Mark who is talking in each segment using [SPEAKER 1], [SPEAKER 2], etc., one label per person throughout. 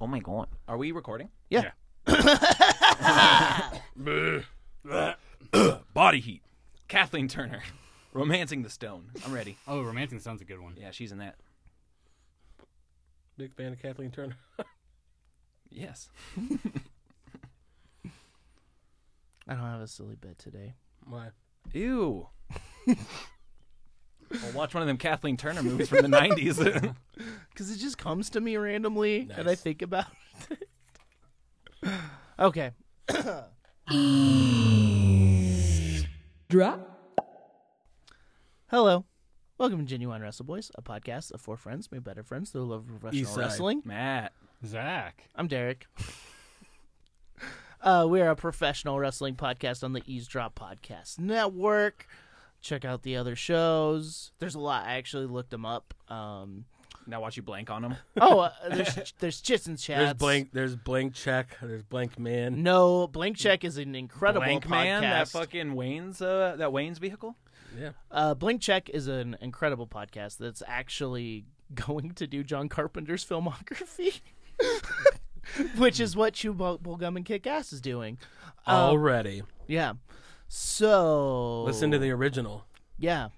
[SPEAKER 1] Oh my god.
[SPEAKER 2] Are we recording?
[SPEAKER 1] Yeah.
[SPEAKER 2] Body Heat. Kathleen Turner. Romancing the Stone. I'm ready.
[SPEAKER 3] Oh, Romancing the Stone's a good one.
[SPEAKER 2] Yeah, she's in that.
[SPEAKER 4] Big fan of Kathleen Turner.
[SPEAKER 2] Yes.
[SPEAKER 1] I don't have a silly bit today.
[SPEAKER 4] Why?
[SPEAKER 2] Ew. well, watch one of them Kathleen Turner movies from the 90s.
[SPEAKER 1] Because it just comes to me randomly and I
[SPEAKER 4] Nice.
[SPEAKER 1] think about it. okay.
[SPEAKER 5] Drop.
[SPEAKER 1] Hello. Welcome to Genuine Wrestle Boys, a podcast of four friends made better friends through the love of professional
[SPEAKER 4] Eastside.
[SPEAKER 1] wrestling.
[SPEAKER 2] Matt.
[SPEAKER 3] Zach.
[SPEAKER 1] I'm Derek. uh, we are a professional wrestling podcast on the Eavesdrop Podcast Network. Check out the other shows. There's a lot. I actually looked them up. Um,
[SPEAKER 2] Now watch you blank on him.
[SPEAKER 1] oh, uh, there's there's chits and chats.
[SPEAKER 4] There's blank. There's blank check. There's blank man.
[SPEAKER 1] No, Blank Check is an incredible
[SPEAKER 2] Blank
[SPEAKER 1] podcast.
[SPEAKER 2] Man, that fucking Wayne's, uh, that Wayne's vehicle?
[SPEAKER 4] Yeah.
[SPEAKER 1] uh, Blank Check is an incredible podcast that's actually going to do John Carpenter's filmography, which is what Chew Bu- Bubblegum and Kick Ass is doing.
[SPEAKER 4] Already.
[SPEAKER 1] Yeah. So
[SPEAKER 4] Listen to the original.
[SPEAKER 1] yeah.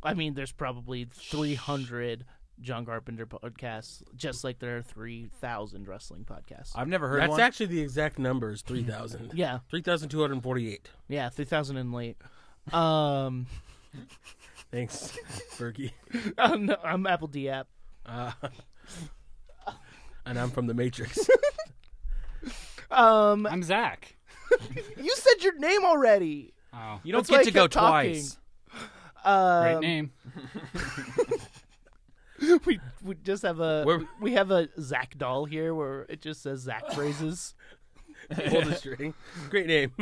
[SPEAKER 1] I mean, there's probably 300 John Carpenter podcasts, just like there are 3,000 wrestling podcasts.
[SPEAKER 2] I've never heard
[SPEAKER 4] That's
[SPEAKER 2] one.
[SPEAKER 4] actually the exact number is three thousand.
[SPEAKER 1] yeah.
[SPEAKER 4] Three thousand two hundred forty-eight.
[SPEAKER 1] Yeah, 3,000 and late. Um,
[SPEAKER 4] Thanks, Fergie.
[SPEAKER 1] I'm, I'm Apple D app.
[SPEAKER 4] Uh, and I'm from the Matrix.
[SPEAKER 1] Um,
[SPEAKER 3] I'm Zach.
[SPEAKER 1] you said your name already.
[SPEAKER 3] Oh,
[SPEAKER 2] you don't
[SPEAKER 1] That's why
[SPEAKER 2] get
[SPEAKER 1] I
[SPEAKER 2] to go
[SPEAKER 1] kept talking.
[SPEAKER 2] twice.
[SPEAKER 1] Uh,
[SPEAKER 3] great
[SPEAKER 2] um,
[SPEAKER 3] name.
[SPEAKER 1] we we just have a
[SPEAKER 4] We're-
[SPEAKER 1] we have a Zach doll here where it just says Zach phrases.
[SPEAKER 4] Pull the string. Great name.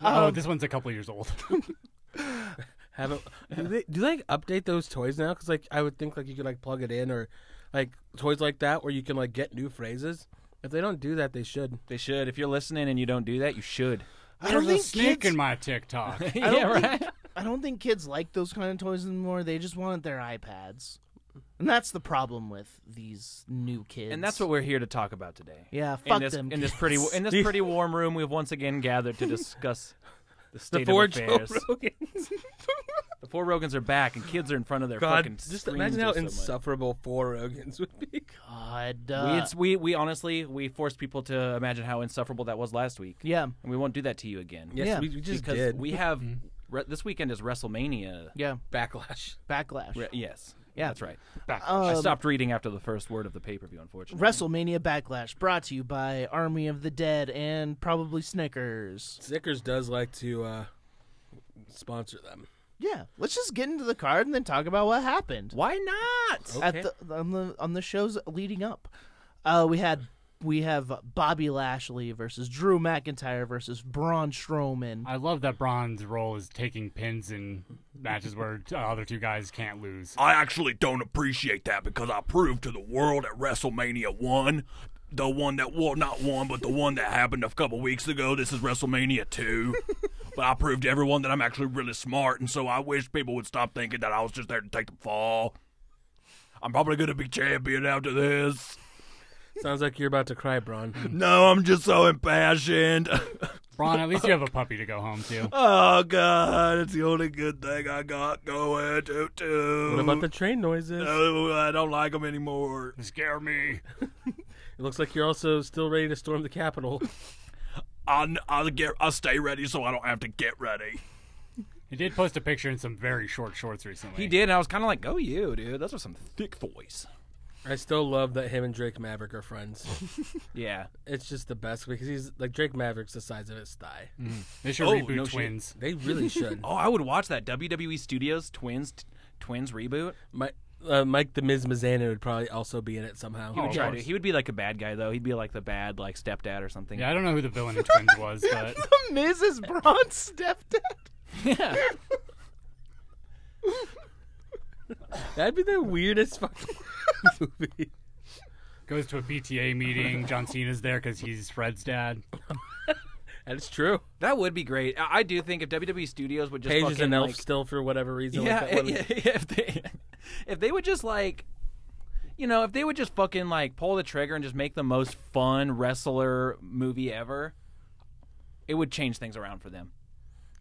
[SPEAKER 2] um,
[SPEAKER 3] oh, this one's a couple years old.
[SPEAKER 4] Haven't do they do they like, update those toys now? Because like I would think like you could like plug it in or like toys like that where you can like get new phrases. If they don't do that, they should.
[SPEAKER 2] They should. If you're listening and you don't do that, you should.
[SPEAKER 1] I
[SPEAKER 3] There's
[SPEAKER 1] don't
[SPEAKER 3] a
[SPEAKER 1] think
[SPEAKER 3] snake
[SPEAKER 1] kids,
[SPEAKER 3] in my TikTok.
[SPEAKER 1] I don't
[SPEAKER 2] yeah,
[SPEAKER 1] think-
[SPEAKER 2] right?
[SPEAKER 1] I don't think kids like those kind of toys anymore. They just wanted their iPads, and that's the problem with these new kids.
[SPEAKER 2] And that's what we're here to talk about today.
[SPEAKER 1] yeah, fuck
[SPEAKER 2] in this,
[SPEAKER 1] them.
[SPEAKER 2] in this
[SPEAKER 1] kids.
[SPEAKER 2] pretty in this pretty warm room, we've once again gathered to discuss the state
[SPEAKER 4] four
[SPEAKER 2] of affairs.
[SPEAKER 4] Joe Rogans.
[SPEAKER 2] the four Rogans are back, and kids are in front of their fucking
[SPEAKER 4] God, just
[SPEAKER 2] screens
[SPEAKER 4] imagine how
[SPEAKER 2] or so much.
[SPEAKER 4] insufferable four Rogans would be.
[SPEAKER 1] God,
[SPEAKER 2] we,
[SPEAKER 1] uh,
[SPEAKER 2] it's, we we honestly we forced people to imagine how insufferable that was last week.
[SPEAKER 1] yeah,
[SPEAKER 2] and we won't do that to you again.
[SPEAKER 4] Yes,
[SPEAKER 1] Yeah,
[SPEAKER 4] we, we just
[SPEAKER 2] because
[SPEAKER 4] did.
[SPEAKER 2] we have re- this weekend is WrestleMania.
[SPEAKER 1] yeah,
[SPEAKER 4] backlash.
[SPEAKER 1] backlash.
[SPEAKER 2] Re- yes,
[SPEAKER 1] Yeah.
[SPEAKER 2] that's right. I
[SPEAKER 1] Um,
[SPEAKER 2] stopped reading after the first word of the pay per view. Unfortunately,
[SPEAKER 1] WrestleMania Backlash brought to you by Army of the Dead and probably Snickers.
[SPEAKER 4] Zickers does like to uh, sponsor them.
[SPEAKER 1] Yeah, let's just get into the card and then talk about what happened.
[SPEAKER 2] why not?
[SPEAKER 4] Okay.
[SPEAKER 1] at the on the on the shows leading up. Uh, we had we have Bobby Lashley versus Drew McIntyre versus Braun Strowman.
[SPEAKER 3] I love that Braun's role is taking pins in matches where t- uh, other two guys can't lose.
[SPEAKER 6] I actually don't appreciate that because I proved to the world at WrestleMania 1, the one that, well, not one, but the one that happened a couple weeks ago. This is WrestleMania 2. but I proved to everyone that I'm actually really smart, and so I wish people would stop thinking that I was just there to take the fall. I'm probably going to be champion after this.
[SPEAKER 4] Sounds like you're about to cry, Braun.
[SPEAKER 6] No, I'm just so impassioned.
[SPEAKER 3] Braun, at least you have a puppy to go home to.
[SPEAKER 6] oh, God, it's the only good thing I got going. Toot, toot.
[SPEAKER 4] what about the train noises?
[SPEAKER 6] No, I don't like them anymore.
[SPEAKER 3] Scare me.
[SPEAKER 4] It looks like you're also still ready to storm the Capitol.
[SPEAKER 6] I, I get, I stay ready so I don't have to get ready.
[SPEAKER 3] He did post a picture in some very short shorts recently.
[SPEAKER 2] He did. And I was kind of like, "Go you, dude. Those are some thick boys."
[SPEAKER 4] I still love that him and Drake Maverick are friends.
[SPEAKER 2] Yeah,
[SPEAKER 4] It's just the best because he's like Drake Maverick's the size of his thigh.
[SPEAKER 3] They should
[SPEAKER 2] Oh,
[SPEAKER 3] reboot
[SPEAKER 2] no shit.
[SPEAKER 3] Twins.
[SPEAKER 4] They really should.
[SPEAKER 2] Oh, I would watch that WWE Studios Twins t- Twins reboot.
[SPEAKER 4] My, uh, Mike the Miz Mizano would probably also be in it somehow.
[SPEAKER 3] Oh,
[SPEAKER 2] Try to-
[SPEAKER 3] course.
[SPEAKER 2] He would be like a bad guy though. He'd be like the bad like stepdad or something.
[SPEAKER 3] Yeah, I don't know who the villain in Twins was, but
[SPEAKER 1] the Miz is Braun's stepdad.
[SPEAKER 2] Yeah.
[SPEAKER 4] That'd be the weirdest fucking movie.
[SPEAKER 3] goes to a PTA meeting. John Cena's there because he's Fred's dad.
[SPEAKER 4] That's true.
[SPEAKER 2] that would be great. I, I do think if WWE Studios would just
[SPEAKER 4] Pages
[SPEAKER 2] fucking,
[SPEAKER 4] and Elf
[SPEAKER 2] like,
[SPEAKER 4] still for whatever reason.
[SPEAKER 2] yeah,
[SPEAKER 4] like that one.
[SPEAKER 2] if they if they would just like you know, if they would just fucking like pull the trigger and just make the most fun wrestler movie ever, it would change things around for them.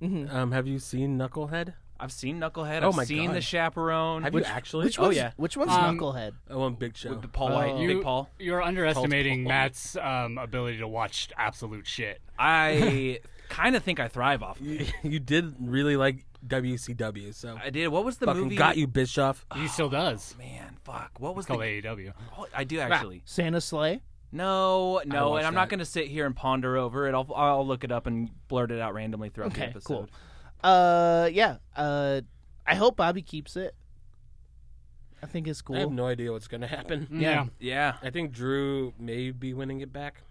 [SPEAKER 4] Um, have you seen Knucklehead?
[SPEAKER 2] I've seen Knucklehead.
[SPEAKER 4] Oh
[SPEAKER 2] I've
[SPEAKER 4] my
[SPEAKER 2] seen
[SPEAKER 4] God.
[SPEAKER 2] the Chaperone.
[SPEAKER 4] Have
[SPEAKER 2] Which-
[SPEAKER 4] you actually?
[SPEAKER 1] Which
[SPEAKER 2] Oh,
[SPEAKER 1] one's,
[SPEAKER 2] yeah.
[SPEAKER 1] Which one's
[SPEAKER 3] Um,
[SPEAKER 1] Knucklehead?
[SPEAKER 4] Oh, I'm Big Show.
[SPEAKER 2] the Paul White,
[SPEAKER 3] You,
[SPEAKER 2] Oh, Big Paul.
[SPEAKER 3] You're underestimating Matt's um, ability to watch absolute shit.
[SPEAKER 2] I kind of think I thrive off. of it.
[SPEAKER 4] You, you did really like WCW, so
[SPEAKER 2] I did. What was the
[SPEAKER 4] fucking
[SPEAKER 2] movie?
[SPEAKER 4] got you, Bischoff.
[SPEAKER 2] Ah.
[SPEAKER 3] He still does.
[SPEAKER 2] Man, fuck. What was
[SPEAKER 3] It's called E
[SPEAKER 2] the?
[SPEAKER 3] AEW.
[SPEAKER 2] Oh, I do actually.
[SPEAKER 1] Santa Slay?
[SPEAKER 2] No, no,
[SPEAKER 4] watched
[SPEAKER 2] and I'm not
[SPEAKER 4] that.
[SPEAKER 2] going to sit here and ponder over it. I'll I'll look it up and blurt it out randomly throughout the
[SPEAKER 1] Okay,
[SPEAKER 2] episode.
[SPEAKER 1] cool. Uh, yeah. Uh, I hope Bobby keeps it. I think it's
[SPEAKER 4] I have
[SPEAKER 1] cool.
[SPEAKER 4] no idea what's gonna happen.
[SPEAKER 2] Mm.
[SPEAKER 3] Yeah.
[SPEAKER 2] Yeah.
[SPEAKER 4] I think Drew may be winning it back,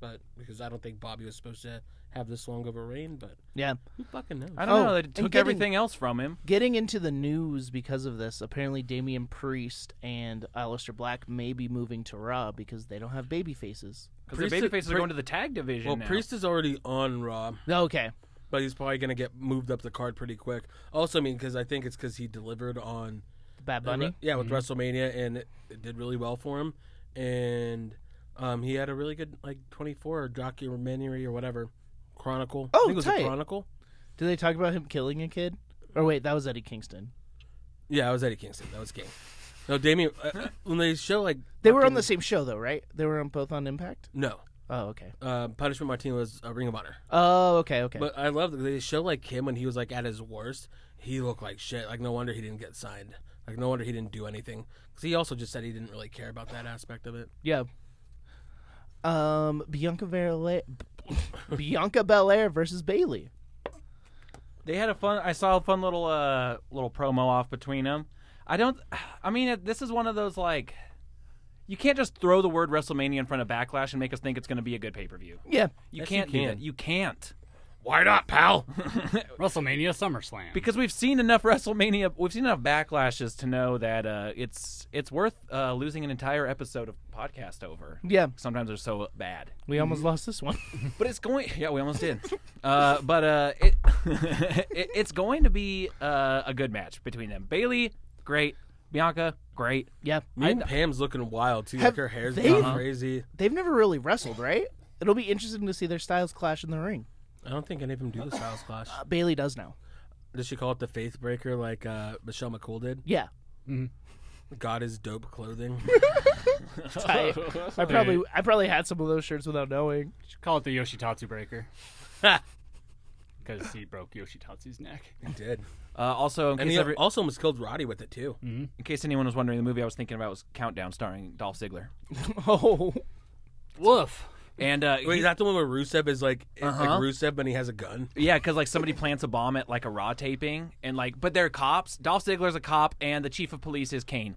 [SPEAKER 4] but because I don't think Bobby was supposed to have this long of a reign. But
[SPEAKER 1] yeah.
[SPEAKER 4] who fucking knows?
[SPEAKER 2] I don't
[SPEAKER 1] Oh,
[SPEAKER 2] know. They
[SPEAKER 1] and
[SPEAKER 2] took
[SPEAKER 1] getting-
[SPEAKER 2] everything else from him.
[SPEAKER 1] Getting into the news because of this, apparently Damian Priest and Aleister Black may be moving to Raw because they don't have baby faces.
[SPEAKER 2] Because their babyfaces
[SPEAKER 4] Priest-
[SPEAKER 2] are
[SPEAKER 4] Pri-
[SPEAKER 2] going to the tag division
[SPEAKER 4] Well,
[SPEAKER 2] now.
[SPEAKER 4] Priest is already on Raw,
[SPEAKER 1] Okay.
[SPEAKER 4] but he's probably gonna get moved up the card pretty quick. Also, I mean, because I think it's because he delivered on
[SPEAKER 1] Bad Bunny? Mm-hmm.
[SPEAKER 4] yeah, with WrestleMania, and it, it did really well for him. And um, he had a really good like 24 documentary or whatever, Chronicle. I
[SPEAKER 1] Oh,
[SPEAKER 4] think it was a
[SPEAKER 1] tight.
[SPEAKER 4] Chronicle.
[SPEAKER 1] Did they talk about him killing a kid? Or wait, that was Eddie Kingston.
[SPEAKER 4] Yeah, it was Eddie Kingston. That was King. No, Damien. Uh, when they show like
[SPEAKER 1] They were on
[SPEAKER 4] fucking-
[SPEAKER 1] the same show though, right? They were on both on Impact.
[SPEAKER 4] no.
[SPEAKER 1] Oh, okay.
[SPEAKER 4] Uh, Punishment Martin was a Ring of Honor,
[SPEAKER 1] Oh, okay, okay.
[SPEAKER 4] but I love that they show like him when he was like at his worst. He looked like shit. Like no wonder he didn't get signed. Like no wonder he didn't do anything. Because he also just said he didn't really care about that aspect of it.
[SPEAKER 1] yeah. Um, Bianca Belair, Bianca Belair versus Bailey.
[SPEAKER 2] They had a fun. I saw a fun little uh little promo off between them. I don't. I mean, it- this is one of those like, you can't just throw the word WrestleMania in front of Backlash and make us think it's going to be a good pay per view.
[SPEAKER 1] Yeah,
[SPEAKER 2] You
[SPEAKER 4] Yes, you
[SPEAKER 2] can't do
[SPEAKER 4] can.
[SPEAKER 2] that. You can't
[SPEAKER 4] Why not, pal?
[SPEAKER 3] WrestleMania, SummerSlam.
[SPEAKER 2] because we've seen enough WrestleMania. We've seen enough backlashes to know that uh, it's it's worth uh, losing an entire episode of podcast over.
[SPEAKER 1] yeah.
[SPEAKER 2] Sometimes they're so bad.
[SPEAKER 1] We almost
[SPEAKER 2] Mm-hmm.
[SPEAKER 1] lost this one.
[SPEAKER 2] But it's going. Yeah, we almost did. Uh, but uh, it, it it's going to be uh, a good match between them. Bailey, great. Bianca, great.
[SPEAKER 1] yeah,
[SPEAKER 4] Me and Pam's looking wild too.
[SPEAKER 1] Have
[SPEAKER 4] like her hair's
[SPEAKER 1] they-
[SPEAKER 4] going
[SPEAKER 1] Uh-huh.
[SPEAKER 4] crazy.
[SPEAKER 1] they've never really wrestled, right? It'll be interesting to see their styles clash in the ring.
[SPEAKER 4] I don't think any of them do the Styles Clash.
[SPEAKER 1] Uh, Bailey does now.
[SPEAKER 4] Does she call it the Faith Breaker like uh, Michelle McCool did?
[SPEAKER 1] Yeah,
[SPEAKER 4] God is dope clothing.
[SPEAKER 1] I, I probably I probably had some of those shirts without knowing.
[SPEAKER 3] Should call it the Yoshitatsu breaker. Because he broke Yoshitatsu's neck.
[SPEAKER 4] he did.
[SPEAKER 2] Uh, also, in
[SPEAKER 4] And
[SPEAKER 2] case,
[SPEAKER 4] he
[SPEAKER 2] every, Mm-hmm.
[SPEAKER 4] also almost killed Roddy with it too.
[SPEAKER 2] in case anyone was wondering, the movie I was thinking about was Countdown, starring Dolph Ziggler.
[SPEAKER 1] Oh,
[SPEAKER 3] Woof.
[SPEAKER 2] And uh,
[SPEAKER 4] Wait,
[SPEAKER 2] he-
[SPEAKER 4] is that the one where Rusev is like, like
[SPEAKER 2] Uh-huh.
[SPEAKER 4] Rusev when he has a gun?
[SPEAKER 2] yeah, because like somebody plants a bomb at like a raw taping, and like, but they're cops. Dolph Ziggler's a cop, and the chief of police is Kane.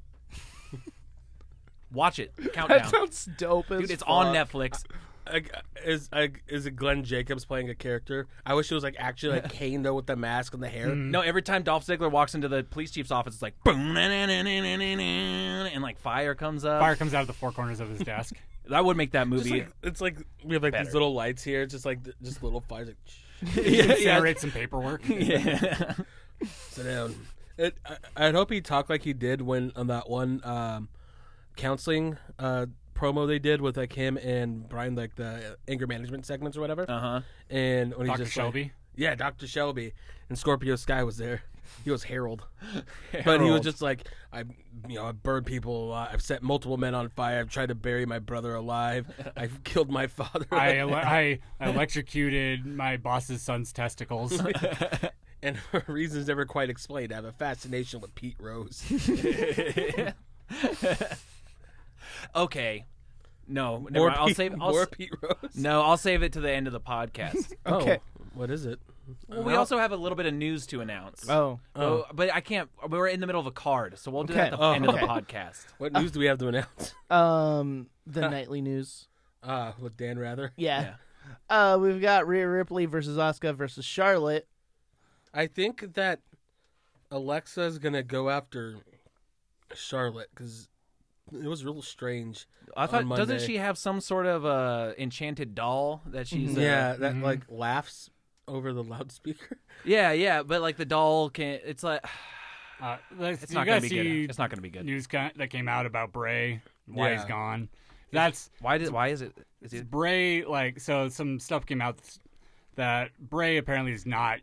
[SPEAKER 2] Watch it.
[SPEAKER 1] that
[SPEAKER 2] Countdown.
[SPEAKER 1] sounds dope. As
[SPEAKER 2] Dude, it's
[SPEAKER 1] fuck.
[SPEAKER 2] on Netflix.
[SPEAKER 4] Like, is like, is it Glenn Jacobs playing a character? I wish it was like actually like Kane though with the mask and the hair.
[SPEAKER 2] No, every time Dolph Ziggler walks into the police chief's office, it's like boom, na, na, na, na, na, na, na, and like fire comes up.
[SPEAKER 3] Fire comes out of the four corners of his desk.
[SPEAKER 2] That would make that movie.
[SPEAKER 4] Like, it's like we have like these little lights here. It's just like th- just little fires. Like, shh,
[SPEAKER 2] yeah,
[SPEAKER 3] Generate some paperwork.
[SPEAKER 2] yeah.
[SPEAKER 4] sit down. It, I, I'd hope he talked like he did when on that one um, counseling uh, promo they did with like him and Brian, like the anger management segments or whatever.
[SPEAKER 2] Uh huh.
[SPEAKER 4] And when
[SPEAKER 3] Dr.
[SPEAKER 4] he's just like-
[SPEAKER 3] Shelby.
[SPEAKER 4] Yeah, Dr. Shelby. And Scorpio Sky was there. He was Harold. But he was just like, I, you know, I've burned people alive. I've set multiple men on fire. I've tried to bury my brother alive. I've killed my father.
[SPEAKER 3] I, ele- I electrocuted my boss's son's testicles. Uh,
[SPEAKER 4] and for reasons never quite explained, I have a fascination with Pete Rose.
[SPEAKER 2] okay. No, never
[SPEAKER 4] More
[SPEAKER 2] mind. I'll
[SPEAKER 4] Pete-
[SPEAKER 2] save. I'll,
[SPEAKER 4] more
[SPEAKER 2] s-
[SPEAKER 4] Pete Rose.
[SPEAKER 2] no, I'll save it to the end of the podcast.
[SPEAKER 1] Okay.
[SPEAKER 4] Oh, what is it?
[SPEAKER 2] well, we also have a little bit of news to announce.
[SPEAKER 1] Oh,
[SPEAKER 2] Oh, but I can't. We're in the middle of a card, so we'll do that at the
[SPEAKER 1] Okay. Oh,
[SPEAKER 2] end of
[SPEAKER 1] okay.
[SPEAKER 2] the podcast.
[SPEAKER 4] What news do we have to announce?
[SPEAKER 1] um, the nightly news.
[SPEAKER 4] Uh, with Dan Rather.
[SPEAKER 1] Yeah. Uh, we've got Rhea Ripley versus Oscar versus Charlotte.
[SPEAKER 4] I think that Alexa's going to go after Charlotte because it was real strange.
[SPEAKER 2] I thought.
[SPEAKER 4] On
[SPEAKER 2] Doesn't
[SPEAKER 4] Monday.
[SPEAKER 2] she have some sort of uh, enchanted doll that she's? Uh,
[SPEAKER 4] Mm-hmm. yeah, that like laughs over the loudspeaker.
[SPEAKER 2] Yeah, yeah, but like the doll can. It's like
[SPEAKER 3] Uh, let's,
[SPEAKER 2] It's
[SPEAKER 3] you
[SPEAKER 2] not gonna be
[SPEAKER 3] guys see
[SPEAKER 2] good. It's not gonna be good.
[SPEAKER 3] news ca- that came out about Bray, why he's
[SPEAKER 4] Yeah.
[SPEAKER 3] gone. That's
[SPEAKER 2] Why did? Why is it? Is it?
[SPEAKER 3] Bray. Like, so some stuff came out that Bray apparently is not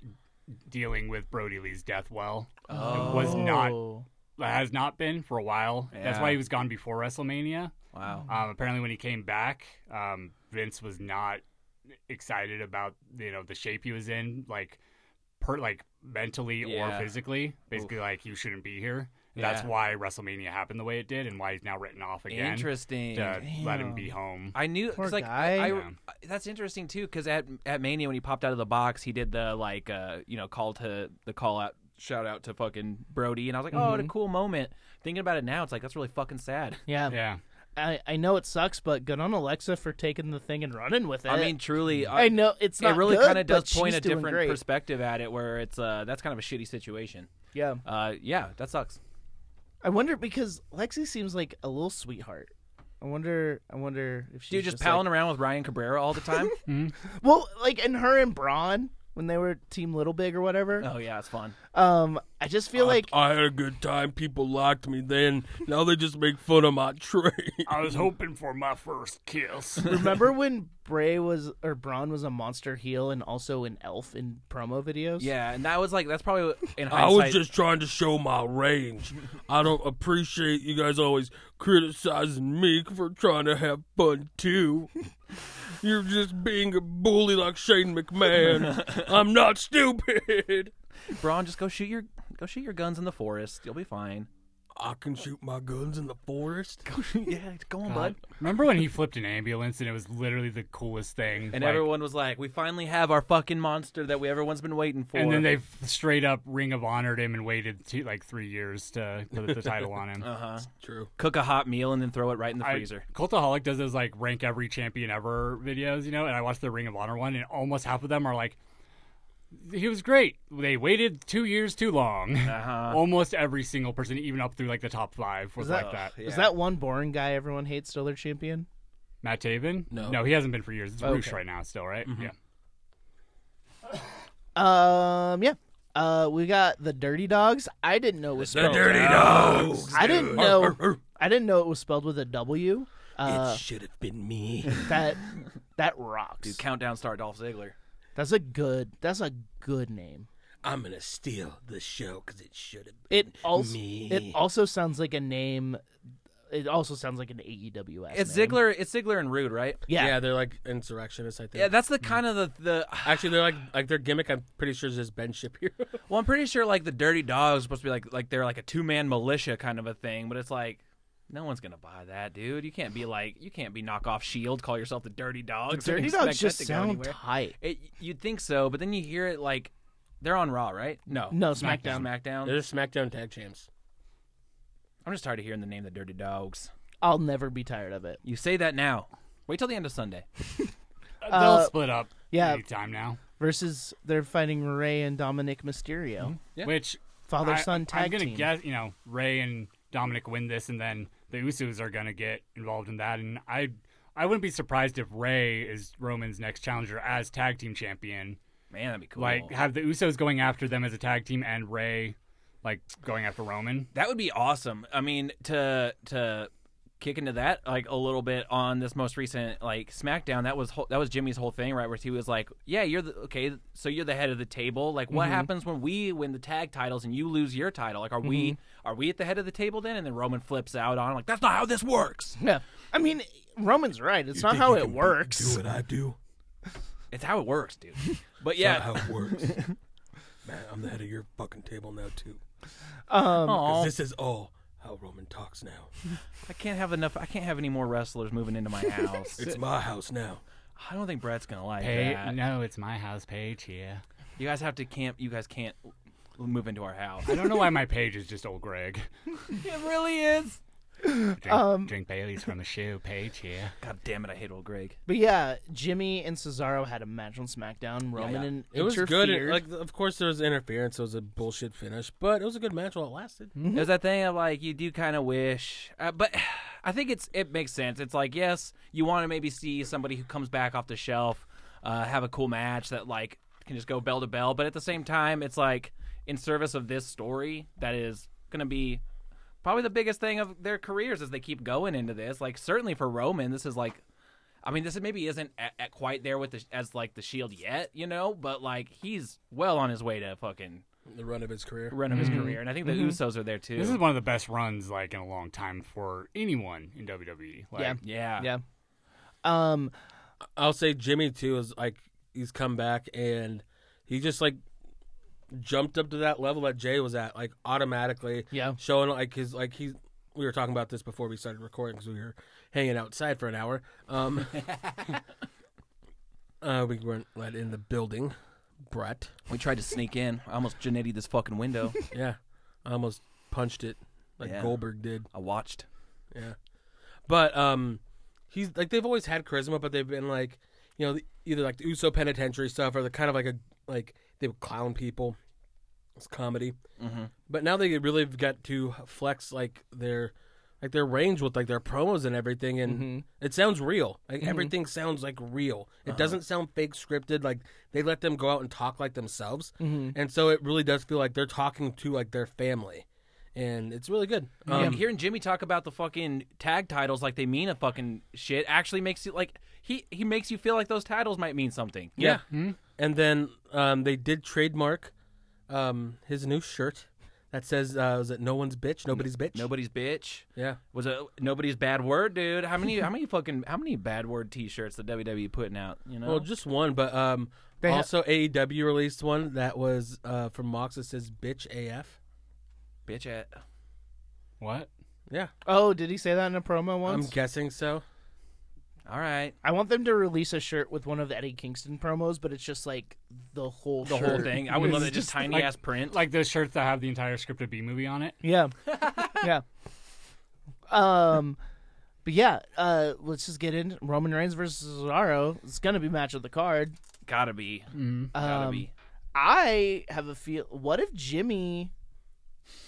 [SPEAKER 3] dealing with Brody Lee's death well. It was not
[SPEAKER 1] Oh.
[SPEAKER 3] has not been for a while. That's
[SPEAKER 2] Yeah.
[SPEAKER 3] why he was gone before WrestleMania.
[SPEAKER 2] Wow.
[SPEAKER 3] Um, apparently, when he came back, um, Vince was not excited about you know the shape he was in, like per like mentally
[SPEAKER 2] Yeah.
[SPEAKER 3] or physically. Basically, like you shouldn't be here. And That's
[SPEAKER 2] Yeah.
[SPEAKER 3] why WrestleMania happened the way it did, and why he's now written off again.
[SPEAKER 2] Interesting.
[SPEAKER 3] To let him be
[SPEAKER 1] Damn.
[SPEAKER 3] home.
[SPEAKER 2] I knew
[SPEAKER 1] Poor
[SPEAKER 2] cause like
[SPEAKER 1] guy.
[SPEAKER 2] I, I-
[SPEAKER 3] Yeah.
[SPEAKER 2] that's interesting too because at at Mania when he popped out of the box he did the like uh you know call to the call out shout out to fucking Brody and I was like oh what a cool moment thinking about it now it's like that's really fucking sad
[SPEAKER 1] Yeah,
[SPEAKER 3] yeah,
[SPEAKER 1] I, I know it sucks, but good on Alexa for taking the thing and running with it.
[SPEAKER 2] I mean truly I,
[SPEAKER 1] I know it's not
[SPEAKER 2] it really
[SPEAKER 1] good,
[SPEAKER 2] kind of does
[SPEAKER 1] but
[SPEAKER 2] point
[SPEAKER 1] she's
[SPEAKER 2] a
[SPEAKER 1] doing
[SPEAKER 2] different
[SPEAKER 1] great.
[SPEAKER 2] perspective at it where it's uh that's kind of a shitty situation
[SPEAKER 1] Yeah,
[SPEAKER 2] uh yeah that sucks
[SPEAKER 1] I wonder because Lexi seems like a little sweetheart. I wonder. I wonder if she's
[SPEAKER 2] dude just,
[SPEAKER 1] like-
[SPEAKER 2] palling around with Ryan Cabrera all the time
[SPEAKER 1] Well, like and her and Braun when they were Team Little Big or whatever.
[SPEAKER 2] oh yeah it's fun
[SPEAKER 1] Um, I just
[SPEAKER 2] uh,
[SPEAKER 1] feel like
[SPEAKER 4] I had a good time. People locked me then. Now they just make fun of my trade.
[SPEAKER 3] I was hoping for my first kiss.
[SPEAKER 1] remember when Bray was or Braun was a monster heel and also an elf in promo videos.
[SPEAKER 2] yeah and that was like that's probably what- in
[SPEAKER 4] I
[SPEAKER 2] hindsight
[SPEAKER 4] was just trying to show my range. I don't appreciate you guys always criticizing me for trying to have fun too. You're just being a bully like Shane McMahon. I'm not stupid.
[SPEAKER 2] Braun just go shoot your go shoot your guns in the forest you'll be fine
[SPEAKER 4] I can shoot my guns in the forest.
[SPEAKER 2] yeah go on bud
[SPEAKER 3] Remember when he flipped an ambulance and it was literally the coolest thing.
[SPEAKER 2] And
[SPEAKER 3] like-
[SPEAKER 2] everyone was like, "We finally have our fucking monster that we everyone's been waiting for."
[SPEAKER 3] And then they f- straight up Ring of Honored him and waited two, like three years to put the title on him.
[SPEAKER 4] True.
[SPEAKER 2] cook a hot meal and then throw it right in the freezer.
[SPEAKER 3] I, Cultaholic does those like rank every champion ever videos, you know, and I watched the Ring of Honor one, and almost half of them are like, he was great. They waited two years too long. almost every single person, even up through like the top five, was
[SPEAKER 1] that-
[SPEAKER 3] like that.
[SPEAKER 1] Is that one boring guy everyone hates still their champion?
[SPEAKER 3] Matt Taven?
[SPEAKER 4] No.
[SPEAKER 3] No, he hasn't been for years. It's Roosh
[SPEAKER 1] Okay.
[SPEAKER 3] right now, still, right? Yeah.
[SPEAKER 1] Um, yeah. Uh, we got the Dirty Dogs. I didn't know it was
[SPEAKER 4] Oh,
[SPEAKER 1] spelled.
[SPEAKER 4] dogs.
[SPEAKER 1] I didn't know. I didn't know it was spelled with a W. Uh,
[SPEAKER 4] it should have been me.
[SPEAKER 1] that that rocks.
[SPEAKER 2] Dude, countdown star Dolph Ziggler.
[SPEAKER 1] that's a good. That's a good name.
[SPEAKER 4] I'm gonna steal the show because it should have been
[SPEAKER 1] It also
[SPEAKER 4] me.
[SPEAKER 1] it also sounds like a name. It also sounds like an AEW. ass
[SPEAKER 2] It's
[SPEAKER 1] name.
[SPEAKER 2] Ziggler. It's Ziggler and Rude, right?
[SPEAKER 1] Yeah.
[SPEAKER 4] they're like insurrectionists. I think.
[SPEAKER 2] Yeah, that's the kind of the the.
[SPEAKER 4] Actually, they're like like their gimmick. I'm pretty sure is just Ben Shapiro.
[SPEAKER 2] Well, I'm pretty sure like the Dirty Dogs supposed to be like like they're like a two man militia kind of a thing, but it's like. No one's gonna buy that, dude. You can't be like, you can't be knockoff Shield. Call yourself the Dirty Dogs. and
[SPEAKER 1] Dirty
[SPEAKER 2] expect
[SPEAKER 1] Dogs
[SPEAKER 2] that
[SPEAKER 1] just
[SPEAKER 2] to go
[SPEAKER 1] sound
[SPEAKER 2] anywhere.
[SPEAKER 1] tight.
[SPEAKER 2] It, you'd think so, but then you hear it like, they're on Raw, right? No,
[SPEAKER 1] No, SmackDown.
[SPEAKER 2] SmackDown.
[SPEAKER 4] they're just SmackDown tag champs.
[SPEAKER 2] I'm just tired of hearing the name the Dirty Dogs.
[SPEAKER 1] I'll never be tired of it.
[SPEAKER 2] You say that now. Wait till the end of Sunday.
[SPEAKER 3] They'll split up
[SPEAKER 1] yeah.
[SPEAKER 3] anytime now.
[SPEAKER 1] Versus they're fighting Ray and Dominic Mysterio,
[SPEAKER 2] Yeah.
[SPEAKER 3] Which
[SPEAKER 1] father
[SPEAKER 3] I-
[SPEAKER 1] son tag
[SPEAKER 3] I'm gonna
[SPEAKER 1] team.
[SPEAKER 3] guess, you know, Ray and Dominic win this, and then the Usos are gonna get involved in that. And I, I wouldn't be surprised if Ray is Roman's next challenger as tag team champion.
[SPEAKER 2] Man, that'd be cool.
[SPEAKER 3] Like, have the Usos going after them as a tag team, and Ray, like, going after Roman.
[SPEAKER 2] that would be awesome. I mean, to to kick into that like a little bit on this most recent like SmackDown, that was whole, that was Jimmy's whole thing, right? Where he was like, "Yeah, you're the okay, so you're the head of the table. Like, what happens when we win the tag titles and you lose your title? Like, are we are we at the head of the table then?" And then Roman flips out on him, like, "That's not how this works.
[SPEAKER 1] Yeah. I mean, Roman's right. It's not how it works.
[SPEAKER 4] what I do.
[SPEAKER 2] It's how it works, dude." But yeah,
[SPEAKER 4] how it works. Man, I'm the head of your fucking table now too.
[SPEAKER 2] um, aw,
[SPEAKER 4] This is all how Roman talks now.
[SPEAKER 2] I can't have enough. I can't have any more wrestlers moving into my house.
[SPEAKER 4] It's my house now.
[SPEAKER 2] I don't think Brett's gonna like
[SPEAKER 3] Pay,
[SPEAKER 2] that.
[SPEAKER 3] no, it's my house page here.
[SPEAKER 2] You guys have to camp. You guys can't move into our house.
[SPEAKER 3] I don't know why my page is just old Greg.
[SPEAKER 2] it really is.
[SPEAKER 3] Drink,
[SPEAKER 1] Um,
[SPEAKER 3] drink Bailey's from a shoe page here.
[SPEAKER 2] God damn it! I hate old Greg.
[SPEAKER 1] But yeah, Jimmy and Cesaro had a match on SmackDown. Roman
[SPEAKER 2] Yeah.
[SPEAKER 1] and
[SPEAKER 4] It was good.
[SPEAKER 1] interfered.
[SPEAKER 4] It, like, of course, there was interference. It was a bullshit finish, but it was a good match while it lasted.
[SPEAKER 2] There's that thing of like you do kind of wish, uh, but I think it's it makes sense. It's like yes, you want to maybe see somebody who comes back off the shelf, uh, have a cool match that like can just go bell to bell, but at the same time, it's like in service of this story that is going to be probably the biggest thing of their careers as they keep going into this. Like certainly for Roman, this is like, I mean, this maybe isn't at, at quite there with the, as like the Shield yet, you know, but like he's well on his way to fucking
[SPEAKER 4] The run of his career.
[SPEAKER 2] run of his career, and I think the Usos are there too.
[SPEAKER 3] This is one of the best runs like in a long time for anyone in WWE. Like,
[SPEAKER 1] Yeah.
[SPEAKER 2] yeah,
[SPEAKER 1] Yeah. Um,
[SPEAKER 4] I'll say Jimmy too is like he's come back and he just like jumped up to that level that Jay was at like automatically.
[SPEAKER 1] Yeah.
[SPEAKER 4] showing like his like he. We were talking about this before we started recording because we were hanging outside for an hour. Um, uh, we weren't let in the building, Brett.
[SPEAKER 2] We tried to sneak in. I almost Janetti this fucking window.
[SPEAKER 4] Yeah, I almost punched it like
[SPEAKER 2] Yeah.
[SPEAKER 4] Goldberg did.
[SPEAKER 2] I watched.
[SPEAKER 4] Yeah. But um he's like they've always had charisma, but they've been like you know, the, either like the Uso penitentiary stuff or the kind of like a like they would clown people. It's comedy. But now they really have got to flex like their like their range with like their promos and everything and it sounds real. Like everything sounds like real. It doesn't sound fake scripted like they let them go out and talk like themselves. And so it really does feel like they're talking to like their family. And it's really good. Um,
[SPEAKER 2] yeah, hearing Jimmy talk about the fucking tag titles like they mean a fucking shit actually makes you like he he makes you feel like those titles might mean something.
[SPEAKER 4] Yeah. And then um, they did trademark um, his new shirt that says, uh, was it no one's bitch, nobody's bitch?
[SPEAKER 2] Nobody's bitch
[SPEAKER 4] Yeah.
[SPEAKER 2] was a nobody's bad word, dude. How many how many fucking how many bad word T-shirts the WWE putting out? You know,
[SPEAKER 4] Well, just one, but um,
[SPEAKER 1] ha-
[SPEAKER 4] also AEW released one that was uh, from Mox that says bitch AF.
[SPEAKER 2] bitch at
[SPEAKER 3] What?
[SPEAKER 4] Yeah.
[SPEAKER 1] oh, did he say that in a promo
[SPEAKER 4] I'm
[SPEAKER 1] once?
[SPEAKER 4] guessing so.
[SPEAKER 2] all right.
[SPEAKER 1] I want them to release a shirt with one of the Eddie Kingston promos, but it's just like the whole
[SPEAKER 2] The whole thing. I would love
[SPEAKER 3] It's
[SPEAKER 2] it. Just
[SPEAKER 3] just
[SPEAKER 2] tiny
[SPEAKER 3] like-
[SPEAKER 2] ass print.
[SPEAKER 3] Like those shirts that have the entire scripted B movie on it.
[SPEAKER 1] Yeah, yeah. Um, but yeah, uh, let's just get in Roman Reigns versus Cesaro. It's gonna be match of the card.
[SPEAKER 2] gotta be, gotta
[SPEAKER 1] Um,
[SPEAKER 2] be.
[SPEAKER 1] I have a feel. What if Jimmy?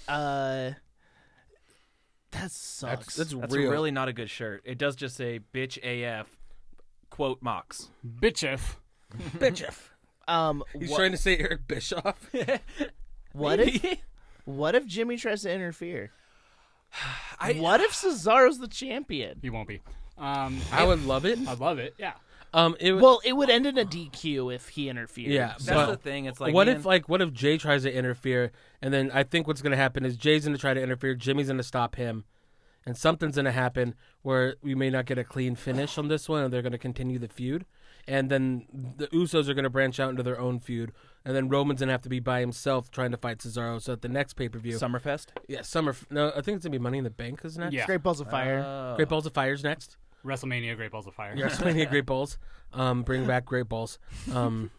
[SPEAKER 1] Uh, that sucks.
[SPEAKER 4] That's,
[SPEAKER 2] That's
[SPEAKER 4] real.
[SPEAKER 2] really not a good shirt. It does just say bitch AF quote Mox.
[SPEAKER 3] Bitchif.
[SPEAKER 4] bitch AF.
[SPEAKER 1] um,
[SPEAKER 4] He's
[SPEAKER 1] wha-
[SPEAKER 4] trying to say Eric Bischoff.
[SPEAKER 1] what if what if Jimmy tries to interfere?
[SPEAKER 2] I-
[SPEAKER 1] what if Cesaro's the champion?
[SPEAKER 3] He won't be. Um,
[SPEAKER 4] I would love it.
[SPEAKER 3] I love it. Yeah.
[SPEAKER 4] Um, it w-
[SPEAKER 1] Well, it would end in a DQ if he interfered.
[SPEAKER 4] yeah.
[SPEAKER 2] That's
[SPEAKER 4] but-
[SPEAKER 2] the thing. It's like
[SPEAKER 4] what
[SPEAKER 2] man,
[SPEAKER 4] if like what if Jay tries to interfere and then I think what's gonna happen is Jay's gonna try to interfere, Jimmy's gonna stop him, and something's gonna happen where we may not get a clean finish on this one and they're gonna continue the feud. And then the Usos are gonna branch out into their own feud, and then Roman's gonna have to be by himself trying to fight Cesaro. So at the next pay per view,
[SPEAKER 2] Summerfest?
[SPEAKER 4] yeah, summer. No, I think it's gonna be Money in the Bank is next.
[SPEAKER 3] Yeah.
[SPEAKER 1] Great balls of fire.
[SPEAKER 4] Great Balls of Fire's next.
[SPEAKER 3] WrestleMania, Great Balls of Fire.
[SPEAKER 4] WrestleMania Great Balls. Um, bring back Great Balls. Um,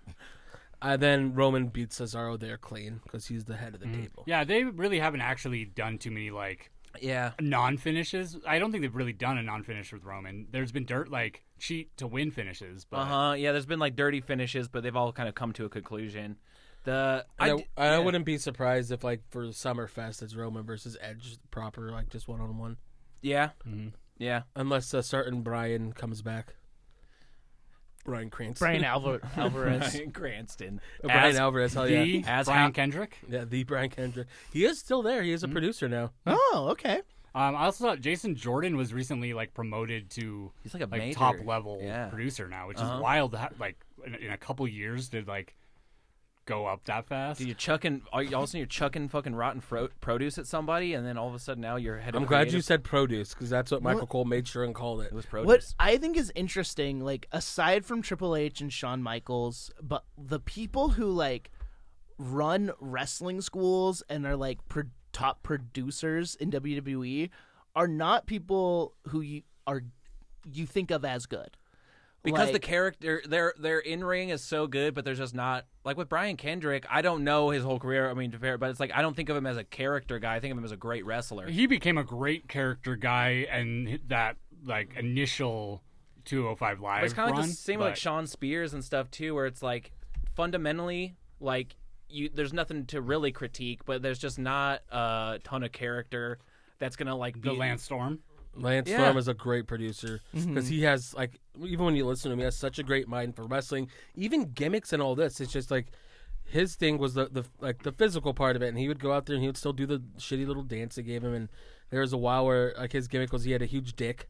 [SPEAKER 4] I then Roman beats Cesaro there clean because he's the head of the table.
[SPEAKER 3] Yeah, they really haven't actually done too many like
[SPEAKER 2] Yeah.
[SPEAKER 3] non finishes. I don't think they've really done a non finish with Roman. There's been dirt like cheat to win finishes, but
[SPEAKER 2] Uh huh. Yeah. There's been like dirty finishes, but they've all kind of come to a conclusion. The I,
[SPEAKER 4] I,
[SPEAKER 2] d-
[SPEAKER 4] I
[SPEAKER 2] yeah.
[SPEAKER 4] wouldn't be surprised if like for Summerfest it's Roman versus Edge proper like just one on one
[SPEAKER 2] Yeah.
[SPEAKER 4] Mm-hmm.
[SPEAKER 2] Yeah.
[SPEAKER 4] unless a certain Brian comes back. Brian Cranston.
[SPEAKER 1] Brian Alvar- Alvarez.
[SPEAKER 2] Cranston.
[SPEAKER 4] Uh, Brian
[SPEAKER 2] As-
[SPEAKER 4] Alvarez. Hell yeah.
[SPEAKER 3] the
[SPEAKER 2] As
[SPEAKER 3] Brian
[SPEAKER 2] how-
[SPEAKER 3] Kendrick.
[SPEAKER 4] Yeah, the Brian Kendrick. He is still there. He is a producer now.
[SPEAKER 1] Oh, okay.
[SPEAKER 3] Um, I also thought Jason Jordan was recently like promoted to
[SPEAKER 2] He's like a major-
[SPEAKER 3] top level
[SPEAKER 2] yeah.
[SPEAKER 3] producer now, which is wild. That, like in, in a couple years to like go up that fast.
[SPEAKER 2] Dude, you're chucking. All, all of a sudden, you're chucking fucking rotten fro- produce at somebody, and then all of a sudden, now you're head.
[SPEAKER 4] I'm
[SPEAKER 2] of
[SPEAKER 4] glad you
[SPEAKER 2] creative-
[SPEAKER 4] said produce because that's what Michael Cole made sure and called it.
[SPEAKER 2] it was produce.
[SPEAKER 1] What I think is interesting, like aside from Triple H and Shawn Michaels, but the people who like run wrestling schools and are like pro- top producers in WWE are not people who you are you think of as good.
[SPEAKER 2] because the
[SPEAKER 1] like-
[SPEAKER 2] character their their in ring is so good, but there's just not like with Brian Kendrick. I don't know his whole career. I mean, to fair, but it's like I don't think of him as a character guy. I think of him as a great wrestler.
[SPEAKER 3] he became a great character guy, and that like initial 205 live.
[SPEAKER 2] But it's kind of
[SPEAKER 3] run,
[SPEAKER 2] like the same with like
[SPEAKER 3] but-
[SPEAKER 2] Sean Spears and stuff too, where it's like fundamentally like you there's nothing to really critique, but there's just not a ton of character that's gonna like be
[SPEAKER 3] the Lance Storm.
[SPEAKER 4] Lance
[SPEAKER 2] Yeah.
[SPEAKER 4] Storm is a great producer because he has like even when you listen to him, he has such a great mind for wrestling, even gimmicks and all this. It's just like his thing was the, the like the physical part of it, and he would go out there and he would still do the shitty little dance they gave him. And there was a while where like his gimmick was he had a huge dick,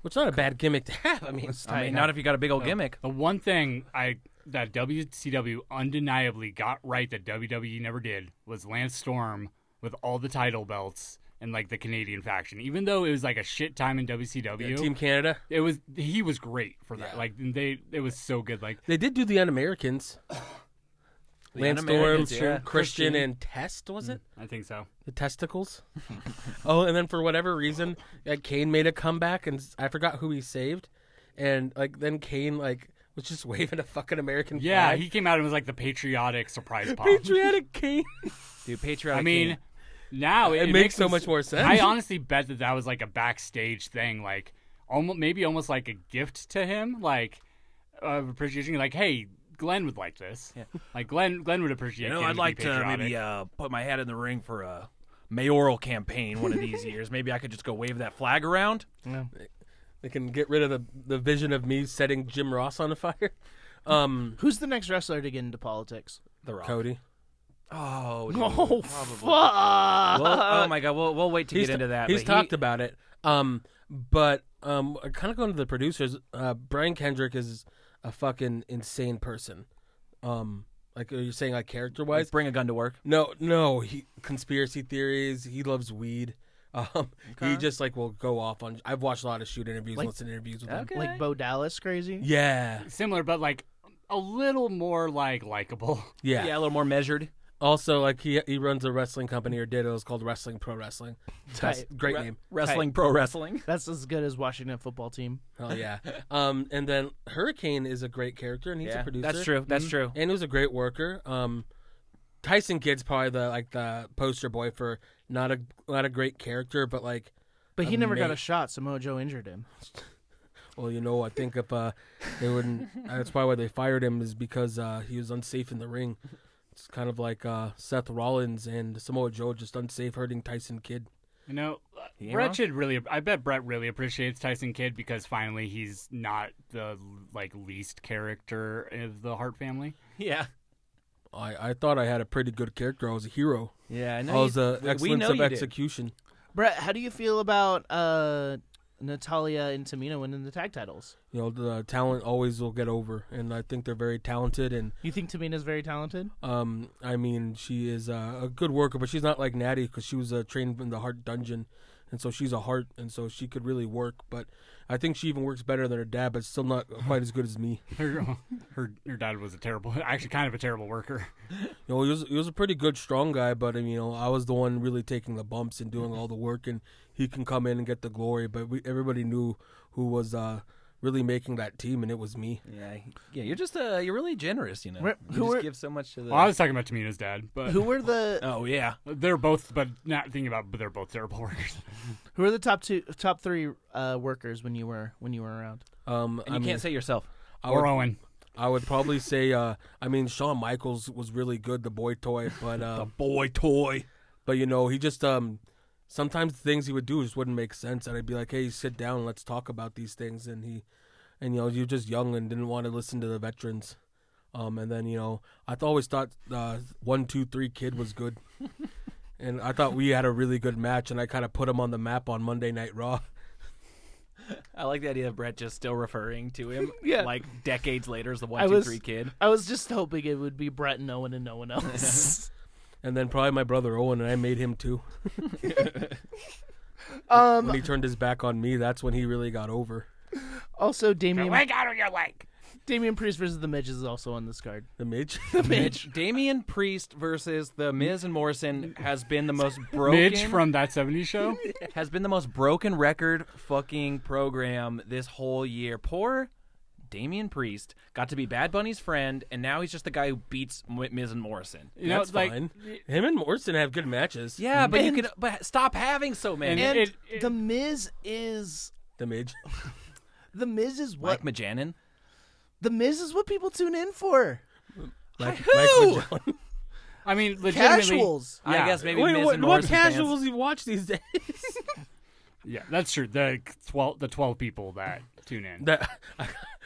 [SPEAKER 4] which is not a bad gimmick to have. I mean,
[SPEAKER 2] I mean, not if you got a big old
[SPEAKER 3] Oh.
[SPEAKER 2] gimmick.
[SPEAKER 3] The one thing I that WCW undeniably got right that WWE never did was Lance Storm with all the title belts and like the Canadian faction. Even though it was like a shit time in WCW,
[SPEAKER 4] Team Canada.
[SPEAKER 3] it was he was great for that. Like they, it was so good. Like
[SPEAKER 4] They did do the Un-Americans. Lance Storm,
[SPEAKER 2] Un-Americans, yeah. Mm.
[SPEAKER 4] Christian, and Test was it?
[SPEAKER 3] I think so.
[SPEAKER 4] The testicles. oh, and then for whatever reason, like, Kane made a comeback, and s- I forgot who he saved, and like then Kane like was just waving a fucking American
[SPEAKER 3] Yeah,
[SPEAKER 4] flag.
[SPEAKER 3] he came out and was like the patriotic surprise pop.
[SPEAKER 4] Patriotic Kane.
[SPEAKER 2] Dude, patriotic.
[SPEAKER 3] I mean, now
[SPEAKER 4] It
[SPEAKER 3] it,
[SPEAKER 4] makes so much more sense.
[SPEAKER 3] I honestly bet that that was like a backstage thing, like almost maybe almost like a gift to him, like of appreciation. Like, hey, Glenn would like this. Like Glenn, Glenn would appreciate.
[SPEAKER 6] You know,
[SPEAKER 3] getting
[SPEAKER 6] I'd
[SPEAKER 3] be
[SPEAKER 6] like to
[SPEAKER 3] patriotic.
[SPEAKER 6] maybe uh, put my hat in the ring for a mayoral campaign one of these years. Maybe I could just go wave that flag around.
[SPEAKER 4] They can get rid of the, the vision of me setting Jim Ross on a fire. Um,
[SPEAKER 1] Who's the next wrestler to get into politics?
[SPEAKER 6] The Rock.
[SPEAKER 4] Cody.
[SPEAKER 6] Oh, dude.
[SPEAKER 1] Oh, fuck.
[SPEAKER 2] Well, oh my god, we'll we'll wait to
[SPEAKER 4] He's
[SPEAKER 2] get into that.
[SPEAKER 4] He's
[SPEAKER 2] but he-
[SPEAKER 4] talked about it. Um, but um, kind of going to the producers. Uh, Brian Kendrick is a fucking insane person. Um, like are you saying like character wise?
[SPEAKER 2] bring a gun to work.
[SPEAKER 4] No, no. He conspiracy theories. He loves weed. Um, he just like will go off on. I've watched a lot of shoot interviews, and listen to interviews with him.
[SPEAKER 1] Like Bo Dallas crazy?
[SPEAKER 4] Yeah,
[SPEAKER 3] similar, but like a little more like likable.
[SPEAKER 4] yeah,
[SPEAKER 2] Yeah, a little more measured.
[SPEAKER 4] Also, like he he runs a wrestling company or did it. It was called Wrestling Pro Wrestling. That's great name.
[SPEAKER 2] Wrestling, pro wrestling.
[SPEAKER 1] That's as good as Washington football team.
[SPEAKER 4] Oh yeah. um, and then Hurricane is a great character, and he's a producer.
[SPEAKER 2] that's true. That's true.
[SPEAKER 4] And he was a great worker. Um, Tyson Kidd's probably the like the poster boy for not a not a great character, but like,
[SPEAKER 1] But he never got a
[SPEAKER 4] Amazing.
[SPEAKER 1] shot. Samoa Joe injured him.
[SPEAKER 4] well, you know, I think if uh, they wouldn't, that's probably why they fired him is because uh, he was unsafe in the ring. It's kind of like uh, Seth Rollins and Samoa Joe, just unsafe hurting Tyson Kidd.
[SPEAKER 3] You know, Brett should really. I bet Brett really appreciates Tyson Kidd because finally he's not the like least character of the Hart family.
[SPEAKER 2] Yeah.
[SPEAKER 4] I, I thought I had a pretty good character. I was a hero.
[SPEAKER 2] Yeah, I know.
[SPEAKER 4] I
[SPEAKER 2] you-
[SPEAKER 4] was the
[SPEAKER 2] we- we
[SPEAKER 4] excellence
[SPEAKER 2] know
[SPEAKER 4] of
[SPEAKER 2] you did.
[SPEAKER 4] execution.
[SPEAKER 1] Brett, how do you feel about uh, Natalia and Tamina winning the tag titles?
[SPEAKER 4] You know, the talent always will get over, and I think they're very talented. And
[SPEAKER 1] You think Tamina's very talented?
[SPEAKER 4] um, I mean, she is uh, a good worker, but she's not like Natty because she was uh, trained in the Heart Dungeon, and so she's a heart, and so she could really work. But I think she even works better than her dad, but still not quite as good as me.
[SPEAKER 3] Her, her, her dad was a terrible, actually kind of a terrible worker.
[SPEAKER 4] You know, he was he was a pretty good, strong guy, but um, you know, I was the one really taking the bumps and doing all the work, and he can come in and get the glory. But we, everybody knew who was uh, really making that team, and it was me.
[SPEAKER 2] Yeah, yeah. You're just uh, you're really generous. You know,
[SPEAKER 1] Where-
[SPEAKER 2] you
[SPEAKER 1] who
[SPEAKER 2] just
[SPEAKER 1] are-
[SPEAKER 2] give so much to the.
[SPEAKER 3] Well, I was talking about Tamina's dad, but
[SPEAKER 1] Who were the
[SPEAKER 6] Oh yeah.
[SPEAKER 3] they're both, but not thinking about, but they're both terrible workers.
[SPEAKER 1] Who are the top two, top three uh, workers when you were when you were around?
[SPEAKER 4] Um,
[SPEAKER 2] and you
[SPEAKER 4] I mean,
[SPEAKER 2] can't say yourself.
[SPEAKER 3] Or Owen.
[SPEAKER 4] I would probably say, uh, I mean, Shawn Michaels was really good, the boy toy, but uh,
[SPEAKER 6] Boy toy.
[SPEAKER 4] but you know, he just um, sometimes the things he would do just wouldn't make sense, and I'd be like, hey, sit down, let's talk about these things, and he, and you know, you're just young and didn't want to listen to the veterans, um, and then you know, I th- always thought uh, one, two, three kid was good, and I thought we had a really good match, and I kind of put him on the map on Monday Night Raw.
[SPEAKER 2] I like the idea of Brett just still referring to him,
[SPEAKER 1] Yeah.
[SPEAKER 2] like decades later as the
[SPEAKER 1] I
[SPEAKER 2] one two
[SPEAKER 1] was-
[SPEAKER 2] three kid.
[SPEAKER 1] I was just hoping it would be Brett and Owen and no one else.
[SPEAKER 4] And then probably my brother Owen and I made him too.
[SPEAKER 1] um,
[SPEAKER 4] When he turned his back on me, that's when he really got over.
[SPEAKER 1] also, Damian
[SPEAKER 3] Leg out of your leg.
[SPEAKER 1] Damian Priest versus the Midge is also on this card.
[SPEAKER 4] The midge.
[SPEAKER 1] Midge.
[SPEAKER 2] Damian Priest versus the Miz and Morrison has been the most broken
[SPEAKER 3] Midge from that '70s show.
[SPEAKER 2] has been the most broken record fucking program this whole year. Poor Damian Priest got to be Bad Bunny's friend, and now he's just the guy who beats M- Miz and Morrison.
[SPEAKER 3] You know,
[SPEAKER 4] That's
[SPEAKER 3] like,
[SPEAKER 4] fine. Him and Morrison have good matches.
[SPEAKER 2] Yeah, but
[SPEAKER 1] And-
[SPEAKER 2] you can but stop having so many.
[SPEAKER 1] And
[SPEAKER 3] It- it-
[SPEAKER 1] the Miz is
[SPEAKER 4] The Midge.
[SPEAKER 1] the Miz is what
[SPEAKER 2] Mike Majanin.
[SPEAKER 1] the Miz is what people tune in for.
[SPEAKER 4] Like,
[SPEAKER 1] Who?
[SPEAKER 3] I mean, legitimately.
[SPEAKER 1] Casuals.
[SPEAKER 2] I
[SPEAKER 3] Yeah.
[SPEAKER 2] guess maybe
[SPEAKER 4] Wait,
[SPEAKER 2] Miz
[SPEAKER 4] what,
[SPEAKER 2] and
[SPEAKER 4] what
[SPEAKER 2] Morrison fans.
[SPEAKER 4] casuals you watch these days?
[SPEAKER 3] Yeah, that's true. The twelve, the twelve people that tune in.
[SPEAKER 4] that,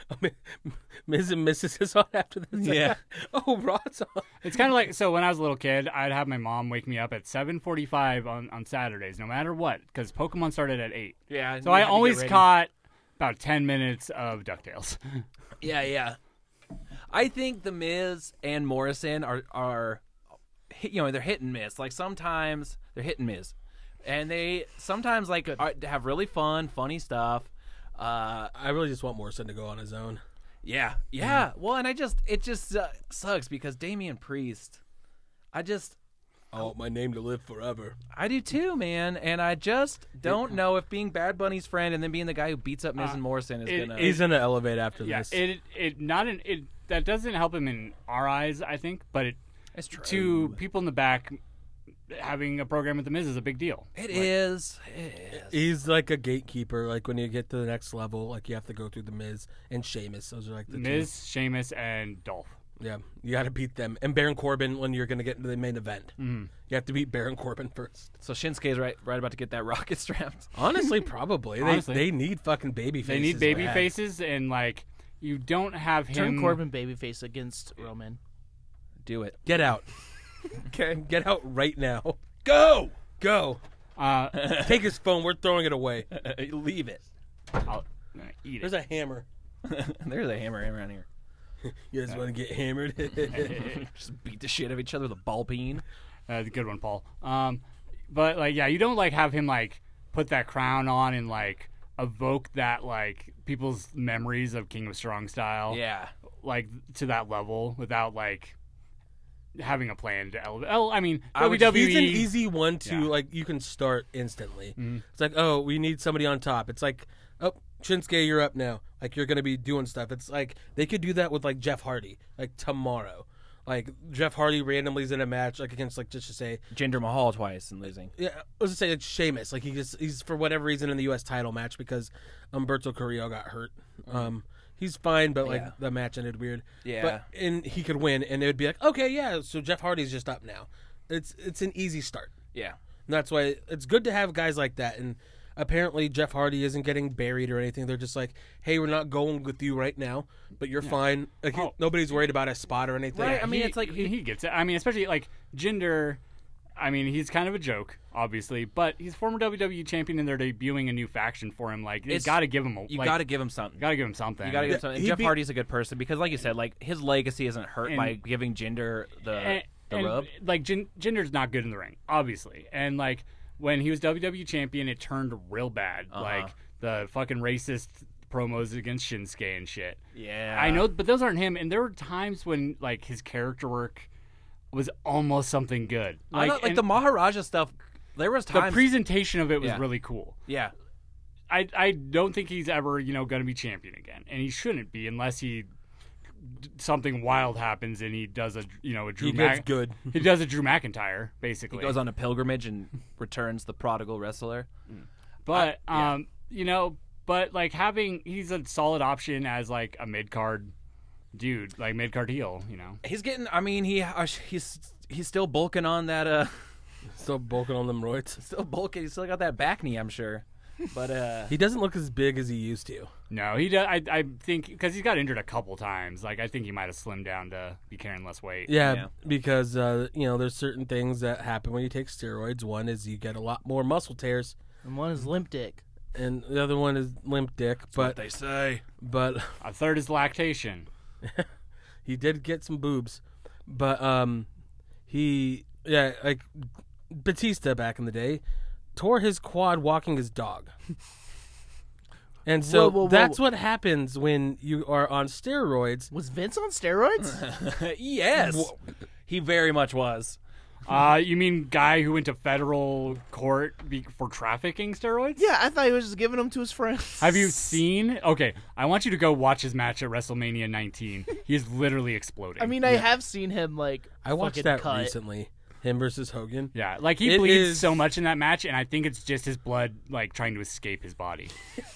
[SPEAKER 4] Ms. and Mrs. is on after this.
[SPEAKER 2] Yeah.
[SPEAKER 4] oh, Raw's on.
[SPEAKER 3] It's kind of like so when I was a little kid, I'd have my mom wake me up at 7:45 on on Saturdays, no matter what, because Pokemon started at eight.
[SPEAKER 2] Yeah.
[SPEAKER 3] So I always caught about 10 minutes of Ducktales.
[SPEAKER 2] Yeah, yeah. I think the Miz and Morrison are are hit- you know they're hit and miss. Like sometimes they're hit and miss, and they sometimes like uh, are, have really fun, funny stuff. Uh,
[SPEAKER 4] I really just want Morrison to go on his own.
[SPEAKER 2] yeah, yeah. Well, and I just it just uh, sucks because Damian Priest, I just
[SPEAKER 4] I want Oh, my name to live forever.
[SPEAKER 2] I do too, man. And I just don't know if being Bad Bunny's friend and then being the guy who beats up Miz and Morrison Uh, is
[SPEAKER 3] it
[SPEAKER 2] gonna.
[SPEAKER 4] He's in an elevate after
[SPEAKER 3] yeah,
[SPEAKER 4] this.
[SPEAKER 3] it it not an it that doesn't help him in our eyes, I think, but it
[SPEAKER 2] it's true.
[SPEAKER 3] to people in the back having a program with the Miz is a big deal.
[SPEAKER 2] It is. It is.
[SPEAKER 4] He's like a gatekeeper. Like when you get to the next level, like you have to go through the Miz and Sheamus. Those are like the two.
[SPEAKER 3] Miz, Sheamus, and Dolph.
[SPEAKER 4] Yeah, you got to beat them. And Baron Corbin when you're gonna get into the main event. Mm. You have to beat Baron Corbin first.
[SPEAKER 2] So Shinsuke's right, right about to get that rocket strapped.
[SPEAKER 4] Honestly, probably they
[SPEAKER 3] Honestly.
[SPEAKER 4] they need fucking baby faces.
[SPEAKER 3] They need baby
[SPEAKER 4] bad.
[SPEAKER 3] faces and like you don't have
[SPEAKER 1] Turn
[SPEAKER 3] him
[SPEAKER 1] Corbin babyface against Roman.
[SPEAKER 2] Do it.
[SPEAKER 4] Get out. okay, get out right now.
[SPEAKER 6] Go!
[SPEAKER 4] Go.
[SPEAKER 3] uh
[SPEAKER 4] Take his phone. We're throwing it away.
[SPEAKER 2] Leave it.
[SPEAKER 3] I'll I'm gonna eat
[SPEAKER 4] There's
[SPEAKER 3] it.
[SPEAKER 4] a hammer.
[SPEAKER 2] There's a hammer hammer on here.
[SPEAKER 4] You guys want to get hammered?
[SPEAKER 2] Just beat the shit out of each other with a ball peen.
[SPEAKER 3] That's a good one, Paul. Um but like yeah, you don't like have him like put that crown on and like evoke that like people's memories of King of Strong style.
[SPEAKER 2] Yeah.
[SPEAKER 3] like to that level without like having a plan to elevate. Oh, I mean
[SPEAKER 4] I would-
[SPEAKER 3] WWE.
[SPEAKER 4] He's an easy one to
[SPEAKER 3] E. Yeah. Mm-hmm.
[SPEAKER 4] like. You can start instantly. It's like, oh, we need somebody on top. It's like, oh, Shinsuke, you're up now. Like you're gonna be doing stuff. It's like they could do that with like Jeff Hardy, like tomorrow. Like Jeff Hardy randomly is in a match, like against like just to say,
[SPEAKER 2] Jinder Mahal twice and losing.
[SPEAKER 4] yeah, I was just say like Sheamus, like he just he's for whatever reason in the U.S. title match because Umberto Carrillo got hurt. Um, he's fine, but like the match ended weird.
[SPEAKER 2] Mm. Yeah.
[SPEAKER 4] but, and he could win, and it would be like, okay, yeah, so Jeff Hardy's just up now. It's it's an easy start.
[SPEAKER 2] Yeah.
[SPEAKER 4] And that's why it's good to have guys like that. And apparently, Jeff Hardy isn't getting buried or anything. They're just like, hey, we're not going with you right now, but you're fine. Like,
[SPEAKER 3] Oh.
[SPEAKER 4] Nobody's worried about a spot or anything.
[SPEAKER 2] Right, I mean,
[SPEAKER 3] he-
[SPEAKER 2] it's like-
[SPEAKER 3] he, he gets it. I mean, especially like Jinder. I mean, he's kind of a joke, obviously, but he's former WWE champion, and they're debuting a new faction for him. Like, they
[SPEAKER 2] It's-
[SPEAKER 3] got to give him a.
[SPEAKER 2] You
[SPEAKER 3] like,
[SPEAKER 2] got to give him something.
[SPEAKER 3] gotta give him something.
[SPEAKER 2] You got to give him something. And
[SPEAKER 4] he
[SPEAKER 2] Jeff
[SPEAKER 4] beat-
[SPEAKER 2] Hardy's a good person because, like you said, like his legacy isn't hurt
[SPEAKER 3] And-
[SPEAKER 2] by giving Jinder the
[SPEAKER 3] and,
[SPEAKER 2] the
[SPEAKER 3] and,
[SPEAKER 2] rub.
[SPEAKER 3] Like Jin, Jinder's not good in the ring, obviously, and like when he was WWE champion, it turned real bad.
[SPEAKER 2] Uh-huh.
[SPEAKER 3] Like the fucking racist promos against Shinsuke and shit.
[SPEAKER 2] Yeah.
[SPEAKER 3] I know, but those aren't him. And there were times when like his character work was almost something good.
[SPEAKER 2] I
[SPEAKER 3] Like,
[SPEAKER 2] thought, like
[SPEAKER 3] and
[SPEAKER 2] the Maharaja stuff. There was
[SPEAKER 3] the
[SPEAKER 2] times.
[SPEAKER 3] presentation of it was
[SPEAKER 2] Yeah.
[SPEAKER 3] really cool.
[SPEAKER 2] yeah.
[SPEAKER 3] I I don't think he's ever you know going to be champion again, and he shouldn't be unless he d- something wild happens and he does a you know a Drew
[SPEAKER 4] he
[SPEAKER 3] Mac-
[SPEAKER 4] gets good.
[SPEAKER 3] he does a Drew McIntyre basically.
[SPEAKER 2] He goes on a pilgrimage and returns the prodigal wrestler.
[SPEAKER 3] but um you know but like having he's a solid option as like a mid card dude like mid card heel you know
[SPEAKER 2] He's getting. I mean, he uh, he's he's still bulking on that. uh
[SPEAKER 4] Still bulking on them roids.
[SPEAKER 2] Still bulking. He's still got that back knee. I'm sure. But uh
[SPEAKER 4] He doesn't look as big as he used to.
[SPEAKER 3] no he does I I think because he's got injured a couple times like I think he might have slimmed down to be carrying less weight
[SPEAKER 4] Yeah,
[SPEAKER 2] Yeah.
[SPEAKER 4] because uh, you know there's certain things that happen when you take steroids. One is you get a lot more muscle tears,
[SPEAKER 1] And one is Limp Dick.
[SPEAKER 4] and the other one is limp dick. But
[SPEAKER 6] They say.
[SPEAKER 4] but
[SPEAKER 3] a third is lactation
[SPEAKER 4] he did get some boobs, but um, he yeah like Batista back in the day tore his quad walking his dog. And so
[SPEAKER 1] Whoa, whoa, whoa.
[SPEAKER 4] that's what happens when you are on steroids.
[SPEAKER 1] Was Vince on steroids?
[SPEAKER 2] yes, he very much was.
[SPEAKER 3] uh you mean guy who went to federal court be- for trafficking steroids
[SPEAKER 1] yeah, I thought he was just giving them to his friends.
[SPEAKER 3] have you seen? Okay, I want you to go watch his match at WrestleMania 19. He is literally exploding.
[SPEAKER 1] I mean, I have seen him like.
[SPEAKER 4] I watched
[SPEAKER 1] fucking
[SPEAKER 4] that
[SPEAKER 1] cut.
[SPEAKER 4] recently. Him versus Hogan.
[SPEAKER 3] Yeah, like he
[SPEAKER 4] It
[SPEAKER 3] bleeds
[SPEAKER 4] is-
[SPEAKER 3] so much in that match, and I think it's just his blood like trying to escape his body.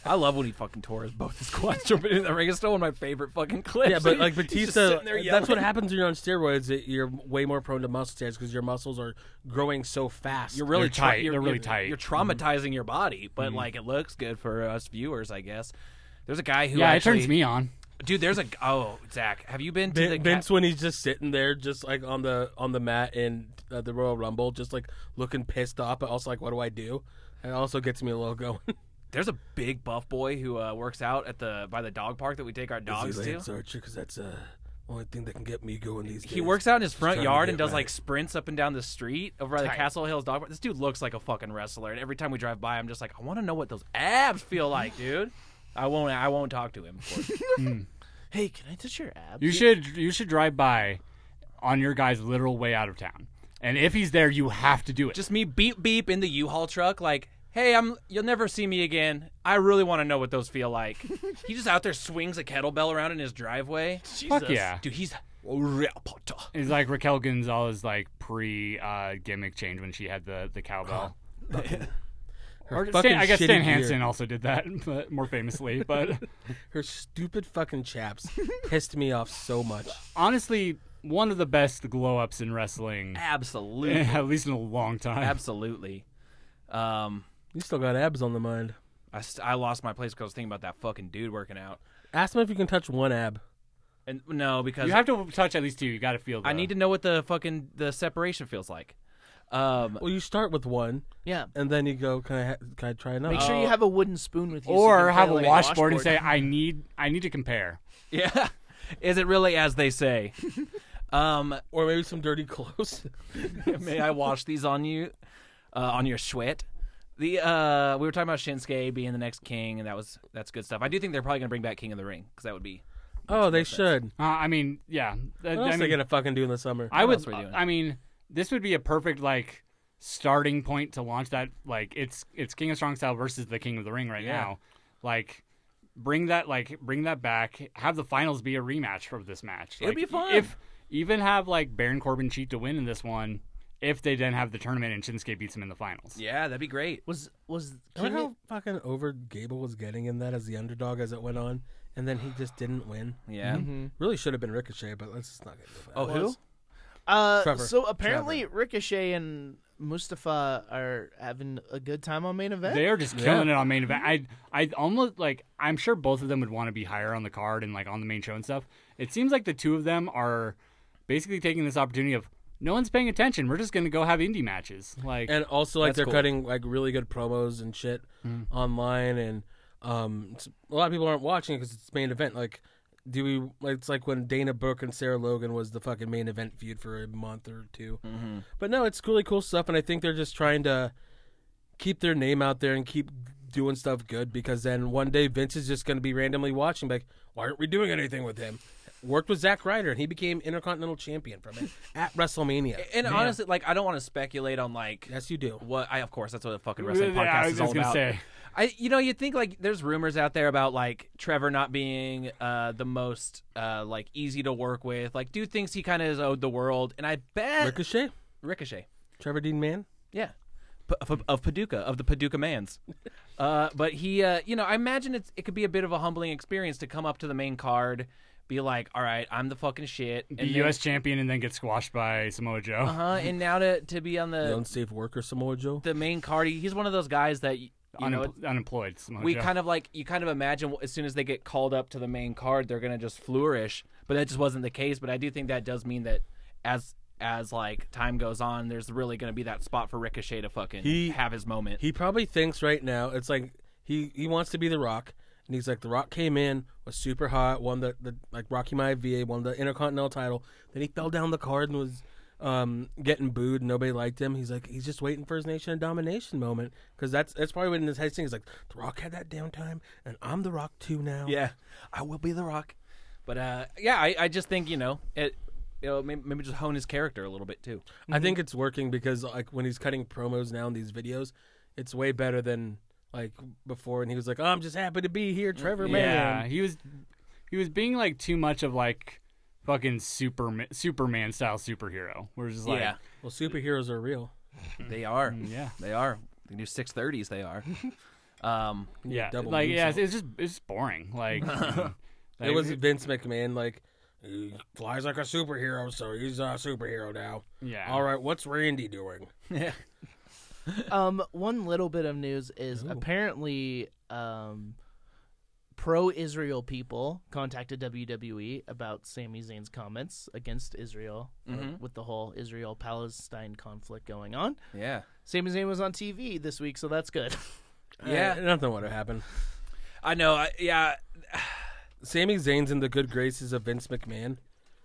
[SPEAKER 2] I love when he fucking tore his both his quads jumping in the ring. It's still one of my favorite fucking clips.
[SPEAKER 4] Yeah, but like
[SPEAKER 2] He's just
[SPEAKER 4] Batista,
[SPEAKER 2] sitting there
[SPEAKER 4] that's what
[SPEAKER 2] yelling.
[SPEAKER 4] happens when you're on steroids. That you're way more prone to muscle tears because your muscles are growing so fast.
[SPEAKER 2] You're really
[SPEAKER 3] They're tight.
[SPEAKER 2] you're-
[SPEAKER 3] They're really
[SPEAKER 2] you're-
[SPEAKER 3] tight.
[SPEAKER 2] You're traumatizing your body, but like it looks good for us viewers, I guess. There's a guy who
[SPEAKER 3] yeah,
[SPEAKER 2] actually,
[SPEAKER 3] it turns me on.
[SPEAKER 2] dude, there's a oh Zach, have you been to the
[SPEAKER 4] Ben, Vince
[SPEAKER 2] ca-
[SPEAKER 4] when he's just sitting there, just like on the on the mat in uh, the Royal Rumble, just like looking pissed off, but also like, what do I do? It also gets me a little going.
[SPEAKER 2] there's a big buff boy who uh, works out at the by the dog park that we take our dogs to.
[SPEAKER 4] because that's uh, only thing that can get me going these days.
[SPEAKER 2] He works out in his front
[SPEAKER 4] trying to
[SPEAKER 2] yard
[SPEAKER 4] get
[SPEAKER 2] and does
[SPEAKER 4] right.
[SPEAKER 2] like sprints up and down the street over by the
[SPEAKER 1] Tight.
[SPEAKER 2] Castle Hills dog park. This dude looks like a fucking wrestler, and every time we drive by, I'm just like, I want to know what those abs feel like, dude. I won't. I won't talk to him. Of course.
[SPEAKER 1] Hey, can I touch your abs?
[SPEAKER 3] You should you should drive by on your guy's literal way out of town. And if he's there, you have to do it.
[SPEAKER 2] just me beep beep in the U-Haul truck, like, hey, I'm you'll never see me again. I really want to know what those feel like. he just out there swings a kettlebell around in his driveway.
[SPEAKER 3] fuck yeah.
[SPEAKER 2] Dude, he's
[SPEAKER 4] Oh,
[SPEAKER 3] It's like Raquel Gonzalez like pre uh, gimmick change when she had the the cowbell. Or
[SPEAKER 4] fucking
[SPEAKER 3] Stan, I guess
[SPEAKER 4] shitty
[SPEAKER 3] Stan
[SPEAKER 4] gear.
[SPEAKER 3] Hansen also did that, but more famously. But
[SPEAKER 4] Her stupid fucking chaps pissed me off so much.
[SPEAKER 3] honestly, one of the best glow ups in wrestling,
[SPEAKER 2] absolutely,
[SPEAKER 3] at least in a long time.
[SPEAKER 2] absolutely. Um,
[SPEAKER 4] You still got abs on the mind.
[SPEAKER 2] I, st- I lost my place because I was thinking about that fucking dude working out.
[SPEAKER 4] Ask him if you can touch one ab.
[SPEAKER 2] And no, because
[SPEAKER 3] You have to touch at least two. You got to feel. The,
[SPEAKER 2] I need to know what the fucking the separation feels like. Um,
[SPEAKER 4] Well, you start with one,
[SPEAKER 1] yeah.
[SPEAKER 4] and then you go, "Can I? Ha- can I try another?"
[SPEAKER 1] Make sure you have a wooden spoon with you. so you
[SPEAKER 3] Oh. or
[SPEAKER 1] can
[SPEAKER 3] have a
[SPEAKER 1] play like
[SPEAKER 3] washboard and say, "I need, I need to compare."
[SPEAKER 2] yeah, is it really as they say? um,
[SPEAKER 4] or maybe some dirty clothes.
[SPEAKER 2] May I wash these on you, uh, on your sweat? The uh, we were talking about Shinsuke being the next king, and that was that's good stuff. I do think they're probably gonna bring back King of the Ring because that would be
[SPEAKER 4] oh, they should.
[SPEAKER 3] Uh, I mean, yeah. That-
[SPEAKER 4] What else
[SPEAKER 3] I
[SPEAKER 4] they
[SPEAKER 3] mean,
[SPEAKER 4] gonna fucking do in the summer?
[SPEAKER 3] I would.
[SPEAKER 2] else we doing?
[SPEAKER 3] I mean, this would be a perfect like starting point to launch that. Like, it's it's King of Strong Style versus the King of the Ring right
[SPEAKER 2] Yeah.
[SPEAKER 3] now. Like, bring that like bring that back. Have the finals be a rematch for this match.
[SPEAKER 2] It'd
[SPEAKER 3] Like,
[SPEAKER 2] be fun.
[SPEAKER 3] If even have like Baron Corbin cheat to win in this one. If they then have the tournament and Shinsuke beats him in the finals.
[SPEAKER 2] yeah, that'd be great.
[SPEAKER 1] Was was
[SPEAKER 4] Look
[SPEAKER 1] King
[SPEAKER 4] how
[SPEAKER 1] of-
[SPEAKER 4] fucking over Gable was getting in that as the underdog as it went on, and then he just didn't win.
[SPEAKER 2] Yeah,
[SPEAKER 4] Really should have been Ricochet, but let's just not get into that.
[SPEAKER 2] Oh, who?
[SPEAKER 1] uh,
[SPEAKER 4] Trevor.
[SPEAKER 1] so apparently Ricochet and Mustafa are having a good time on main event.
[SPEAKER 3] They are just killing it on main event. I I almost like I'm sure both of them would want to be higher on the card and like on the main show and stuff. It seems like the two of them are basically taking this opportunity of no one's paying attention. We're just going to go have indie matches. Like
[SPEAKER 4] and also like
[SPEAKER 2] That's
[SPEAKER 4] they're
[SPEAKER 2] cool. Mm.
[SPEAKER 4] cutting like really good promos and shit online, and um, it's- a lot of people aren't watching it because it's main event. Like, do we? Like, it's like when Dana Brooke and Sarah Logan was the fucking main event feud for a month or 2
[SPEAKER 2] Mm-hmm.
[SPEAKER 4] But no, it's really cool stuff, and I think they're just trying to keep their name out there and keep doing stuff good because then one day Vince is just going to be randomly watching, like, why aren't we doing anything with him? Worked with Zack Ryder, and he became Intercontinental Champion from it at WrestleMania.
[SPEAKER 2] and honestly, like I don't want to speculate on like
[SPEAKER 4] Yes, you do.
[SPEAKER 2] what I of course that's what a fucking
[SPEAKER 3] Yeah,
[SPEAKER 2] wrestling
[SPEAKER 3] I
[SPEAKER 2] podcast
[SPEAKER 3] was
[SPEAKER 2] is
[SPEAKER 3] just
[SPEAKER 2] all
[SPEAKER 3] gonna
[SPEAKER 2] about.
[SPEAKER 3] say.
[SPEAKER 2] I you know you think like there's rumors out there about like Trevor not being uh the most uh like easy to work with. Like dude thinks he kind of is owed the world, and I bet
[SPEAKER 4] Ricochet,
[SPEAKER 2] Ricochet.
[SPEAKER 4] Trevor Dean Mann.
[SPEAKER 2] Yeah. P- of, of Paducah, of the Paducah Mans. uh, but he, uh, you know, I imagine it's, it could be a bit of a humbling experience to come up to the main card, be like, all right, I'm the fucking shit.
[SPEAKER 3] Be U.S. champion and then get squashed by Samoa Joe.
[SPEAKER 2] Uh huh. And now to, to be on
[SPEAKER 4] The
[SPEAKER 2] the,
[SPEAKER 4] unsafe worker Samoa Joe.
[SPEAKER 2] the main card, he- he's one of those guys that, y- you know,
[SPEAKER 3] Unem- unemployed Samoa
[SPEAKER 2] we
[SPEAKER 3] Joe.
[SPEAKER 2] kind of like, you kind of imagine as soon as they get called up to the main card, they're going to just flourish. But that just wasn't the case. But I do think that does mean that as. As like time goes on, there's really going to be that spot for Ricochet to fucking
[SPEAKER 4] He-
[SPEAKER 2] have his moment.
[SPEAKER 4] He probably thinks right now it's like he he wants to be the Rock, and he's like the Rock came in was super hot, won the, the like Rocky Maivia, won the Intercontinental title. Then he fell down the card and was um, getting booed. and Nobody liked him. He's like he's just waiting for his Nation of Domination moment because that's that's probably what in his head thing. He's like the Rock had that downtime, and I'm the Rock too now.
[SPEAKER 2] Yeah, I will be the Rock. But uh, yeah, I, I just think you know it. You know, maybe, maybe just hone his character a little bit too.
[SPEAKER 4] I think
[SPEAKER 3] Mm-hmm.
[SPEAKER 4] it's working because like when he's cutting promos now in these videos, it's way better than like before. And he was like, "Oh, "I'm just happy to be here, Trevor." Man,
[SPEAKER 3] Mm, Yeah, he was he was being like too much of like fucking Superman Superman style superhero. We're just like
[SPEAKER 2] Yeah. Mm,
[SPEAKER 4] Well, superheroes are real.
[SPEAKER 2] They are.
[SPEAKER 3] yeah.
[SPEAKER 2] they are. They do six thirties. They are. Um,
[SPEAKER 3] Yeah,
[SPEAKER 4] double
[SPEAKER 3] like yeah, it's,
[SPEAKER 4] moonsault.
[SPEAKER 3] it's just it's just boring. Like,
[SPEAKER 4] It was Vince McMahon, like he flies like a superhero, so he's a superhero now.
[SPEAKER 3] yeah.
[SPEAKER 4] All right, what's Randy doing?
[SPEAKER 1] Um, one little bit of news is apparently um, pro-Israel people contacted WWE about Sami Zayn's comments against Israel uh, with the whole Israel-Palestine conflict going on.
[SPEAKER 2] Yeah.
[SPEAKER 1] Sami Zayn was on TV this week, so that's good.
[SPEAKER 4] Yeah, Eh, nothing would have happened.
[SPEAKER 2] I know. I, yeah.
[SPEAKER 4] Sammy Zayn's in the good graces of Vince McMahon.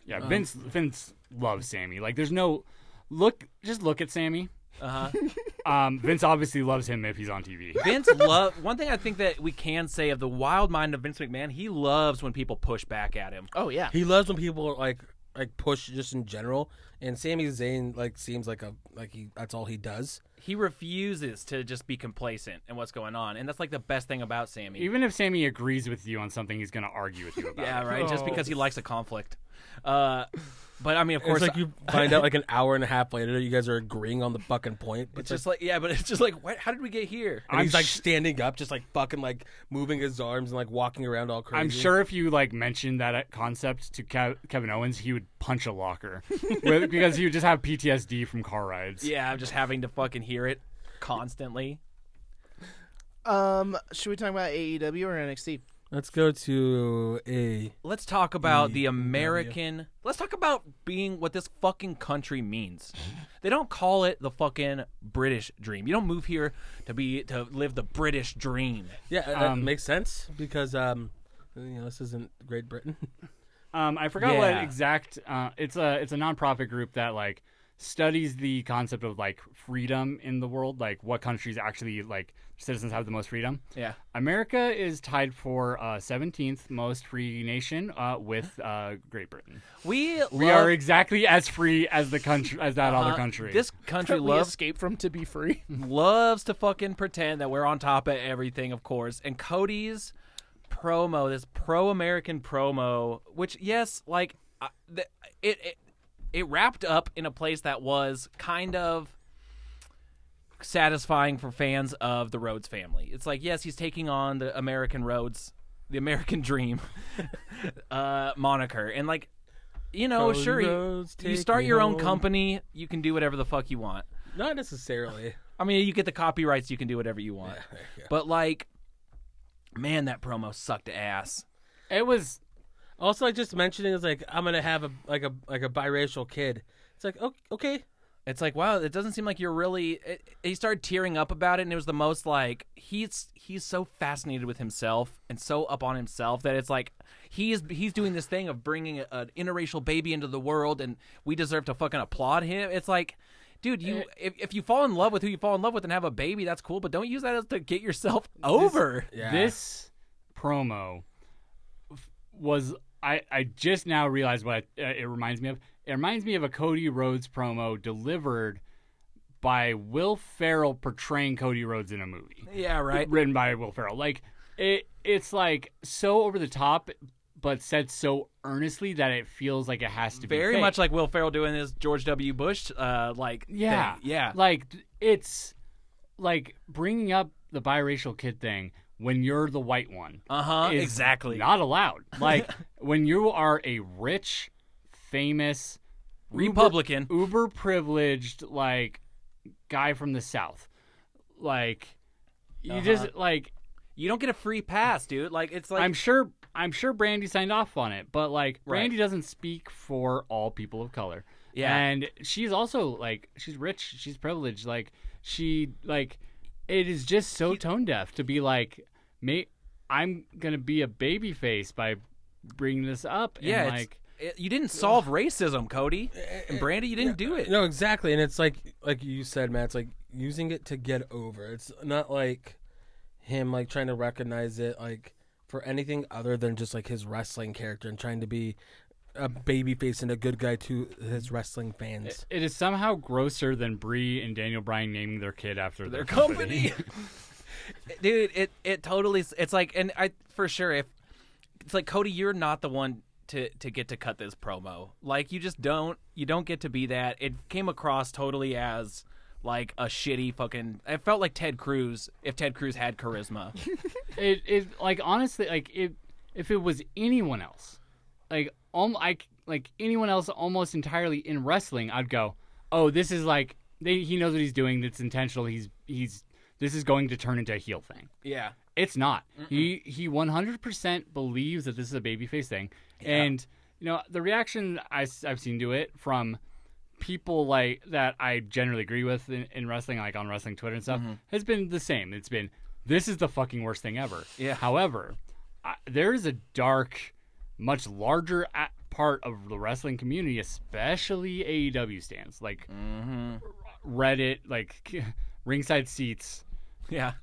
[SPEAKER 3] Yeah,
[SPEAKER 4] Uh-huh.
[SPEAKER 3] Vince Vince loves Sammy. Like there's no look just look at Sammy. Uh-huh. um Vince obviously loves him if he's on TV.
[SPEAKER 2] Vince love one thing I think that we can say of the wild mind of Vince McMahon, he loves when people push back at him.
[SPEAKER 1] Oh yeah,
[SPEAKER 4] He loves when people like like push just in general. And Sammy Zayn like seems like a like he that's all he does.
[SPEAKER 2] He refuses to just be complacent in what's going on, and that's like the best thing about Sammy.
[SPEAKER 3] Even if Sammy agrees with you on something, he's gonna argue with you about
[SPEAKER 2] yeah,
[SPEAKER 3] it.
[SPEAKER 2] right. Just because he likes a conflict. Uh, but I mean, of
[SPEAKER 4] Oh. It's
[SPEAKER 2] course,
[SPEAKER 4] like you find out like an hour and a half later, you guys are agreeing on the fucking point. But
[SPEAKER 2] it's just like yeah, but it's just like what? How did we get here?
[SPEAKER 4] and he's
[SPEAKER 3] I'm
[SPEAKER 4] like
[SPEAKER 3] sh-
[SPEAKER 4] standing up, just like fucking like moving his arms and like walking around all crazy.
[SPEAKER 3] I'm sure if you like mentioned that uh, concept to Kev- Kevin Owens, he would punch a locker With- because he would just have PTSD from car rides.
[SPEAKER 2] Yeah, I'm just having to fucking hear it constantly.
[SPEAKER 1] Um, should we talk about AEW or NXT?
[SPEAKER 4] Let's go to a
[SPEAKER 2] Let's talk about the American. Let's talk about being what this fucking country means. they don't call it the fucking British dream. You don't move here to be to live the British dream.
[SPEAKER 4] yeah. uh, That
[SPEAKER 2] Um,
[SPEAKER 4] makes sense because um, you know this isn't Great Britain.
[SPEAKER 3] Um, I forgot
[SPEAKER 2] Yeah.
[SPEAKER 3] what exact. Uh, it's a it's a nonprofit group that like studies the concept of like freedom in the world, like what countries actually like citizens have the most freedom.
[SPEAKER 2] Yeah.
[SPEAKER 3] America is tied for uh, 17th most free nation uh, with uh, Great Britain.
[SPEAKER 2] We love,
[SPEAKER 3] We are exactly as free as the country as that other
[SPEAKER 2] uh,
[SPEAKER 3] country.
[SPEAKER 2] This country
[SPEAKER 1] That we
[SPEAKER 2] loves
[SPEAKER 1] escape from to be free.
[SPEAKER 2] loves to fucking pretend that we're on top of everything, of course. And Cody's promo, this pro-American promo, which yes, like I- th- it it, it wrapped up in a place that was kind of satisfying for fans of the Rhodes family. It's like, yes, he's taking on the American Rhodes, the American Dream uh, moniker, and like, you know,
[SPEAKER 4] Cody
[SPEAKER 2] Oh, sure, you,
[SPEAKER 4] Rhodes,
[SPEAKER 2] you
[SPEAKER 4] take
[SPEAKER 2] start
[SPEAKER 4] me
[SPEAKER 2] your own
[SPEAKER 4] home.
[SPEAKER 2] company, you can do whatever the fuck you want.
[SPEAKER 4] Not necessarily.
[SPEAKER 2] I mean, you get the copyrights, you can do whatever you want. But like, man, that promo sucked ass.
[SPEAKER 3] it was
[SPEAKER 4] Also, I just mentioned it was like I'm gonna have a like a like a biracial kid. It's like o- okay,
[SPEAKER 2] It's like, wow, it doesn't seem like you're really. It, he started tearing up about it, and it was the most like he's he's so fascinated with himself and so up on himself that it's like he's he's doing this thing of bringing a, an interracial baby into the world, and we deserve to fucking applaud him. It's like. Dude, you if, if you fall in love with who you fall in love with and have a baby, that's cool. But don't use that as to get yourself over.
[SPEAKER 4] yeah.
[SPEAKER 3] this promo f- was I, I just now realized what I, uh, it reminds me of. It reminds me of a Cody Rhodes promo delivered by Will Ferrell portraying Cody Rhodes in a movie.
[SPEAKER 2] Yeah, right.
[SPEAKER 3] Written by Will Ferrell. Like it it's like so over the top but said so earnestly that it feels like it has to be
[SPEAKER 2] very
[SPEAKER 3] fake.
[SPEAKER 2] much like Will Ferrell doing his George W. Bush, uh, like
[SPEAKER 3] Yeah.
[SPEAKER 2] thing. yeah,
[SPEAKER 3] Like th- it's like bringing up the biracial kid thing when you're the white one.
[SPEAKER 2] uh huh,
[SPEAKER 3] is
[SPEAKER 2] exactly.
[SPEAKER 3] Not allowed. Like when you are a rich, famous
[SPEAKER 2] Republican.
[SPEAKER 3] uber privileged like guy from the south. Like you
[SPEAKER 2] Uh-huh.
[SPEAKER 3] just like
[SPEAKER 2] You don't get a free pass, dude. Like it's like
[SPEAKER 3] I'm sure I'm sure Brandy signed off on it, but like
[SPEAKER 2] Right.
[SPEAKER 3] Brandy doesn't speak for all people of color.
[SPEAKER 2] Yeah.
[SPEAKER 3] And she's also like she's rich, she's privileged, like she like it is just so tone deaf to be like me I'm going to be a baby face by bringing this up
[SPEAKER 2] yeah,
[SPEAKER 3] and
[SPEAKER 2] it's-
[SPEAKER 3] like
[SPEAKER 2] it- you didn't solve racism, Cody and Brandy. You didn't do it.
[SPEAKER 4] No, exactly. And it's like like you said, Matt, it's like using it to get over. It's not like him like trying to recognize it like for anything other than just like his wrestling character and trying to be a babyface and a good guy to his wrestling fans.
[SPEAKER 3] it is somehow grosser than Bree and Daniel Bryan naming their kid after
[SPEAKER 2] their company. Dude, it it totally it's like and I for sure if it's like Cody, you're not the one to to get to cut this promo. Like you just don't you don't get to be that. It came across totally as like a shitty fucking it felt like Ted Cruz if Ted Cruz had charisma.
[SPEAKER 3] it it like honestly like it if it was anyone else like um I c- like anyone else almost entirely in wrestling I'd go oh this is like they, he knows what he's doing that's intentional he's he's this is going to turn into a heel thing
[SPEAKER 2] yeah.
[SPEAKER 3] It's not. He he 100% believes that this is a babyface thing. And you know, the reaction I, have seen to it from people like that I generally agree with in, in wrestling like on wrestling Twitter and stuff has been the same. It's been this is the fucking worst thing ever.
[SPEAKER 2] Yeah.
[SPEAKER 3] However, I, there is a dark much larger a part of the wrestling community, especially AEW stands like Reddit, like ringside seats,
[SPEAKER 2] Yeah.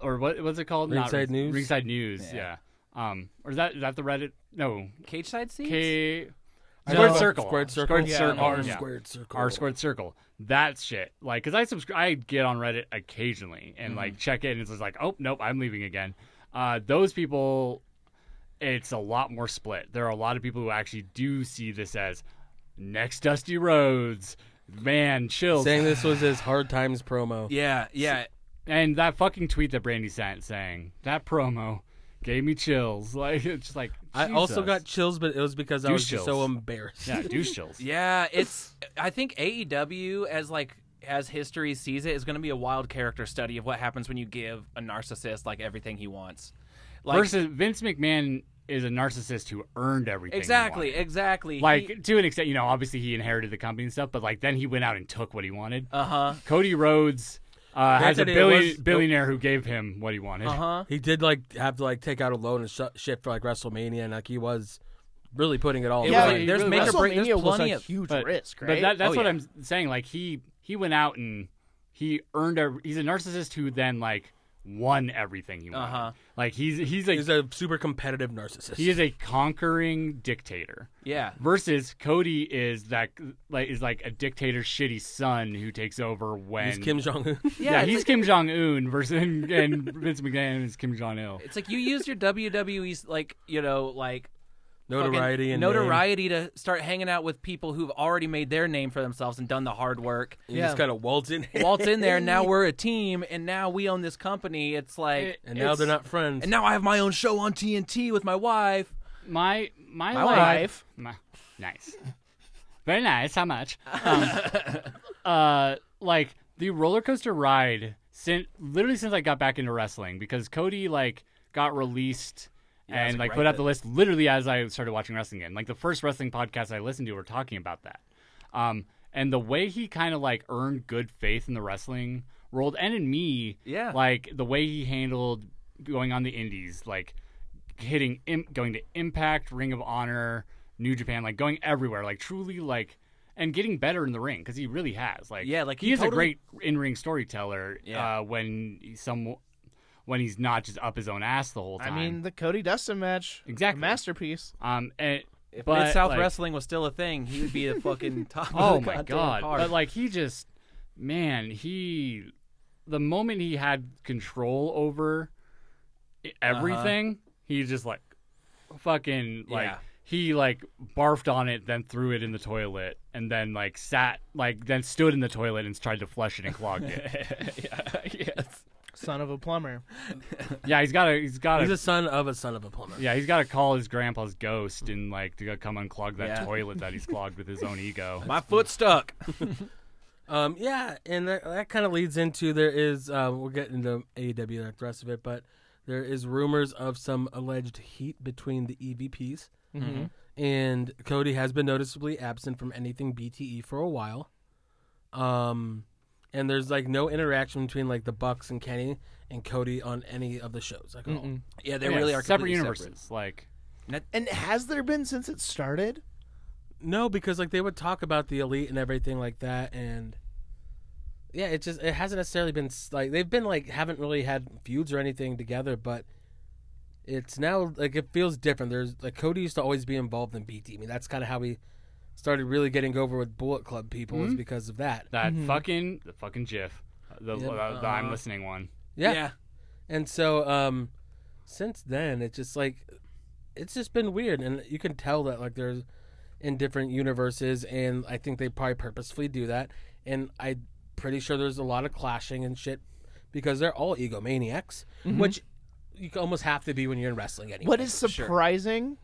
[SPEAKER 3] or what what's it called? Not
[SPEAKER 4] Ringside
[SPEAKER 3] Rings-
[SPEAKER 4] News?
[SPEAKER 3] Ringside News, yeah. Um, or is that is that the Reddit? No,
[SPEAKER 2] Cage side seats?
[SPEAKER 3] K
[SPEAKER 4] Squared
[SPEAKER 3] Squared Circle,
[SPEAKER 4] Squared circle.
[SPEAKER 3] Squared Circle,
[SPEAKER 4] R
[SPEAKER 3] yeah.
[SPEAKER 4] squared circle.
[SPEAKER 3] R squared circle. That shit. Like, cause I subscribe, I get on Reddit occasionally
[SPEAKER 4] Mm-hmm.
[SPEAKER 3] and like check it, and it's just like, oh nope, I'm leaving again. Uh, those people, it's a lot more split. There are a lot of people who actually do see this as next Dusty Roads, man, chill.
[SPEAKER 4] Saying this was his hard times promo.
[SPEAKER 2] Yeah, yeah.
[SPEAKER 3] And that fucking tweet that Brandy sent saying that promo gave me chills. Like, it's just like
[SPEAKER 4] I also
[SPEAKER 3] Jesus.
[SPEAKER 4] got chills, but it was because I
[SPEAKER 3] Douche
[SPEAKER 4] was just so
[SPEAKER 3] chills.
[SPEAKER 4] embarrassed.
[SPEAKER 3] yeah, douche chills.
[SPEAKER 2] Yeah, it's I think AEW as like as history sees it is going to be a wild character study of what happens when you give a narcissist like everything he wants. Like
[SPEAKER 3] Versus Vince McMahon is a narcissist who earned everything. he
[SPEAKER 2] exactly,
[SPEAKER 3] wanted.
[SPEAKER 2] exactly.
[SPEAKER 3] like to an extent, you know, obviously he inherited the company and stuff, but like then he went out and took what he wanted.
[SPEAKER 2] uh-huh.
[SPEAKER 3] Cody Rhodes uh, has a
[SPEAKER 4] Granted, it
[SPEAKER 3] billi-
[SPEAKER 4] was-
[SPEAKER 3] billionaire who gave him what he wanted.
[SPEAKER 2] Uh-huh.
[SPEAKER 4] He did like have to like take out a loan and sh- shit for like WrestleMania, and like he was really putting it all.
[SPEAKER 2] It
[SPEAKER 4] in.
[SPEAKER 2] was
[SPEAKER 1] Yeah,
[SPEAKER 2] like, there's
[SPEAKER 1] really-
[SPEAKER 2] make or break- there's
[SPEAKER 1] WrestleMania was
[SPEAKER 2] plenty
[SPEAKER 1] a
[SPEAKER 2] of-
[SPEAKER 1] huge
[SPEAKER 3] But,
[SPEAKER 1] risk, right?
[SPEAKER 3] but that, that's
[SPEAKER 2] Oh,
[SPEAKER 3] what
[SPEAKER 2] yeah.
[SPEAKER 3] I'm saying. Like he he went out and he earned a. He's a narcissist who then like won everything he wanted.
[SPEAKER 2] Uh-huh.
[SPEAKER 3] Like he's he's a
[SPEAKER 4] He's a super competitive narcissist.
[SPEAKER 3] he is a conquering dictator.
[SPEAKER 2] Yeah.
[SPEAKER 3] Versus Cody is that like is like a dictator's shitty son who takes over when
[SPEAKER 4] He's Kim Jong Un.
[SPEAKER 3] Yeah, he's Kim Jong Un versus and, and Vince McMahon is Kim Jong Il.
[SPEAKER 2] It's like you used your WWE's like, you know, like fucking
[SPEAKER 4] notoriety and name.
[SPEAKER 2] notoriety to start hanging out with people who've already made their name for themselves and done the hard work.
[SPEAKER 4] He just kind of waltz in,
[SPEAKER 2] Waltz in there, and now we're a team, and now we own this company. It's like,
[SPEAKER 4] and now they're not friends.
[SPEAKER 2] and now I have my own show on TNT with my wife.
[SPEAKER 3] My my,
[SPEAKER 2] My
[SPEAKER 3] life. My, nice, very nice. How much? Um, uh, like the roller coaster ride since literally since I got back into wrestling because Cody like got released and like put out the list literally as I started watching wrestling again. Like the first wrestling podcast I listened to were talking about that. Um, and the way he kind of like earned good faith in the wrestling world and in me,
[SPEAKER 2] Yeah.
[SPEAKER 3] like the way he handled going on the indies, like hitting Im- going to Impact, Ring of Honor, New Japan, like going everywhere, like truly like and getting better in the ring because he really has. Like
[SPEAKER 2] Yeah, like,
[SPEAKER 3] he,
[SPEAKER 2] he
[SPEAKER 3] is
[SPEAKER 2] totally-
[SPEAKER 3] a great in ring storyteller.
[SPEAKER 2] Yeah.
[SPEAKER 3] Uh, when he's some when he's not just up his own ass the whole
[SPEAKER 1] I
[SPEAKER 3] time.
[SPEAKER 1] mean, the Cody Dustin match,
[SPEAKER 3] Exactly.
[SPEAKER 1] a masterpiece.
[SPEAKER 3] um, and,
[SPEAKER 2] If
[SPEAKER 3] but
[SPEAKER 2] Mid South
[SPEAKER 3] like,
[SPEAKER 2] Wrestling was still a thing, he would be the fucking top.
[SPEAKER 3] Oh
[SPEAKER 2] of the
[SPEAKER 3] my
[SPEAKER 2] goddamn
[SPEAKER 3] god!
[SPEAKER 2] Card.
[SPEAKER 3] But like he just, man, he, the moment he had control over i-
[SPEAKER 2] Uh-huh.
[SPEAKER 3] everything, he just like, fucking like
[SPEAKER 2] Yeah.
[SPEAKER 3] he like barfed on it, then threw it in the toilet, and then like sat like then stood in the toilet and tried to flush it and clogged it.
[SPEAKER 2] yes.
[SPEAKER 1] Son of a plumber.
[SPEAKER 3] yeah, he's got to he's got
[SPEAKER 4] He's
[SPEAKER 3] to
[SPEAKER 4] a son of a son of a plumber.
[SPEAKER 3] yeah he's got to call his grandpa's ghost and like to go come unclog that
[SPEAKER 2] Yeah.
[SPEAKER 3] toilet that he's clogged with his own ego.
[SPEAKER 2] My foot stuck.
[SPEAKER 4] Um, yeah, and that, that kind of leads into there is uh, we'll get into AEW like the rest of it, but there is rumors of some alleged heat between the EVPs,
[SPEAKER 1] Mm-hmm.
[SPEAKER 4] and Cody has been noticeably absent from anything BTE for a while. Um, and there's like no interaction between like the Bucks and Kenny and Cody on any of the shows. Like, all.
[SPEAKER 2] Yeah, they
[SPEAKER 3] Yeah,
[SPEAKER 2] really are
[SPEAKER 3] separate
[SPEAKER 2] completely
[SPEAKER 3] universes. Like
[SPEAKER 1] And has there been since it started?
[SPEAKER 4] No, because like they would talk about the elite and everything like that, and yeah, it just it hasn't necessarily been s- like they've been like haven't really had feuds or anything together, but it's now like it feels different. There's like Cody used to always be involved in BT. I mean, that's kind of how we started really getting over with Bullet Club people is because of that.
[SPEAKER 3] that
[SPEAKER 1] Mm-hmm.
[SPEAKER 3] fucking the fucking GIF, the,
[SPEAKER 4] Yeah.
[SPEAKER 3] the, the
[SPEAKER 1] Uh-huh.
[SPEAKER 3] I'm listening one.
[SPEAKER 4] Yeah.
[SPEAKER 2] Yeah.
[SPEAKER 4] and so um, since then, it's just like it's just been weird, and you can tell that like there's in different universes, and I think they probably purposefully do that, and I'm pretty sure there's a lot of clashing and shit because they're all egomaniacs,
[SPEAKER 1] Mm-hmm.
[SPEAKER 4] which you almost have to be when you're in wrestling anyway.
[SPEAKER 1] What is surprising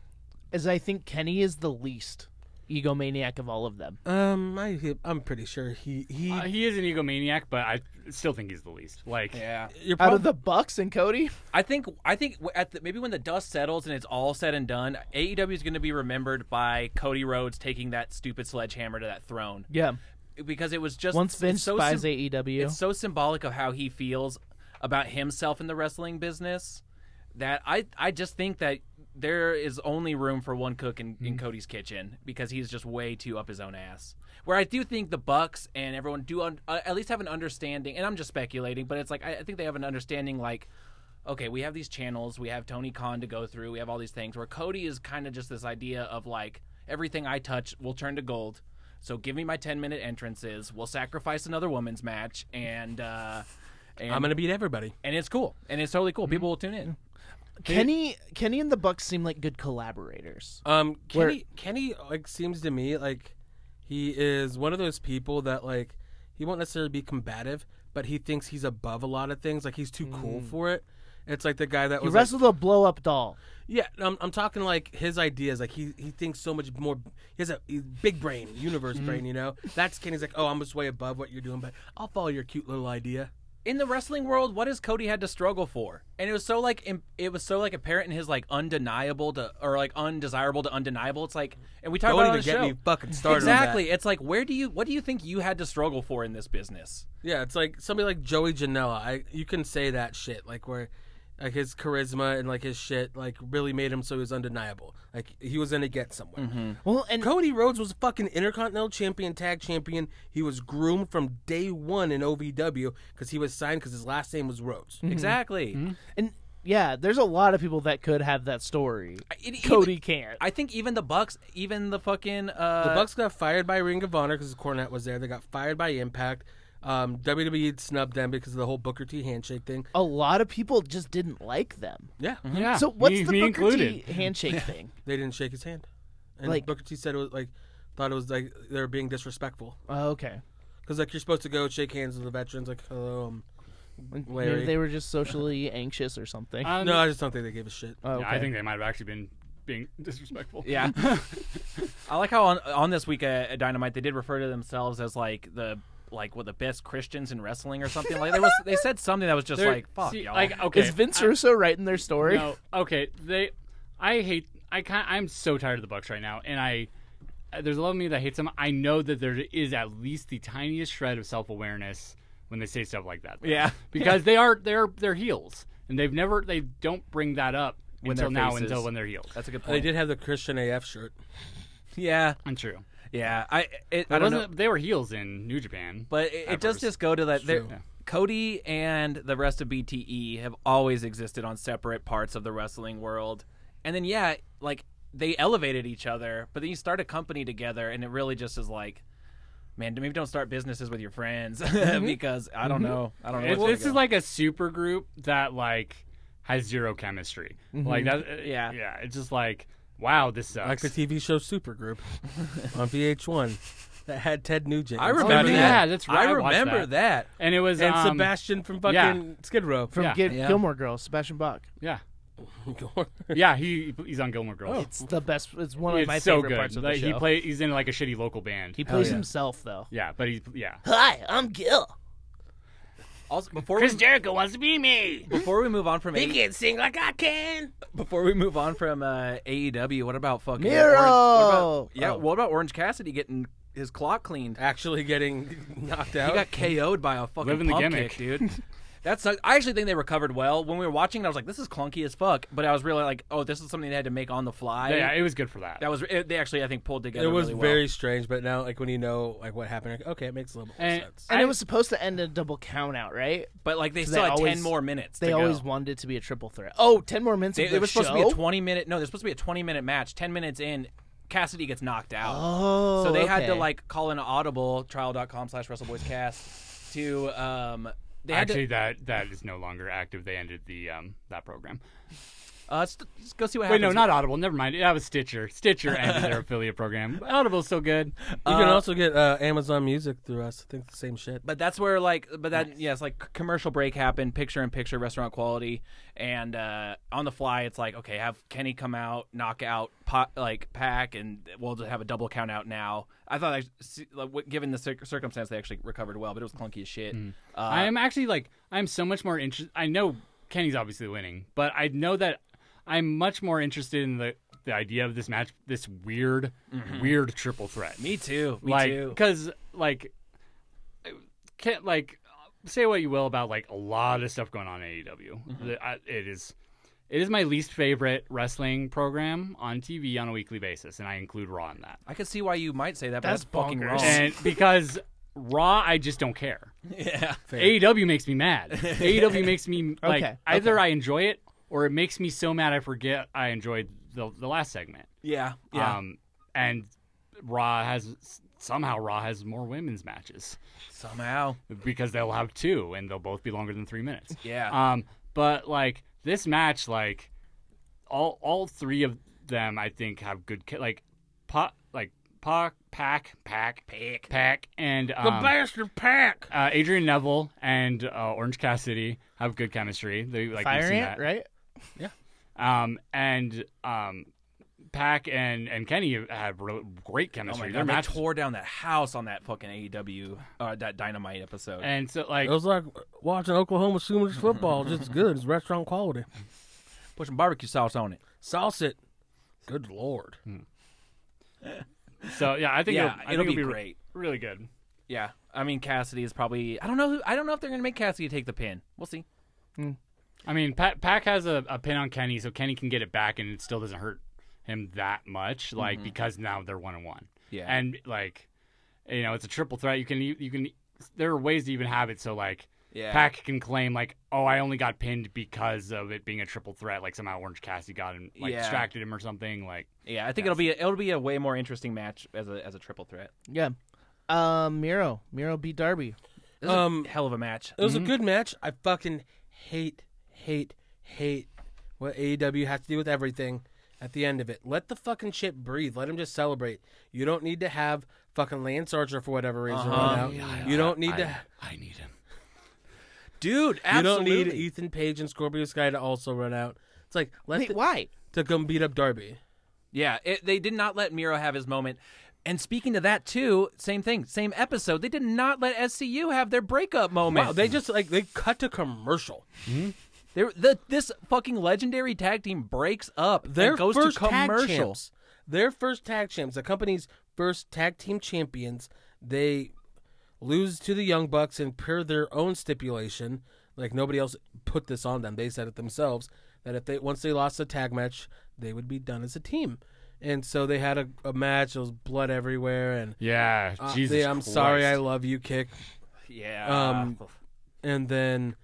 [SPEAKER 1] is I think Kenny is the least. egomaniac of all of them?
[SPEAKER 4] Um, I, I'm pretty sure he he.
[SPEAKER 3] Uh, he is an egomaniac, but I still think he's the least. Like,
[SPEAKER 2] Yeah.
[SPEAKER 4] you're
[SPEAKER 1] Out
[SPEAKER 4] probably,
[SPEAKER 1] of the Bucks and Cody,
[SPEAKER 2] I think I think w- at the, maybe when the dust settles and it's all said and done, AEW is going to be remembered by Cody Rhodes taking that stupid sledgehammer to that throne
[SPEAKER 1] yeah.
[SPEAKER 2] because it was just
[SPEAKER 1] Once Vince
[SPEAKER 2] it's so
[SPEAKER 1] buys
[SPEAKER 3] E
[SPEAKER 1] E
[SPEAKER 2] sym-
[SPEAKER 1] AEW,
[SPEAKER 2] it's so symbolic of how he feels about himself in the wrestling business that I I just think that there is only room for one cook in,
[SPEAKER 4] Mm.
[SPEAKER 2] in Cody's kitchen because he's just way too up his own ass. Where I do think the Bucks and everyone do un, uh, at least have an understanding, and I'm just speculating, but it's like I, I think they have an understanding like. Okay, we have these channels. We have Tony Khan to go through. We have all these things where Cody is kind of just this idea of like everything I touch will turn to gold. So give me my ten minute entrances. We'll sacrifice another women's match, and uh, and
[SPEAKER 4] I'm gonna Mm-hmm. beat everybody.
[SPEAKER 2] and it's cool and it's totally cool. People will tune in.
[SPEAKER 1] Kenny Kenny and the Bucks seem like good collaborators.
[SPEAKER 4] Um,
[SPEAKER 1] Where-
[SPEAKER 4] Kenny, Kenny, like, seems to me like he is one of those people that like he won't necessarily be combative, but he thinks he's above a lot of things. Like he's too cool
[SPEAKER 2] Mm.
[SPEAKER 4] for it. It's like the guy that
[SPEAKER 1] He
[SPEAKER 4] was like,
[SPEAKER 1] wrestled a blow up doll.
[SPEAKER 4] yeah. I'm, I'm talking like his ideas. Like he he thinks so much more. He has a he's big brain, universe
[SPEAKER 2] Mm.
[SPEAKER 4] brain. You know, that's Kenny's like, oh, I'm just way above what you're doing, but I'll follow your cute little idea.
[SPEAKER 2] In the wrestling world, what has Cody had to struggle for? And it was so like im- it was so like apparent in his like undeniable to or like undesirable to undeniable. It's like and we talk
[SPEAKER 4] Don't
[SPEAKER 2] about it
[SPEAKER 4] even
[SPEAKER 2] on the
[SPEAKER 4] get
[SPEAKER 2] show.
[SPEAKER 4] me fucking started. on that.
[SPEAKER 2] Exactly. It's like where do you what do you think you had to struggle for in this business?
[SPEAKER 4] Yeah, it's like somebody like Joey Janela. I you can say that shit like where like his charisma and like his shit like really made him so he was undeniable. Like he was gonna get somewhere.
[SPEAKER 1] Well, and
[SPEAKER 4] Cody Rhodes was a fucking Intercontinental Champion, Tag Champion. He was groomed from day one in OVW because he was signed because his last name was Rhodes.
[SPEAKER 2] Mm. Exactly.
[SPEAKER 4] Mm-hmm.
[SPEAKER 1] and yeah, there's a lot of people that could have that story.
[SPEAKER 2] It- even-
[SPEAKER 1] Cody can't.
[SPEAKER 2] I think even the Bucks, even the fucking uh,
[SPEAKER 4] The Bucks got fired by Ring of Honor because Cornette was there. They got fired by Impact. Um, WWE snubbed them because of the whole Booker T handshake thing.
[SPEAKER 1] a lot of people just didn't like them.
[SPEAKER 4] Yeah,
[SPEAKER 3] yeah.
[SPEAKER 1] So what's
[SPEAKER 3] me,
[SPEAKER 1] the
[SPEAKER 3] me
[SPEAKER 1] Booker
[SPEAKER 3] included?
[SPEAKER 1] T handshake thing?
[SPEAKER 4] they didn't shake his hand. And
[SPEAKER 1] Like-
[SPEAKER 4] Booker T said it was like thought it was like they were being disrespectful
[SPEAKER 1] Oh, okay.
[SPEAKER 4] because like you're supposed to go shake hands with the veterans like hello. Um,
[SPEAKER 1] Like, maybe
[SPEAKER 4] Larry.
[SPEAKER 1] they were just socially anxious or something.
[SPEAKER 3] Um,
[SPEAKER 4] no, I just don't think they gave a shit.
[SPEAKER 2] Uh,
[SPEAKER 1] Oh,
[SPEAKER 3] yeah,
[SPEAKER 1] okay.
[SPEAKER 3] I think they might have actually been being disrespectful.
[SPEAKER 2] Yeah. I like how on on this week uh, at Dynamite they did refer to themselves as like the like what the best Christians in wrestling or something like there was they said something that was just
[SPEAKER 3] They're-
[SPEAKER 2] like fuck
[SPEAKER 3] see,
[SPEAKER 2] y'all.
[SPEAKER 3] Like, okay,
[SPEAKER 1] Is Vince Russo right in their story?
[SPEAKER 3] No, okay. They, I hate. I kind. I'm so tired of the Bucks right now, and I. There's a lot of me that hates them. I know that there is at least the tiniest shred of self awareness when they say stuff like that. though.
[SPEAKER 2] Yeah.
[SPEAKER 3] because they are they're they're heels, and they've never they don't bring that up
[SPEAKER 2] they're
[SPEAKER 3] until now
[SPEAKER 2] faces.
[SPEAKER 3] until when they're heels.
[SPEAKER 2] That's a good
[SPEAKER 4] They
[SPEAKER 2] point.
[SPEAKER 4] did have the Christian AF shirt.
[SPEAKER 2] Yeah,
[SPEAKER 3] untrue.
[SPEAKER 2] yeah. I it, I
[SPEAKER 3] It
[SPEAKER 2] don't know,
[SPEAKER 3] wasn't, they were heels in New Japan,
[SPEAKER 2] but it, it does
[SPEAKER 3] first.
[SPEAKER 2] just go to that.
[SPEAKER 4] true.
[SPEAKER 2] there- Cody and the rest of BTE have always existed on separate parts of the wrestling world, and then yeah, like they elevated each other, but then you start a company together, and it really just is like. Man, maybe don't start businesses with your friends because I don't know. I don't know. what's
[SPEAKER 3] It- Mm-hmm. this is like a super group that like has zero chemistry. Like that.
[SPEAKER 2] Mm-hmm. Yeah.
[SPEAKER 3] yeah. It's just like wow, this sucks.
[SPEAKER 4] Like the TV show Supergroup on VH1 that had Ted Nugent.
[SPEAKER 2] I
[SPEAKER 4] and
[SPEAKER 2] remember
[SPEAKER 4] Scotty
[SPEAKER 2] that.
[SPEAKER 4] Young.
[SPEAKER 3] Yeah, that's right.
[SPEAKER 2] I
[SPEAKER 3] I watched
[SPEAKER 2] remember that.
[SPEAKER 3] and it was
[SPEAKER 4] And
[SPEAKER 3] um,
[SPEAKER 4] Sebastian from fucking
[SPEAKER 3] yeah.
[SPEAKER 4] Skid Row.
[SPEAKER 1] From
[SPEAKER 3] Yeah.
[SPEAKER 1] Gil-
[SPEAKER 2] Yeah.
[SPEAKER 1] Gilmore Girls, Sebastian Bach.
[SPEAKER 3] Yeah,
[SPEAKER 4] From
[SPEAKER 3] yeah, he he's on Gilmore Girls.
[SPEAKER 1] It's the best. It's one of
[SPEAKER 3] it's
[SPEAKER 1] my
[SPEAKER 3] so
[SPEAKER 1] favorite
[SPEAKER 3] good.
[SPEAKER 1] parts of
[SPEAKER 3] like,
[SPEAKER 1] the show.
[SPEAKER 3] He play he's in like a shitty local band.
[SPEAKER 1] He plays
[SPEAKER 4] yeah.
[SPEAKER 1] himself though.
[SPEAKER 3] yeah, but he's yeah.
[SPEAKER 1] Hi, I'm Gil.
[SPEAKER 2] Also, before
[SPEAKER 3] Chris
[SPEAKER 2] we,
[SPEAKER 3] Jericho wants to be me.
[SPEAKER 2] before we move on from A- E
[SPEAKER 4] can sing like I can.
[SPEAKER 2] before we move on from uh, AEW, what about fucking
[SPEAKER 1] Miro!
[SPEAKER 2] Orange, what about, yeah,
[SPEAKER 4] Oh.
[SPEAKER 2] what about Orange Cassidy getting his clock cleaned?
[SPEAKER 4] Actually getting knocked out.
[SPEAKER 2] He got KO'd by a fucking
[SPEAKER 3] Living the
[SPEAKER 2] pump
[SPEAKER 3] gimmick.
[SPEAKER 2] kick, dude. That sucks. I actually think they recovered well. When we were watching, it, I was like, "This is clunky as fuck," but I was really like, "Oh, this is something they had to make on the fly."
[SPEAKER 3] yeah, it was good for that.
[SPEAKER 2] that was it, they actually I think pulled together.
[SPEAKER 4] it was
[SPEAKER 2] really well.
[SPEAKER 4] very strange, but now like when you know like what happened, like, okay, it makes a little more
[SPEAKER 3] And-
[SPEAKER 4] sense.
[SPEAKER 1] And
[SPEAKER 3] I-
[SPEAKER 1] it was supposed to end in a double count out, right?
[SPEAKER 2] but like they
[SPEAKER 1] So
[SPEAKER 2] still
[SPEAKER 1] they
[SPEAKER 2] had ten
[SPEAKER 1] always-
[SPEAKER 2] more minutes.
[SPEAKER 1] They
[SPEAKER 2] to go.
[SPEAKER 1] always wanted it to be a triple threat. Oh, 10 more minutes.
[SPEAKER 2] They-
[SPEAKER 1] of
[SPEAKER 2] it
[SPEAKER 1] the
[SPEAKER 2] was supposed
[SPEAKER 1] show?
[SPEAKER 2] to be a twenty minute. No, there's supposed to be a twenty minute match. Ten minutes in, Cassidy gets knocked out.
[SPEAKER 1] Oh,
[SPEAKER 2] so they had to
[SPEAKER 1] okay.
[SPEAKER 2] like call in an audible trial.com slash wrestleboyscast to um they had
[SPEAKER 3] Actually, that that is no longer active. They ended the um that program.
[SPEAKER 2] to Uh, let's, let's go see what
[SPEAKER 3] Wait,
[SPEAKER 2] happens.
[SPEAKER 3] no, not Audible. Never mind. That was Stitcher. Stitcher ended their affiliate program. Audible's so good.
[SPEAKER 4] You can also get uh, Amazon Music through us. I think it's the same shit.
[SPEAKER 2] But that's where like, but that yes, like c- commercial break happened, picture in picture, restaurant quality, and uh, on the fly, it's like okay, have Kenny come out, knock out pot, like pack, and we'll just have a double count out now. I thought, I, see- like, w- given the cir- circumstance, they actually recovered well, but it was clunky as shit. Uh,
[SPEAKER 3] I am actually like I'm so much more interested. I know Kenny's obviously winning, but I know that I'm much more interested in the the idea of this match, this weird,
[SPEAKER 1] Mm-hmm.
[SPEAKER 3] weird triple threat.
[SPEAKER 2] me too. Me
[SPEAKER 3] like,
[SPEAKER 2] too.
[SPEAKER 3] Because like, can't like say what you will about like a lot of stuff going on in AEW.
[SPEAKER 2] Mm-hmm.
[SPEAKER 3] The- I- it is. It is my least favorite wrestling program on TV on a weekly basis, and I include Raw in that.
[SPEAKER 2] I can see why you might say that, but that's,
[SPEAKER 1] That's
[SPEAKER 2] fucking
[SPEAKER 1] bonkers.
[SPEAKER 2] wrong.
[SPEAKER 3] And because Raw, I just don't care.
[SPEAKER 2] yeah.
[SPEAKER 3] AEW makes me mad. AEW makes me like
[SPEAKER 1] Okay,
[SPEAKER 3] either I enjoy it or it makes me so mad I forget I enjoyed the the last segment.
[SPEAKER 2] Yeah. Yeah.
[SPEAKER 3] Um, and Raw has somehow Raw has more women's matches
[SPEAKER 2] Somehow.
[SPEAKER 3] because they'll have two and they'll both be longer than three minutes.
[SPEAKER 2] Yeah.
[SPEAKER 3] Um, but like this match, like all all three of them, I think have good ca- like pot like Pac Pack Pack Pack Pack and um,
[SPEAKER 4] bastard pack.
[SPEAKER 3] uh, Adrian Neville and uh, Orange Cassidy have good chemistry. They like we've
[SPEAKER 1] Fire
[SPEAKER 3] seen
[SPEAKER 1] Ant,
[SPEAKER 3] that.
[SPEAKER 1] right?
[SPEAKER 3] Um, and um, Pack and and Kenny have re- great
[SPEAKER 2] Oh
[SPEAKER 3] chemistry.
[SPEAKER 2] my
[SPEAKER 3] Their
[SPEAKER 2] god! They
[SPEAKER 3] match.
[SPEAKER 2] tore down that house on that fucking AEW, uh, that Dynamite episode.
[SPEAKER 3] and so like
[SPEAKER 4] It was like watching Oklahoma Sooners football. Just good. It's restaurant quality.
[SPEAKER 2] Put some barbecue sauce on it.
[SPEAKER 4] Sauce it. Good lord.
[SPEAKER 3] so yeah, I think
[SPEAKER 2] Yeah,
[SPEAKER 3] it'll, I
[SPEAKER 2] it'll
[SPEAKER 3] think
[SPEAKER 2] be
[SPEAKER 3] re-
[SPEAKER 2] great.
[SPEAKER 3] really good.
[SPEAKER 2] Yeah, I mean Cassidy is probably. I don't know. Who, I don't know if they're gonna make Cassidy take the pin. We'll see.
[SPEAKER 3] I mean, Pac, Pac has a, a pin on Kenny, so Kenny can get it back, and it still doesn't hurt him that much. Like because now they're one and one.
[SPEAKER 2] Yeah.
[SPEAKER 3] and like you know, it's a triple threat. You can you can there are ways to even have it so like
[SPEAKER 2] Yeah.
[SPEAKER 3] Pac can claim like, oh, I only got pinned because of it being a triple threat. Like somehow Orange Cassidy got him, like
[SPEAKER 2] Yeah.
[SPEAKER 3] distracted him or something. Like
[SPEAKER 2] Yeah, I think it'll be a, it'll be a way more interesting match as a as a triple threat.
[SPEAKER 1] Yeah. Um, Miro. Miro beat Darby.
[SPEAKER 2] This is
[SPEAKER 4] Um,
[SPEAKER 2] a hell of a match.
[SPEAKER 4] It was a good match. I fucking hate, hate, hate what AEW has to do with everything at the end of it. Let the fucking shit breathe. Let him just celebrate. You don't need to have fucking Lance Archer for whatever reason run out. you don't need to.
[SPEAKER 3] I need him.
[SPEAKER 2] Dude,
[SPEAKER 4] You don't
[SPEAKER 2] absolutely.
[SPEAKER 4] need Ethan Page and Scorpio Sky to also run out. It's like let
[SPEAKER 1] Wait,
[SPEAKER 4] the,
[SPEAKER 1] why?
[SPEAKER 4] to come beat up Darby.
[SPEAKER 2] Yeah, it, they did not let Miro have his moment. And speaking to that too, same thing, same episode. They did not let SCU have their breakup moment.
[SPEAKER 4] Wow, they just like they cut to commercial.
[SPEAKER 2] They're- the, this fucking legendary tag team breaks up. and
[SPEAKER 4] Their
[SPEAKER 2] goes
[SPEAKER 4] first
[SPEAKER 2] to commercial.
[SPEAKER 4] tag champs. Their first tag champs, the company's first tag team champions, they lose to the Young Bucks and per their own stipulation, like nobody else put this on them. They said it themselves that if they once they lost the tag match, they would be done as a team. And so they had a, a match. There was blood everywhere, and
[SPEAKER 3] Yeah,
[SPEAKER 4] uh,
[SPEAKER 3] Jesus.
[SPEAKER 4] the "I'm sorry, I love you" kick
[SPEAKER 2] Yeah. Oh,
[SPEAKER 4] Um, and then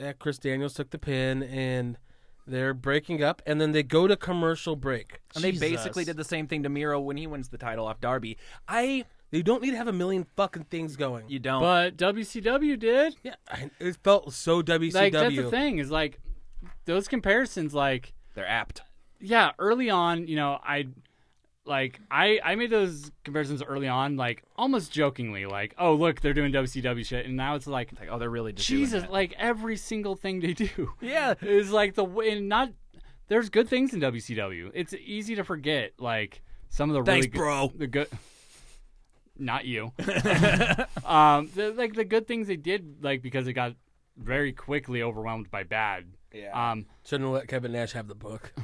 [SPEAKER 4] uh, Chris Daniels took the pin, and they're breaking up, and then they go to commercial break.
[SPEAKER 2] and they
[SPEAKER 1] Jesus.
[SPEAKER 2] basically did the same thing to Miro when he wins the title off Darby. I
[SPEAKER 4] They don't need to have a million fucking things going.
[SPEAKER 2] you don't.
[SPEAKER 3] But WCW did.
[SPEAKER 4] yeah, I- it felt so WCW.
[SPEAKER 3] Like that's the thing is like those comparisons. Like
[SPEAKER 2] they're apt.
[SPEAKER 3] yeah, early on, you know, I like I I made those comparisons early on, like almost jokingly, like oh look, they're doing WCW shit, and now it's like
[SPEAKER 2] Like, oh, they're really just doing
[SPEAKER 3] Jesus,
[SPEAKER 2] that.
[SPEAKER 3] like every single thing they do.
[SPEAKER 2] Yeah.
[SPEAKER 3] It's like the way and not there's good things in WCW. It's easy to forget like some of the
[SPEAKER 6] Thanks,
[SPEAKER 3] really good,
[SPEAKER 6] bro.
[SPEAKER 3] the good not you. um the, like the good things they did like because it got very quickly overwhelmed by bad.
[SPEAKER 2] Yeah.
[SPEAKER 3] Um
[SPEAKER 4] Shouldn't have let Kevin Nash have the book.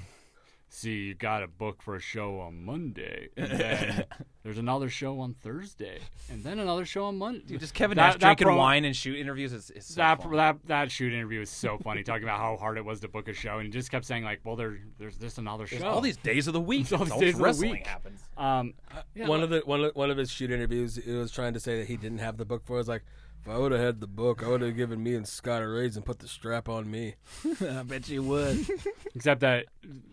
[SPEAKER 3] see you got a book for a show on Monday and then there's another show on Thursday and then another show on Monday.
[SPEAKER 2] Dude, just Kevin Nash
[SPEAKER 3] That- that
[SPEAKER 2] drinking
[SPEAKER 3] promo-
[SPEAKER 2] wine and shoot interviews is, is so
[SPEAKER 3] that,
[SPEAKER 2] fun.
[SPEAKER 3] that that shoot interview was so funny, talking about how hard it was to book a show, and he just kept saying like, "Well, there, there's this another show."
[SPEAKER 2] all these days of the week.
[SPEAKER 3] all these
[SPEAKER 2] so much
[SPEAKER 3] days of the
[SPEAKER 2] wrestling
[SPEAKER 3] week.
[SPEAKER 2] happens.
[SPEAKER 3] um, yeah,
[SPEAKER 4] one of the one of, one of his shoot interviews, it was trying to say that he didn't have the book for. It's like, if I would have had the book, I would have given me and Scott a raise and put the strap on me.
[SPEAKER 1] I bet you would.
[SPEAKER 3] except that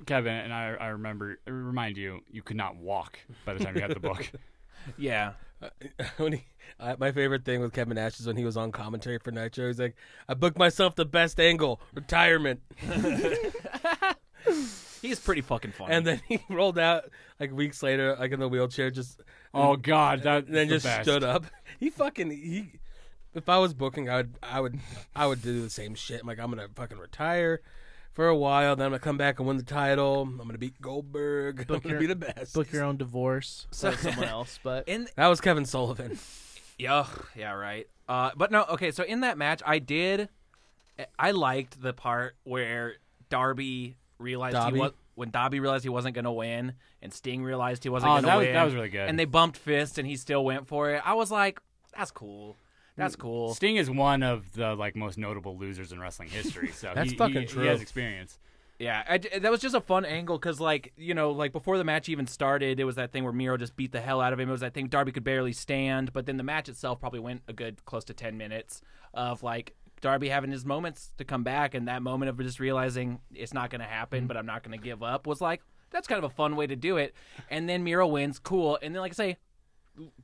[SPEAKER 3] Kevin and I, I remember remind you, you could not walk by the time you had the book.
[SPEAKER 2] Yeah.
[SPEAKER 4] when he, I, my favorite thing with Kevin Nash is when he was on commentary for Nitro. He's like, "I booked myself the best angle, retirement."
[SPEAKER 2] He's pretty fucking funny.
[SPEAKER 4] And then he rolled out like weeks later, like in the wheelchair, just
[SPEAKER 3] Oh God, that
[SPEAKER 4] and then
[SPEAKER 3] the
[SPEAKER 4] just
[SPEAKER 3] best.
[SPEAKER 4] stood up. He fucking he. If I was booking, I would I would I would do the same shit. I'm like I'm gonna fucking retire for a while, then I'm gonna come back and win the title. I'm gonna beat Goldberg. I'm gonna
[SPEAKER 1] your-
[SPEAKER 4] be the best.
[SPEAKER 1] Book your own divorce
[SPEAKER 2] So-
[SPEAKER 1] or someone else, but
[SPEAKER 2] in
[SPEAKER 4] that was Kevin Sullivan.
[SPEAKER 2] yeah, yeah, right. Uh, but no, okay. So in that match, I did. I liked the part where Darby realized
[SPEAKER 4] Dobby?
[SPEAKER 2] he was when Darby realized he wasn't gonna win, and Sting realized he wasn't
[SPEAKER 3] Oh,
[SPEAKER 2] gonna
[SPEAKER 3] that was-
[SPEAKER 2] win.
[SPEAKER 3] that was really good.
[SPEAKER 2] And they bumped fists, and he still went for it. I was like, that's cool. That's cool.
[SPEAKER 3] Sting is one of the like most notable losers in wrestling history. So
[SPEAKER 4] That's
[SPEAKER 3] he,
[SPEAKER 4] fucking
[SPEAKER 3] he- he
[SPEAKER 4] true.
[SPEAKER 3] has experience.
[SPEAKER 2] Yeah, I j- that was just a fun angle because, like, you know, like before the match even started, it was that thing where Miro just beat the hell out of him. It was that thing Darby could barely stand, but then the match itself probably went a good close to ten minutes of like Darby having his moments to come back, and that moment of just realizing it's not going to happen, but I'm not going to give up was like that's kind of a fun way to do it. And then Miro wins, cool. And then, like I say,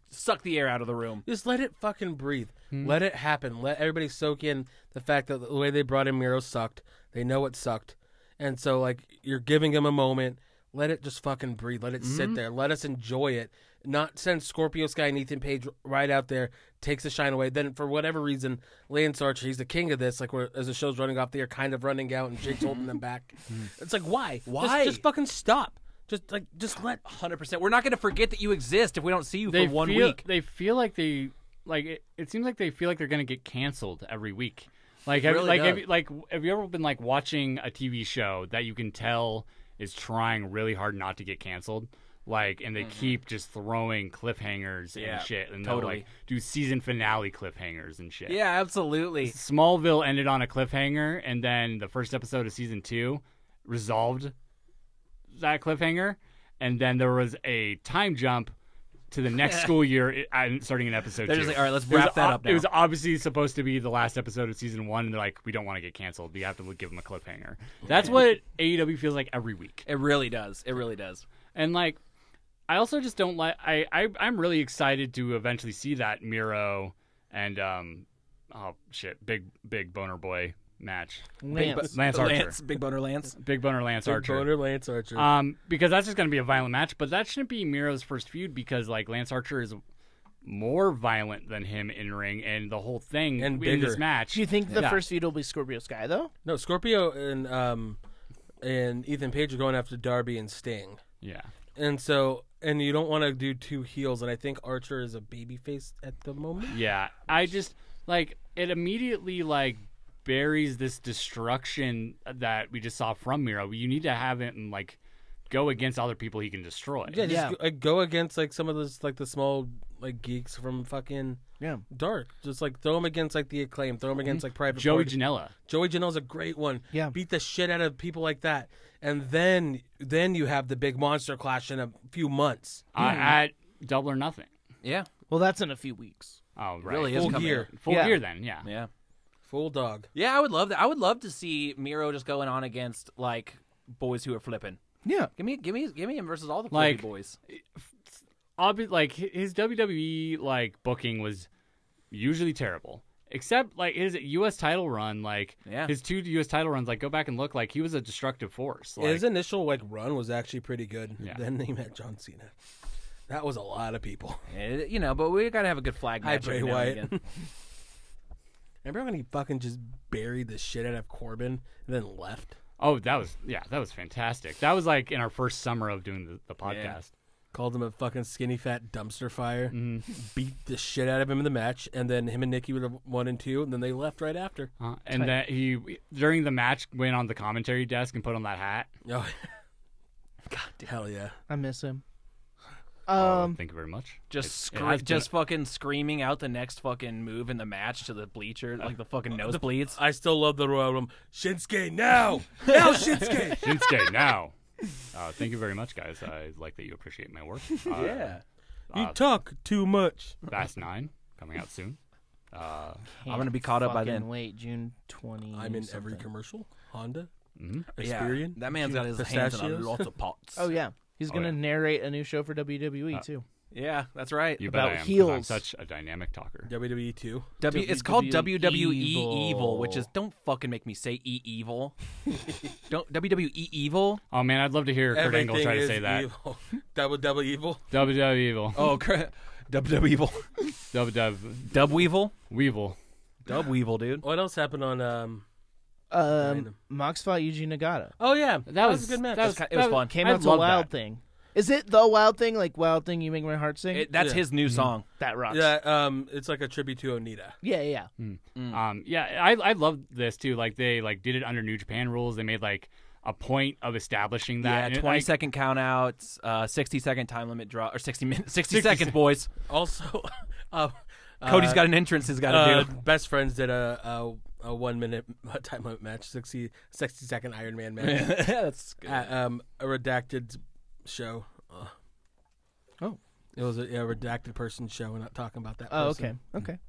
[SPEAKER 2] suck the air out of the room.
[SPEAKER 4] Just let it fucking breathe. Let it happen. Let everybody soak in the fact that the way they brought in Miro sucked. They know it sucked. And so, like, you're giving him a moment. Let it just fucking breathe. Let it sit there. Let us enjoy it. Not send Scorpio Sky and Ethan Page right out there, takes the shine away. Then, for whatever reason, Lance Archer, he's the king of this. Like, we're, as the show's running off, they are kind of running out, and Jake's holding them back. It's like, why?
[SPEAKER 2] Why?
[SPEAKER 4] Just, just fucking stop. Just, like, just let.
[SPEAKER 2] Hundred percent. We're not going to forget that you exist if we don't see you
[SPEAKER 3] They
[SPEAKER 2] for one
[SPEAKER 3] feel,
[SPEAKER 2] week.
[SPEAKER 3] They feel like they like it, it seems like they feel like they're gonna get canceled every week. Like have,
[SPEAKER 2] really
[SPEAKER 3] like have
[SPEAKER 2] does.
[SPEAKER 3] you, like have you ever been like watching a TV show that you can tell is trying really hard not to get canceled? Like and they keep just throwing cliffhangers
[SPEAKER 2] Mm-hmm. Yeah,
[SPEAKER 3] and shit, and
[SPEAKER 2] totally.
[SPEAKER 3] they'll like do season finale cliffhangers and shit.
[SPEAKER 2] Yeah, absolutely.
[SPEAKER 3] Smallville ended on a cliffhanger, and then the first episode of season two resolved that cliffhanger, and then there was a time jump to the next school year, i- and starting in episode.
[SPEAKER 2] They're
[SPEAKER 3] two.
[SPEAKER 2] just like, "All right, let's
[SPEAKER 3] It was
[SPEAKER 2] wrap that
[SPEAKER 3] ob-
[SPEAKER 2] up
[SPEAKER 3] It
[SPEAKER 2] now."
[SPEAKER 3] was obviously supposed to be the last episode of season one, and they're like, "We don't want to get canceled. You have to give them a cliffhanger." That's what AEW feels like every week.
[SPEAKER 2] It really does. It really does.
[SPEAKER 3] And like, I also just don't like. I, I I'm really excited to eventually see that Miro and um, oh shit, big big boner boy match.
[SPEAKER 1] Lance.
[SPEAKER 3] Lance Archer,
[SPEAKER 2] Lance, Big Boner Lance.
[SPEAKER 3] big boner Lance
[SPEAKER 4] Big
[SPEAKER 3] Archer.
[SPEAKER 4] boner Lance Archer.
[SPEAKER 3] Um, because that's just gonna be a violent match. But that shouldn't be Miro's first feud because like Lance Archer is more violent than him in ring, and the whole thing
[SPEAKER 4] And
[SPEAKER 3] in this
[SPEAKER 4] bigger.
[SPEAKER 3] match.
[SPEAKER 1] Do you think the
[SPEAKER 3] Yeah.
[SPEAKER 1] first feud will be Scorpio Sky though?
[SPEAKER 4] No, Scorpio and um and Ethan Page are going after Darby and Sting.
[SPEAKER 3] Yeah.
[SPEAKER 4] And so and you don't want to do two heels and I think Archer is a babyface at the moment.
[SPEAKER 3] Yeah, I just like it immediately like buries this destruction that we just saw from Miro. You need to have it and like go against other people he can destroy.
[SPEAKER 4] Yeah, just
[SPEAKER 1] Yeah.
[SPEAKER 4] Go, like, go against like some of those like the small like geeks from fucking
[SPEAKER 1] Yeah.
[SPEAKER 4] Dark. Just like throw them against like the acclaim, throw them against like Private
[SPEAKER 3] Joey
[SPEAKER 4] Party.
[SPEAKER 3] Janela.
[SPEAKER 4] Joey Janela's a great one.
[SPEAKER 1] Mm-hmm. Yeah.
[SPEAKER 4] beat the shit out of people like that, and then then you have the big monster clash in a few months.
[SPEAKER 3] uh, at Double or Nothing.
[SPEAKER 2] Yeah,
[SPEAKER 1] Well, that's in a few weeks.
[SPEAKER 3] Oh, right.
[SPEAKER 2] really is
[SPEAKER 4] Full
[SPEAKER 2] coming.
[SPEAKER 4] gear,
[SPEAKER 3] Full
[SPEAKER 1] Yeah.
[SPEAKER 3] year then, yeah.
[SPEAKER 2] Yeah,
[SPEAKER 4] full dog.
[SPEAKER 2] yeah. I would love that. I would love to see Miro just going on against like boys who are flipping.
[SPEAKER 1] Yeah.
[SPEAKER 2] Give me, give me, give me him versus all the flippy
[SPEAKER 3] Like-
[SPEAKER 2] boys.
[SPEAKER 3] Obvi- like hi- his WWE like booking was usually terrible. Except like his U.S. title run, like
[SPEAKER 2] Yeah.
[SPEAKER 3] his two U.S. title runs, like go back and look, like he was a destructive force. Like,
[SPEAKER 4] His initial like run was actually pretty good.
[SPEAKER 3] Yeah.
[SPEAKER 4] Then they met John Cena. That was a lot of people.
[SPEAKER 2] Eh, you know, but we gotta have a good flag
[SPEAKER 4] Hi,
[SPEAKER 2] match.
[SPEAKER 4] Bray
[SPEAKER 2] every now and
[SPEAKER 4] Wyatt.
[SPEAKER 2] again.
[SPEAKER 4] Remember when he fucking just buried the shit out of Corbin and then left?
[SPEAKER 3] Oh, that was yeah, that was fantastic. That was like in our first summer of doing the, the podcast.
[SPEAKER 4] Called him a fucking skinny fat dumpster fire. Beat the shit out of him in the match, and then him and Nikki would have one and two, and then they left right after.
[SPEAKER 3] Uh, and that he during the match went on the commentary desk and put on that hat.
[SPEAKER 4] Oh, God, hell yeah!
[SPEAKER 1] I miss him.
[SPEAKER 3] Oh,
[SPEAKER 1] Um
[SPEAKER 3] thank you very much.
[SPEAKER 2] Just,
[SPEAKER 3] It's- it
[SPEAKER 2] scre-
[SPEAKER 3] has been-
[SPEAKER 2] just fucking screaming out the next fucking move in the match to the bleacher, like the fucking nosebleeds.
[SPEAKER 4] I still love the Royal Rumble. Shinsuke now, now Shinsuke.
[SPEAKER 3] Shinsuke now. Uh, thank you very much, guys. I like that you appreciate my work. Uh,
[SPEAKER 2] Yeah,
[SPEAKER 4] you talk too much.
[SPEAKER 3] Fast Nine coming out soon. Uh,
[SPEAKER 2] I'm gonna be caught up by
[SPEAKER 1] Fucking
[SPEAKER 2] then.
[SPEAKER 1] Wait, June twenty.
[SPEAKER 4] I'm in every
[SPEAKER 1] something.
[SPEAKER 4] commercial. Honda,
[SPEAKER 3] mhm.
[SPEAKER 2] Yeah,
[SPEAKER 4] Experian,
[SPEAKER 2] that man's got his hands on
[SPEAKER 4] pistachios.
[SPEAKER 2] lots of pots.
[SPEAKER 1] Oh yeah. He's going to narrate a new show for
[SPEAKER 2] Uh,
[SPEAKER 1] WWE too.
[SPEAKER 2] Yeah, that's right.
[SPEAKER 3] You
[SPEAKER 1] About
[SPEAKER 3] bet I am. 'cause I'm
[SPEAKER 1] heels.
[SPEAKER 3] such a dynamic talker.
[SPEAKER 4] WWE two.
[SPEAKER 2] W, it's called
[SPEAKER 1] WWE
[SPEAKER 2] WWE evil.
[SPEAKER 1] Evil.
[SPEAKER 2] which is don't fucking make me say e evil. don't WWE evil.
[SPEAKER 3] Oh man, I'd love to hear Kurt Angle
[SPEAKER 4] Everything
[SPEAKER 3] try to
[SPEAKER 4] is
[SPEAKER 3] say that.
[SPEAKER 4] evil. double double evil.
[SPEAKER 3] WWE evil.
[SPEAKER 2] Oh, crap. Dub Dub evil.
[SPEAKER 3] Dub dub
[SPEAKER 2] Dub Weevil.
[SPEAKER 3] weevil.
[SPEAKER 2] Dub Weevil, dude.
[SPEAKER 4] What else happened on? um
[SPEAKER 1] Um, Mox fought Yuji Nagata.
[SPEAKER 4] Oh yeah, that, was,
[SPEAKER 2] was-
[SPEAKER 4] a good match.
[SPEAKER 2] that was ki- it was fun.
[SPEAKER 1] Came
[SPEAKER 2] I
[SPEAKER 1] out to
[SPEAKER 2] love
[SPEAKER 1] Wild
[SPEAKER 2] that.
[SPEAKER 1] Thing. Is it the Wild Thing? Like Wild Thing, you make my heart sing.
[SPEAKER 2] It, that's
[SPEAKER 4] Yeah.
[SPEAKER 2] his new song.
[SPEAKER 1] that rocks.
[SPEAKER 4] yeah, um, it's like a tribute to Onita.
[SPEAKER 1] yeah, yeah. yeah.
[SPEAKER 2] Mm,
[SPEAKER 3] Um, yeah, I I love this too. Like they like did it under New Japan rules. They made like a point of establishing that.
[SPEAKER 2] Yeah,
[SPEAKER 3] and it,
[SPEAKER 2] twenty
[SPEAKER 3] like,
[SPEAKER 2] second count outs, uh, sixty second time limit draw, or sixty minutes, sixty seconds, boys.
[SPEAKER 4] Also, uh,
[SPEAKER 2] Cody's got an entrance he's got to
[SPEAKER 4] uh,
[SPEAKER 2] do.
[SPEAKER 4] best friends did a a, a one minute time limit match, 60, 60 second Iron Man match
[SPEAKER 2] that's good.
[SPEAKER 4] at um, a redacted show. Uh,
[SPEAKER 1] Oh.
[SPEAKER 4] it was a, yeah, redacted person show. We're not talking about that.
[SPEAKER 1] Oh,
[SPEAKER 4] person.
[SPEAKER 1] okay, okay.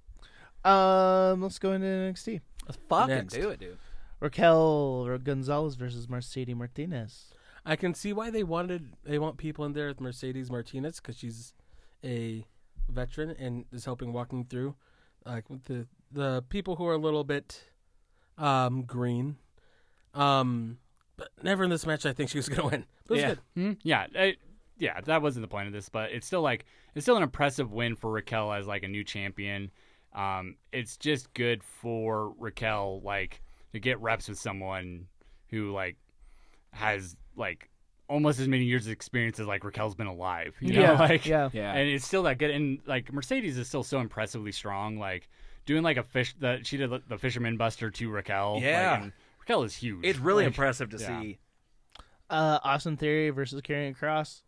[SPEAKER 1] Um, let's go into NXT.
[SPEAKER 2] Let's fucking
[SPEAKER 4] Next.
[SPEAKER 2] do it, dude.
[SPEAKER 1] Raquel Gonzalez versus Mercedes Martinez.
[SPEAKER 4] I can see why they wanted they want people in there with Mercedes Martinez because she's a veteran and is helping walking through, like with the the people who are a little bit, um, green, um, but never in this match. I think she was gonna win. But it was
[SPEAKER 2] Yeah.
[SPEAKER 4] good.
[SPEAKER 3] Hmm? Yeah, I- yeah, that wasn't the point of this, but it's still like it's still an impressive win for Raquel as like a new champion. Um, it's just good for Raquel like to get reps with someone who like has like almost as many years of experience as like Raquel's been alive. You know?
[SPEAKER 1] Yeah,
[SPEAKER 3] like
[SPEAKER 1] yeah.
[SPEAKER 2] Yeah.
[SPEAKER 3] and it's still that good. And like Mercedes is still so impressively strong. Like doing like a fish that she did the Fisherman Buster to Raquel. like,
[SPEAKER 2] Yeah.
[SPEAKER 3] and Raquel is huge.
[SPEAKER 2] It's really
[SPEAKER 3] Like,
[SPEAKER 2] impressive to
[SPEAKER 3] yeah.
[SPEAKER 2] see.
[SPEAKER 1] Uh, Austin Theory versus Karrion Cross.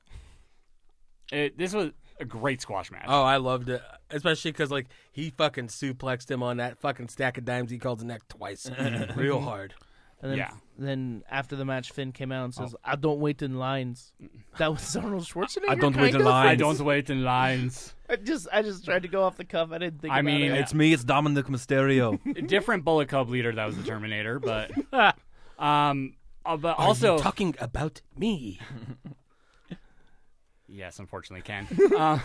[SPEAKER 3] it, this was a great squash match.
[SPEAKER 4] Oh, I loved it, especially because like he fucking suplexed him on that fucking stack of dimes. He called the neck twice, real hard.
[SPEAKER 1] And then,
[SPEAKER 3] Yeah. Oh.
[SPEAKER 1] then after the match, Finn came out and says, "I don't wait in lines." That was Arnold Schwarzenegger.
[SPEAKER 2] I don't wait
[SPEAKER 1] kind
[SPEAKER 2] in
[SPEAKER 1] of?
[SPEAKER 2] lines.
[SPEAKER 3] I don't wait in lines.
[SPEAKER 1] I just, I just tried to go off the cuff. I didn't think.
[SPEAKER 3] I
[SPEAKER 1] about
[SPEAKER 3] mean,
[SPEAKER 1] it.
[SPEAKER 3] It's
[SPEAKER 2] me. It's Dominic Mysterio.
[SPEAKER 3] Different Bullet Club leader that was the Terminator, but um, uh, but
[SPEAKER 4] Are you
[SPEAKER 3] also
[SPEAKER 4] talking about me.
[SPEAKER 3] yes, unfortunately, Ken uh,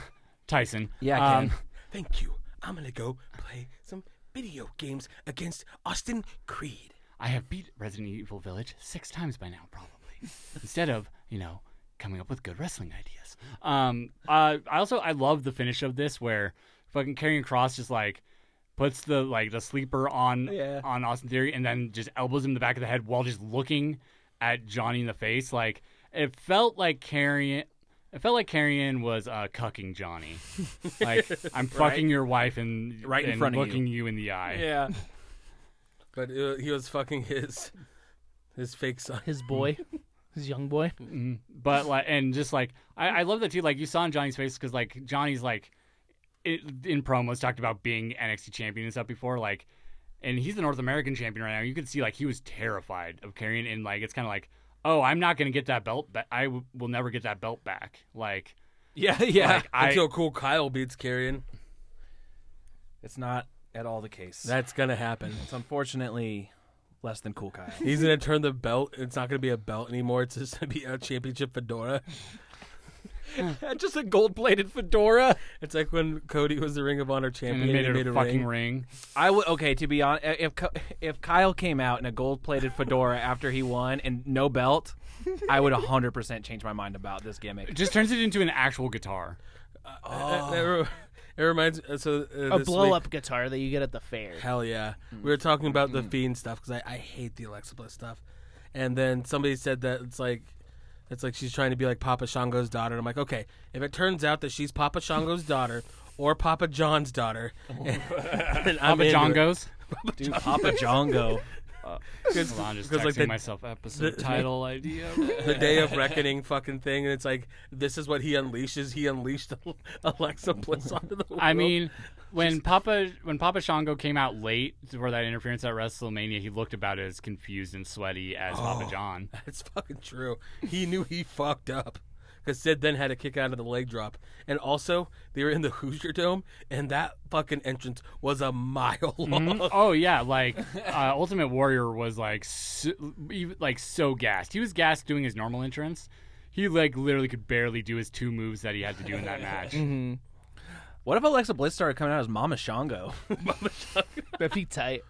[SPEAKER 3] Tyson.
[SPEAKER 2] Yeah, Ken.
[SPEAKER 3] Um,
[SPEAKER 4] Thank you. I'm gonna go play some video games against Austin Creed.
[SPEAKER 3] I have beat Resident Evil Village six times by now, probably. Instead of you know coming up with good wrestling ideas. Um, uh, I also I love the finish of this where fucking Karrion Cross just like puts the like the sleeper on
[SPEAKER 2] Yeah.
[SPEAKER 3] on Austin Theory and then just elbows him in the back of the head while just looking at Johnny in the face. Like it felt like Karrion. It felt like Carrion was uh, cucking Johnny. Like I'm fucking your wife and
[SPEAKER 2] Right in
[SPEAKER 3] and
[SPEAKER 2] front of you.
[SPEAKER 3] looking you. in the eye.
[SPEAKER 2] yeah.
[SPEAKER 4] But uh, he was fucking his his fake son.
[SPEAKER 1] his boy, his young boy.
[SPEAKER 3] but like and just like I, I love that too like you saw in johnny's face because like johnny's like i in promos talked about being nxt champion and stuff before like and he's the north american champion right now you could see like he was terrified of carrying and like it's kind of like oh i'm not gonna get that belt but I w- will never get that belt back like
[SPEAKER 2] Yeah. Yeah.
[SPEAKER 3] like i
[SPEAKER 4] Until Cool Kyle beats Carrion,
[SPEAKER 2] it's not at all the case.
[SPEAKER 4] that's gonna happen.
[SPEAKER 2] it's unfortunately less than cool, Kyle.
[SPEAKER 4] He's gonna turn the belt. It's not gonna be a belt anymore. It's just gonna be a championship fedora.
[SPEAKER 2] Just a gold plated fedora.
[SPEAKER 4] It's like when Cody was the Ring of Honor
[SPEAKER 3] and
[SPEAKER 4] champion.
[SPEAKER 3] they
[SPEAKER 4] and
[SPEAKER 3] made
[SPEAKER 4] he
[SPEAKER 3] it a fucking
[SPEAKER 4] ring.
[SPEAKER 3] ring.
[SPEAKER 2] I would okay to be honest. If Ky- if Kyle came out in a gold plated fedora after he won and no belt, I would hundred percent change my mind about this
[SPEAKER 3] It
[SPEAKER 2] gimmick.
[SPEAKER 3] just turns it into an actual guitar.
[SPEAKER 4] Uh, that re- it reminds me. So uh,
[SPEAKER 1] A
[SPEAKER 4] this
[SPEAKER 1] blow
[SPEAKER 4] week-
[SPEAKER 1] up guitar that you get at the fair.
[SPEAKER 4] Hell yeah. We were talking about the fiend stuff because I, I hate the Alexa Bliss stuff. And then somebody said that it's like it's like she's trying to be like Papa Shango's daughter. And I'm like, okay, if it turns out that she's Papa Shango's daughter or Papa John's daughter, and, I'm
[SPEAKER 3] Papa
[SPEAKER 4] into it.
[SPEAKER 3] Jongos.
[SPEAKER 2] Dude, Papa Jongo.
[SPEAKER 3] Hold on, just
[SPEAKER 4] 'cause,
[SPEAKER 3] texting
[SPEAKER 4] like, they-
[SPEAKER 3] myself episode title idea.
[SPEAKER 4] the Day of Reckoning fucking thing, and it's like this is what he unleashes. He unleashed Alexa Bliss onto the world.
[SPEAKER 3] I mean, when Papa when Papa Shango came out late for that interference at WrestleMania, he looked about as confused and sweaty
[SPEAKER 2] Oh.
[SPEAKER 3] as Papa John.
[SPEAKER 4] It's fucking true. He knew he fucked up. Because Sid then had a kick out of the leg drop. And also, they were in the Hoosier Dome, and that fucking entrance was a mile long.
[SPEAKER 3] Oh yeah, like uh, e, Ultimate Warrior was like so, even, like so gassed. He was gassed doing his normal entrance. he like literally could barely do his two moves that he had to do in that match.
[SPEAKER 2] Mm-hmm. What if Alexa Bliss started coming out as Mama Shango?
[SPEAKER 1] That'd be tight.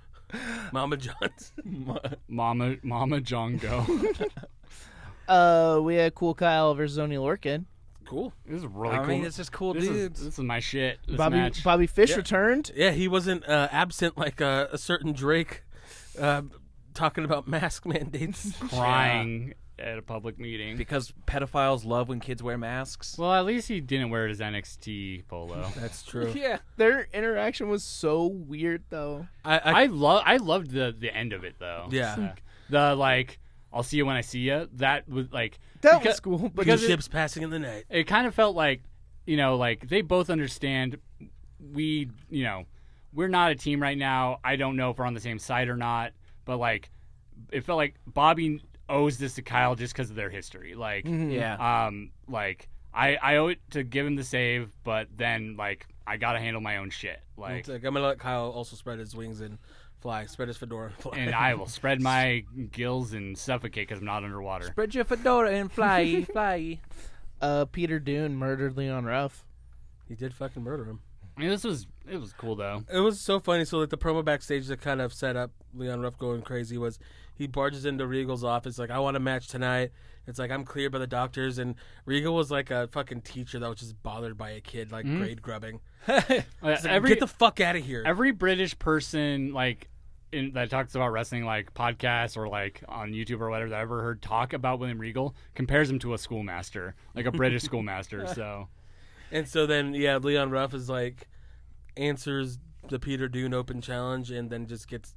[SPEAKER 4] Mama John's.
[SPEAKER 3] Mama, Mama Jongo.
[SPEAKER 1] Uh, we had Cool Kyle versus Oni Lorkin.
[SPEAKER 4] cool.
[SPEAKER 3] this is really
[SPEAKER 2] I
[SPEAKER 3] cool.
[SPEAKER 2] mean, it's just cool
[SPEAKER 3] this, is,
[SPEAKER 2] dudes.
[SPEAKER 3] this is my shit. This
[SPEAKER 1] Bobby
[SPEAKER 3] match.
[SPEAKER 1] Bobby Fish returned.
[SPEAKER 4] Yeah, he wasn't uh, absent like uh, a certain Drake uh, talking about mask mandates.
[SPEAKER 3] crying at a public meeting.
[SPEAKER 2] because pedophiles love when kids wear masks.
[SPEAKER 3] Well, at least he didn't wear his NXT polo.
[SPEAKER 4] That's true.
[SPEAKER 2] yeah.
[SPEAKER 1] Their interaction was so weird though.
[SPEAKER 4] I, I,
[SPEAKER 3] I love I loved the the end of it though.
[SPEAKER 4] Yeah.
[SPEAKER 3] Uh, the like I'll see you when I see you. That was like
[SPEAKER 1] That was
[SPEAKER 3] because-
[SPEAKER 1] cool, but
[SPEAKER 4] two
[SPEAKER 3] because it-
[SPEAKER 4] ships passing in the night.
[SPEAKER 3] it kind of felt like you know like they both understand we you know we're not a team right now i don't know if we're on the same side or not but like it felt like bobby owes this to kyle just because of their history like
[SPEAKER 4] Mm-hmm.
[SPEAKER 2] Yeah.
[SPEAKER 3] um like i i owe it to give him the save but then like i gotta handle my own shit like
[SPEAKER 4] It's like, I'm gonna let Kyle also spread his wings and fly, spread his fedora and fly.
[SPEAKER 3] and i will spread my gills and suffocate because i'm not underwater
[SPEAKER 2] Spread your fedora and fly, fly.
[SPEAKER 1] uh, Peter Dune murdered Leon Ruff.
[SPEAKER 4] he did fucking murder him.
[SPEAKER 3] i mean this was it was cool though
[SPEAKER 4] It was so funny. So like the promo backstage that kind of set up Leon Ruff going crazy was he barges into Regal's office like I want a match tonight. It's like I'm cleared by the doctors and Regal was like a fucking teacher that was just bothered by a kid like grade grubbing.
[SPEAKER 3] Uh, Mm-hmm. every,
[SPEAKER 4] Get the fuck out of here.
[SPEAKER 3] every British person like in, that talks about wrestling, like podcasts or like on YouTube or whatever, that I ever heard talk about William Regal compares him to a schoolmaster, like a British schoolmaster. So
[SPEAKER 4] and so then yeah, Leon Ruff is like answers the Peter Dune open challenge and then just gets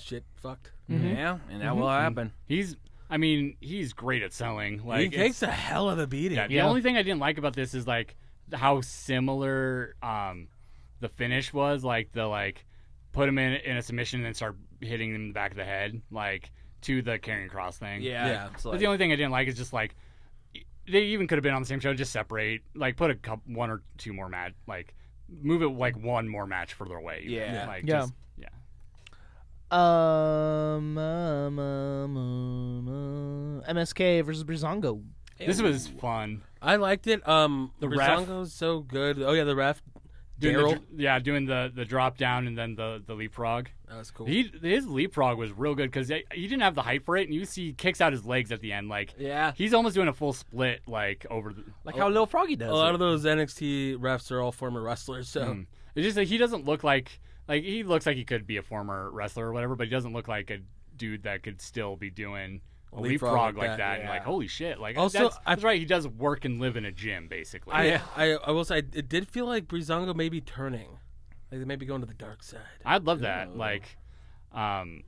[SPEAKER 4] shit fucked.
[SPEAKER 2] Yeah, and that
[SPEAKER 4] Mm-hmm.
[SPEAKER 2] will happen.
[SPEAKER 3] he's, I mean, he's great at selling. Like
[SPEAKER 4] he
[SPEAKER 3] it's-
[SPEAKER 4] takes a hell of a beating.
[SPEAKER 3] yeah, the only thing I didn't like about this is like how similar um, the finish was, like the like put him in in a submission and then start hitting him in the back of the head, like to the carrying cross thing.
[SPEAKER 4] Yeah.
[SPEAKER 2] It's
[SPEAKER 3] But
[SPEAKER 2] like,
[SPEAKER 3] the only thing I didn't like is just like they even could have been on the same show. Just separate, like put a couple, one or two more match, like move it like one more match further away. even.
[SPEAKER 2] Yeah.
[SPEAKER 3] like,
[SPEAKER 1] Yeah.
[SPEAKER 3] just- yeah.
[SPEAKER 1] Um, um, um, um, uh, MSK versus Brizongo.
[SPEAKER 3] This was fun.
[SPEAKER 4] I liked it. Um the
[SPEAKER 3] ref-
[SPEAKER 4] Rizongo's so good. Oh yeah, the ref
[SPEAKER 3] Doing the
[SPEAKER 4] Daryl.
[SPEAKER 3] dr- yeah, doing the the drop down and then the the leapfrog.
[SPEAKER 4] That was cool.
[SPEAKER 3] He his leapfrog was real good because he he didn't have the height for it, and you see he kicks out his legs at the end. Like
[SPEAKER 2] Yeah.
[SPEAKER 3] he's almost doing a full split like over the.
[SPEAKER 2] like how Lil Froggy does.
[SPEAKER 4] a lot
[SPEAKER 2] it.
[SPEAKER 4] of those NXT refs are all former wrestlers, so
[SPEAKER 3] It's just like he doesn't look like like he looks like he could be a former wrestler or whatever, but he doesn't look like a dude that could still be doing a leapfrog, like that. and like holy shit! Like
[SPEAKER 4] Also,
[SPEAKER 3] that's,
[SPEAKER 4] I-
[SPEAKER 3] that's right. He does work and live in a gym basically.
[SPEAKER 4] I, I I will say it did feel like Brizongo may be turning, like they may be going to the dark side.
[SPEAKER 3] I'd love that. Like, um,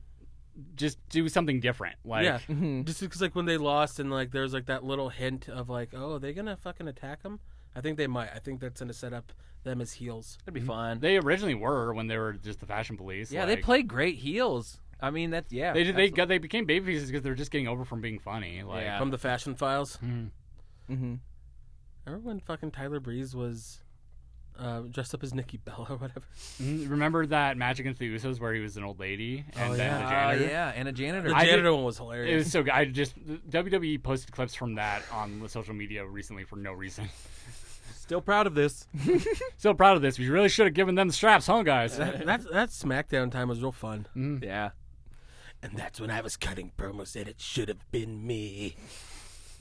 [SPEAKER 3] just do something different. Like
[SPEAKER 4] yeah, just because like when they lost and like there's like that little hint of like oh are they gonna fucking attack him? I think they might. I think that's gonna set up them as heels.
[SPEAKER 2] That'd be fun.
[SPEAKER 3] they originally were when they were just the fashion police.
[SPEAKER 2] yeah, they
[SPEAKER 3] like,
[SPEAKER 2] play great heels. I mean, that's yeah.
[SPEAKER 3] They did, they
[SPEAKER 2] that's-
[SPEAKER 3] got they became babyfaces because they're just getting over from being funny. Like
[SPEAKER 2] Yeah.
[SPEAKER 4] From the Fashion Files.
[SPEAKER 3] Hmm.
[SPEAKER 1] Mm-hmm.
[SPEAKER 4] Remember when fucking Tyler Breeze was uh, dressed up as Nikki Bella or whatever?
[SPEAKER 3] Mhm. remember that match against the Usos where he was an old lady and then the
[SPEAKER 2] Ah,
[SPEAKER 3] janitor.
[SPEAKER 2] yeah, and a janitor.
[SPEAKER 4] The
[SPEAKER 3] I did-
[SPEAKER 4] janitor one was
[SPEAKER 3] It
[SPEAKER 4] hilarious.
[SPEAKER 3] was so good. I just WWE posted clips from that on the social media recently for no reason.
[SPEAKER 2] Still proud of this.
[SPEAKER 3] Still proud of this. We really should have given them the straps, huh, guys?
[SPEAKER 4] that that SmackDown time was real fun.
[SPEAKER 3] Mm.
[SPEAKER 2] yeah.
[SPEAKER 4] And that's when I was cutting promo. Said it should have been me.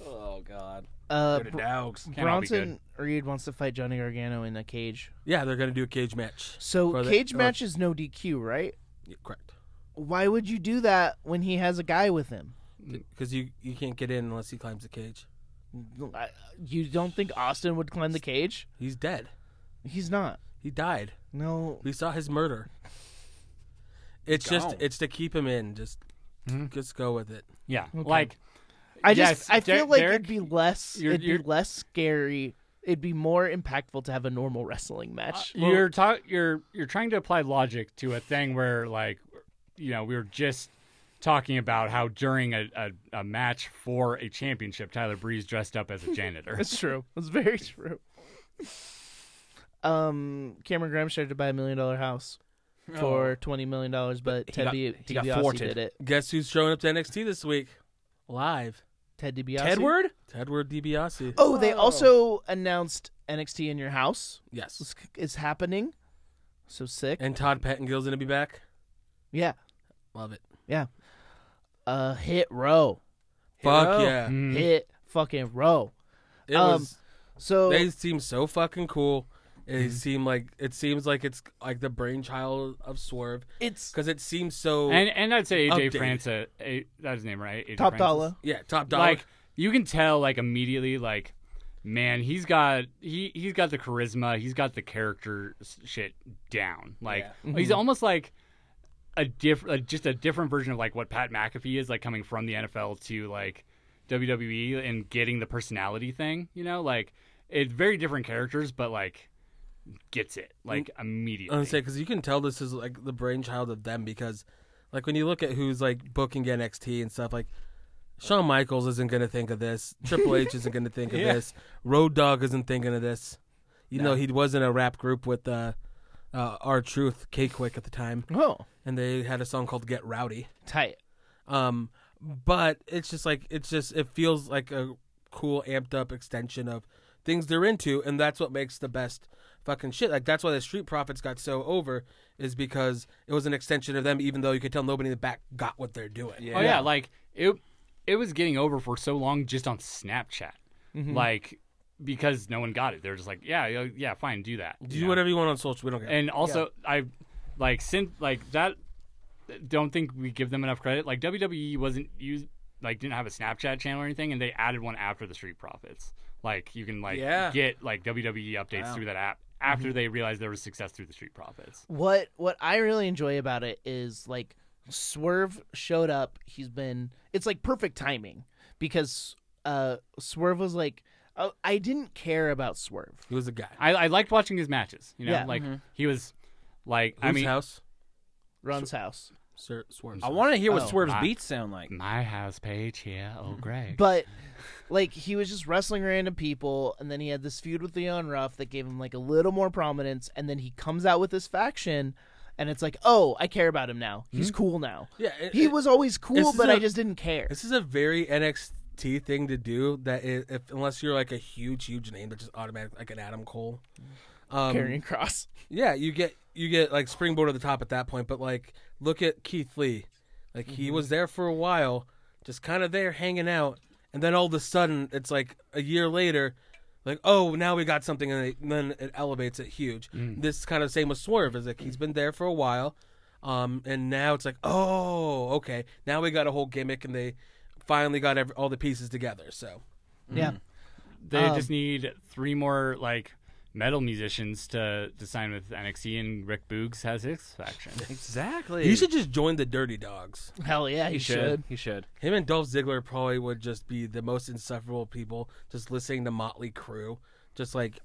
[SPEAKER 2] Oh God.
[SPEAKER 1] Uh,
[SPEAKER 2] The
[SPEAKER 1] Br-
[SPEAKER 2] dogs.
[SPEAKER 3] Can't all be
[SPEAKER 1] Bronson Reed wants to fight Johnny Gargano in a cage.
[SPEAKER 4] Yeah, they're gonna do a cage match.
[SPEAKER 1] So
[SPEAKER 4] For the- uh,
[SPEAKER 1] cage
[SPEAKER 4] or-
[SPEAKER 1] match is no DQ, right?
[SPEAKER 4] Yeah, correct.
[SPEAKER 1] Why would you do that when he has a guy with him?
[SPEAKER 4] Because you you can't get in unless he climbs the cage.
[SPEAKER 1] I- You don't think Austin would climb the cage?
[SPEAKER 4] He's dead.
[SPEAKER 1] He's not.
[SPEAKER 4] He died.
[SPEAKER 1] No.
[SPEAKER 4] We saw his murder. It's just
[SPEAKER 2] gone.
[SPEAKER 4] it's to keep him in. Just just go with it.
[SPEAKER 3] Yeah, like
[SPEAKER 1] I
[SPEAKER 3] Yes,
[SPEAKER 1] just I feel
[SPEAKER 3] Der-
[SPEAKER 1] like
[SPEAKER 3] Derek,
[SPEAKER 1] it'd be less
[SPEAKER 3] you're-
[SPEAKER 1] it'd
[SPEAKER 3] you're-
[SPEAKER 1] be less scary. It'd be more impactful to have a normal wrestling match.
[SPEAKER 3] Uh, you're ta- you're you're trying to apply logic to a thing where like you know we were just talking about how during a, a, a match for a championship, Tyler Breeze dressed up as a janitor.
[SPEAKER 1] It's true. It's very true. Um, Cameron Graham started to buy a million dollar house for twenty million dollars, but Ted
[SPEAKER 2] got-
[SPEAKER 1] Di-
[SPEAKER 2] he got
[SPEAKER 1] DiBiase
[SPEAKER 2] thwarted.
[SPEAKER 1] did it.
[SPEAKER 4] Guess who's showing up to NXT this week? Live.
[SPEAKER 1] Ted DiBiase.
[SPEAKER 2] Edward?
[SPEAKER 4] Tedward DiBiase.
[SPEAKER 1] Oh, they also announced NXT in Your House
[SPEAKER 4] Yes.
[SPEAKER 1] is, is happening. So sick.
[SPEAKER 4] And Todd Pattengill's gonna be back.
[SPEAKER 1] yeah,
[SPEAKER 4] Love it.
[SPEAKER 1] yeah. Uh, hit row,
[SPEAKER 4] Fuck
[SPEAKER 2] Hero.
[SPEAKER 4] yeah.
[SPEAKER 1] hit fucking row.
[SPEAKER 4] It
[SPEAKER 1] Um,
[SPEAKER 4] was.
[SPEAKER 1] So
[SPEAKER 4] They seem so fucking cool. It seem like it seems like it's like the brainchild of Swerve
[SPEAKER 1] it's
[SPEAKER 4] because it seems so.
[SPEAKER 3] And and I'd say AJ
[SPEAKER 4] Updated.
[SPEAKER 3] Francis, a, that's his name, right? AJ
[SPEAKER 1] top
[SPEAKER 3] Francis.
[SPEAKER 1] dollar.
[SPEAKER 4] yeah, top dollar.
[SPEAKER 3] Like you can tell, like immediately, like man, he's got he he's got the charisma, he's got the character s- shit down. Like he's almost like a different, just a different version of like what Pat McAfee is, like coming from the NFL to like WWE and getting the personality thing. You know, like it's very different characters, but like gets it like immediately.
[SPEAKER 4] I'm saying because you can tell this is like the brainchild of them because, like, when you look at who's like booking NXT and stuff, like Shawn Michaels isn't gonna think of this, Triple H isn't gonna think of this, Road Dogg isn't thinking of this. You know, he was in a rap group with uh, uh, R Truth, K Quick at the time,
[SPEAKER 1] Oh,
[SPEAKER 4] and they had a song called "Get Rowdy."
[SPEAKER 1] tight.
[SPEAKER 4] Um, but it's just like it's just it feels like a cool amped up extension of things they're into, and that's what makes the best fucking shit. Like that's why the Street Profits got so over is because it was an extension of them, even though you could tell nobody in the back got what they're doing.
[SPEAKER 3] Oh yeah, like it it was getting over for so long just on Snapchat.
[SPEAKER 4] Mm-hmm.
[SPEAKER 3] Like because no one got it. They're just like, yeah, yeah, yeah, fine, do that.
[SPEAKER 4] Do
[SPEAKER 3] you know?
[SPEAKER 4] whatever you want on social. We don't care.
[SPEAKER 3] And also I like since like that don't think we give them enough credit. Like WWE wasn't used like didn't have a Snapchat channel or anything and they added one after the Street Profits. Like you can like
[SPEAKER 4] Yeah. Mm-hmm.
[SPEAKER 3] get like WWE updates through that app after they realized there was success through the Street Profits.
[SPEAKER 1] what what I really enjoy about it is like Swerve showed up. He's been it's like perfect timing because uh Swerve was like oh, I didn't care about Swerve.
[SPEAKER 4] he was a guy.
[SPEAKER 3] I, I liked watching his matches, you know,
[SPEAKER 1] Yeah.
[SPEAKER 4] Mm-hmm.
[SPEAKER 3] like he was like I
[SPEAKER 4] Whose
[SPEAKER 3] mean
[SPEAKER 4] house?
[SPEAKER 1] Run's house.
[SPEAKER 4] Sir Swerve's
[SPEAKER 2] I
[SPEAKER 4] house.
[SPEAKER 2] want to hear what
[SPEAKER 1] Oh.
[SPEAKER 2] Swerve's
[SPEAKER 3] Ah.
[SPEAKER 2] beats sound like.
[SPEAKER 3] My house page here, oh Greg.
[SPEAKER 1] Mm. But like he was just wrestling random people and then he had this feud with Leon Ruff that gave him like a little more prominence and then he comes out with this faction and it's like, "Oh, I care about him now. He's cool now."
[SPEAKER 4] Hmm? Yeah, it-
[SPEAKER 1] he
[SPEAKER 4] it-
[SPEAKER 1] was always cool,
[SPEAKER 4] is
[SPEAKER 1] but I
[SPEAKER 4] a-
[SPEAKER 1] just didn't care.
[SPEAKER 4] This is a very NXT thing to do. That i if unless you're like a huge, huge name, that just automatic like an Adam Cole. Um,
[SPEAKER 1] Carrying cross.
[SPEAKER 4] Yeah, you get you get like springboard to the top at that point, but like look at Keith Lee. Like he was there for a while, just kind of there hanging out, and then all of a sudden it's like a year later, like oh now we got something, and, they, and then it elevates it huge. This kind of same with Swerve is like he's been there for a while, um, and now it's like oh okay now we got a whole gimmick, and they finally got every, all the pieces together. So
[SPEAKER 1] Yeah.
[SPEAKER 3] They
[SPEAKER 1] Um,
[SPEAKER 3] just need three more like metal musicians to, to sign with NXT, and Rick Boogs has his faction.
[SPEAKER 2] Exactly.
[SPEAKER 4] he should just join the Dirty Dogs.
[SPEAKER 1] Hell yeah, he,
[SPEAKER 2] He
[SPEAKER 1] should.
[SPEAKER 2] should. He should.
[SPEAKER 4] Him and Dolph Ziggler probably would just be the most insufferable people, just listening to Motley Crue, just like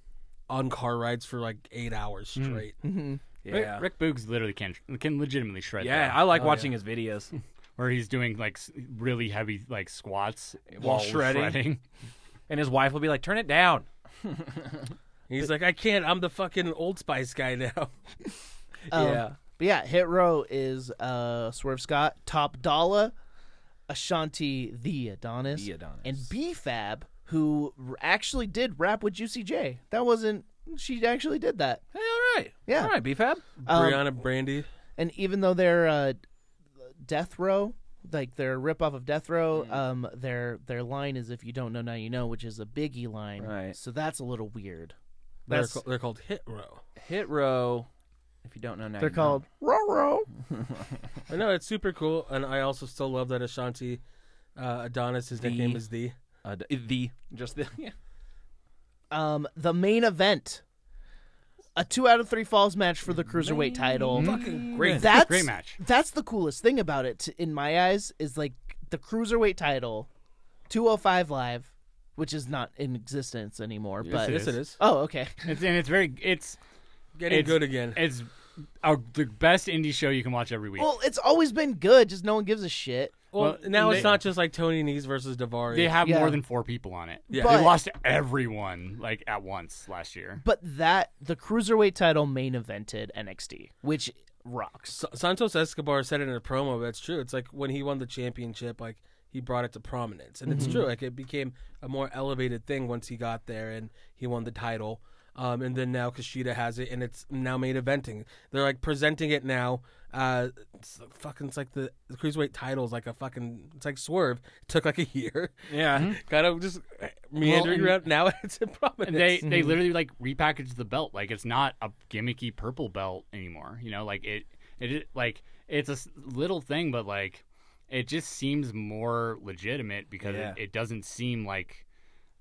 [SPEAKER 4] on car rides for like eight hours straight.
[SPEAKER 2] Yeah.
[SPEAKER 3] Rick, Rick Boogs literally can can legitimately shred.
[SPEAKER 2] Oh, yeah,
[SPEAKER 3] though,
[SPEAKER 2] I like watching his videos.
[SPEAKER 3] where he's doing like s- really heavy like squats
[SPEAKER 2] While
[SPEAKER 3] while
[SPEAKER 2] shredding.
[SPEAKER 3] shredding.
[SPEAKER 2] and his wife will be like, "Turn it down."
[SPEAKER 4] He's like, I can't. I'm the fucking Old Spice guy now.
[SPEAKER 1] Um,
[SPEAKER 2] yeah.
[SPEAKER 1] But yeah, Hit Row is uh, Swerve Scott, Top Dollar, Ashanti the Adonis,
[SPEAKER 2] The Adonis.
[SPEAKER 1] and B Fab, who r- actually did rap with Juicy J. That wasn't. She actually did that.
[SPEAKER 2] Hey, all right.
[SPEAKER 1] Yeah.
[SPEAKER 2] All right, BFAB.
[SPEAKER 4] Brianna Brandy.
[SPEAKER 1] And even though they're uh, Death Row, like their ripoff of Death Row, um, their their line is "If you don't know, now you know," which is a Biggie line.
[SPEAKER 2] Right.
[SPEAKER 1] So that's a little weird.
[SPEAKER 4] They're,
[SPEAKER 1] That's
[SPEAKER 4] ca- they're called Hit Row.
[SPEAKER 2] Hit row. If you don't know now,
[SPEAKER 1] they're
[SPEAKER 2] you know.
[SPEAKER 1] called Row Row.
[SPEAKER 4] I know it's super cool, and I also still love that Ashanti uh, Adonis. His nickname is the.
[SPEAKER 2] Uh, d- the just the yeah.
[SPEAKER 1] um, the main event. A two out of three falls match for the cruiserweight title. Fucking
[SPEAKER 4] great.
[SPEAKER 1] That's
[SPEAKER 3] Great match.
[SPEAKER 1] That's the coolest thing about it, t- in my eyes, is like the cruiserweight title, two hundred five live, which is not in existence anymore. but
[SPEAKER 4] Yes, it is.
[SPEAKER 1] oh, okay,
[SPEAKER 3] It's, and it's very it's
[SPEAKER 4] Getting
[SPEAKER 3] It's-
[SPEAKER 4] good again.
[SPEAKER 3] it's our, the best indie show you can watch every week.
[SPEAKER 1] well, it's always been good. Just no one gives a shit.
[SPEAKER 4] well,
[SPEAKER 3] well,
[SPEAKER 4] now
[SPEAKER 3] they-
[SPEAKER 4] it's not just like Tony Nese versus Davari.
[SPEAKER 3] they have
[SPEAKER 1] yeah.
[SPEAKER 3] more than four people on it.
[SPEAKER 4] Yeah.
[SPEAKER 1] But-
[SPEAKER 3] they lost everyone like at once last year.
[SPEAKER 1] But that the cruiserweight title main evented NXT, which rocks.
[SPEAKER 4] Sa- Santos Escobar said it in a promo, but it's true. It's like when he won the championship, like he brought it to prominence, and it's true. Like it became a more elevated thing once he got there and he won the title. Um, and then now Kushida has it, and it's now made eventing. They're like presenting it now. Uh, it's fucking it's like the, the cruiserweight titles, like a fucking it's like Swerve. It took like a year,
[SPEAKER 2] Yeah.
[SPEAKER 4] kind of just meandering
[SPEAKER 3] and-
[SPEAKER 4] around. Now it's in prominence.
[SPEAKER 3] And they they literally like repackaged the belt. Like it's not a gimmicky purple belt anymore. You know, like it it it- like it's a s- little thing, but like it just seems more legitimate because
[SPEAKER 4] Yeah.
[SPEAKER 3] it, it doesn't seem like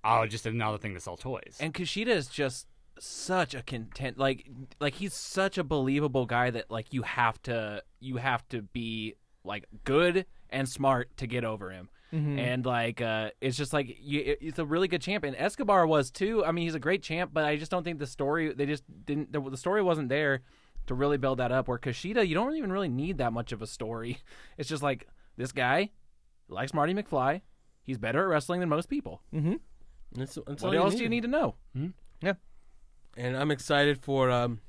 [SPEAKER 3] oh just another thing to sell toys.
[SPEAKER 2] And Kushida is just such a content like like he's such a believable guy that like you have to you have to be like good and smart to get over him. And like uh it's just like you it- it's a really good champ and Escobar was too. I mean he's a great champ, but I just don't think the story they just didn't the, the story wasn't there to really build that up where Kushida you don't even really need that much of a story. It's just like this guy likes Marty McFly. He's better at wrestling than most people.
[SPEAKER 4] That's- that's all
[SPEAKER 2] What else do you
[SPEAKER 4] needed.
[SPEAKER 2] need to know?
[SPEAKER 4] and I'm excited for um,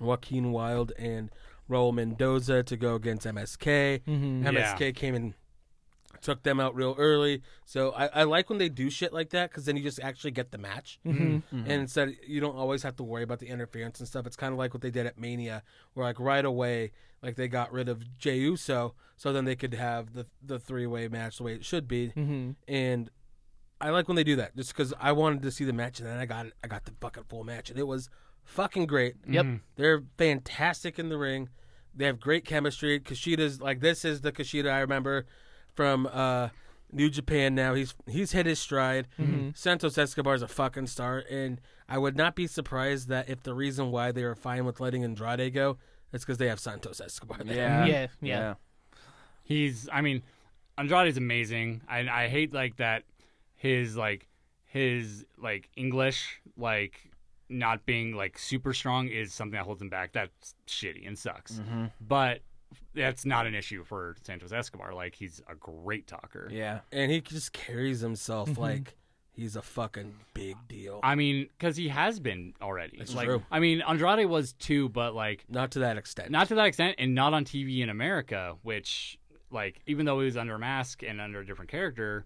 [SPEAKER 4] Joaquin Wild and Raul Mendoza to go against MSK. MSK came and took them out real early, so I, I like when they do shit like that because then you just actually get the match, and instead you don't always have to worry about the interference and stuff. It's kind of like what they did at Mania, where like right away, like they got rid of Jey Uso, so then they could have the the three way match the way it should be, and I like when they do that, just because I wanted to see the match, and then I got it. I got the fucking full match, and it was fucking great. Yep, they're fantastic in the ring. They have great chemistry. Kushida's like this is the Kushida I remember from uh, New Japan. Now he's he's hit his stride. Santos Escobar is a fucking star, and I would not be surprised that if the reason why they were fine with letting Andrade go is because they have Santos Escobar. There.
[SPEAKER 1] Yeah, yeah.
[SPEAKER 3] He's I mean, Andrade's amazing. I I hate like that his like his like English like not being like super strong is something that holds him back. That's shitty and sucks. But that's not an issue for Santos Escobar. Like he's a great talker.
[SPEAKER 2] Yeah.
[SPEAKER 4] and he just carries himself like he's a fucking big deal.
[SPEAKER 3] I mean, because he has been already.
[SPEAKER 4] That's
[SPEAKER 3] like,
[SPEAKER 4] true.
[SPEAKER 3] I mean, Andrade was too, but like
[SPEAKER 4] not to that extent.
[SPEAKER 3] not to that extent, and not on TV in America. Which, like, even though he was under a mask and under a different character,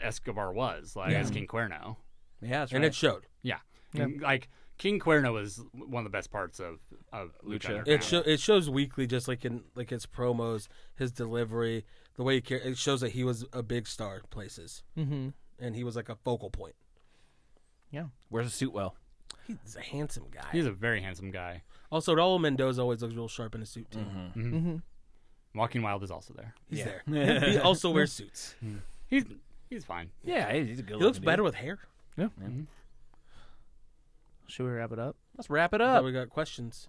[SPEAKER 3] Escobar was like as King Cuerno.
[SPEAKER 2] Yeah, that's
[SPEAKER 4] and
[SPEAKER 2] right.
[SPEAKER 4] it showed.
[SPEAKER 3] Yeah. And, Like King Cuerno was one of the best parts of of Lucha.
[SPEAKER 2] Lucha.
[SPEAKER 3] Underground.
[SPEAKER 4] It show, it shows weekly, just like in like his promos, his delivery, the way he car- it shows that he was a big star places, mm-hmm. and he was like a focal point.
[SPEAKER 2] Where's the suit well?
[SPEAKER 4] He's a handsome guy.
[SPEAKER 3] He's a very handsome guy.
[SPEAKER 4] also, Raul Mendoza always looks real sharp in a suit too.
[SPEAKER 3] Walking Wild is also there.
[SPEAKER 4] He's there. he also wears suits.
[SPEAKER 3] He's he's fine.
[SPEAKER 2] Yeah, he's a good
[SPEAKER 4] He looks better with hair.
[SPEAKER 1] Should we wrap it up?
[SPEAKER 2] Let's wrap it
[SPEAKER 4] So
[SPEAKER 2] up.
[SPEAKER 4] we got questions.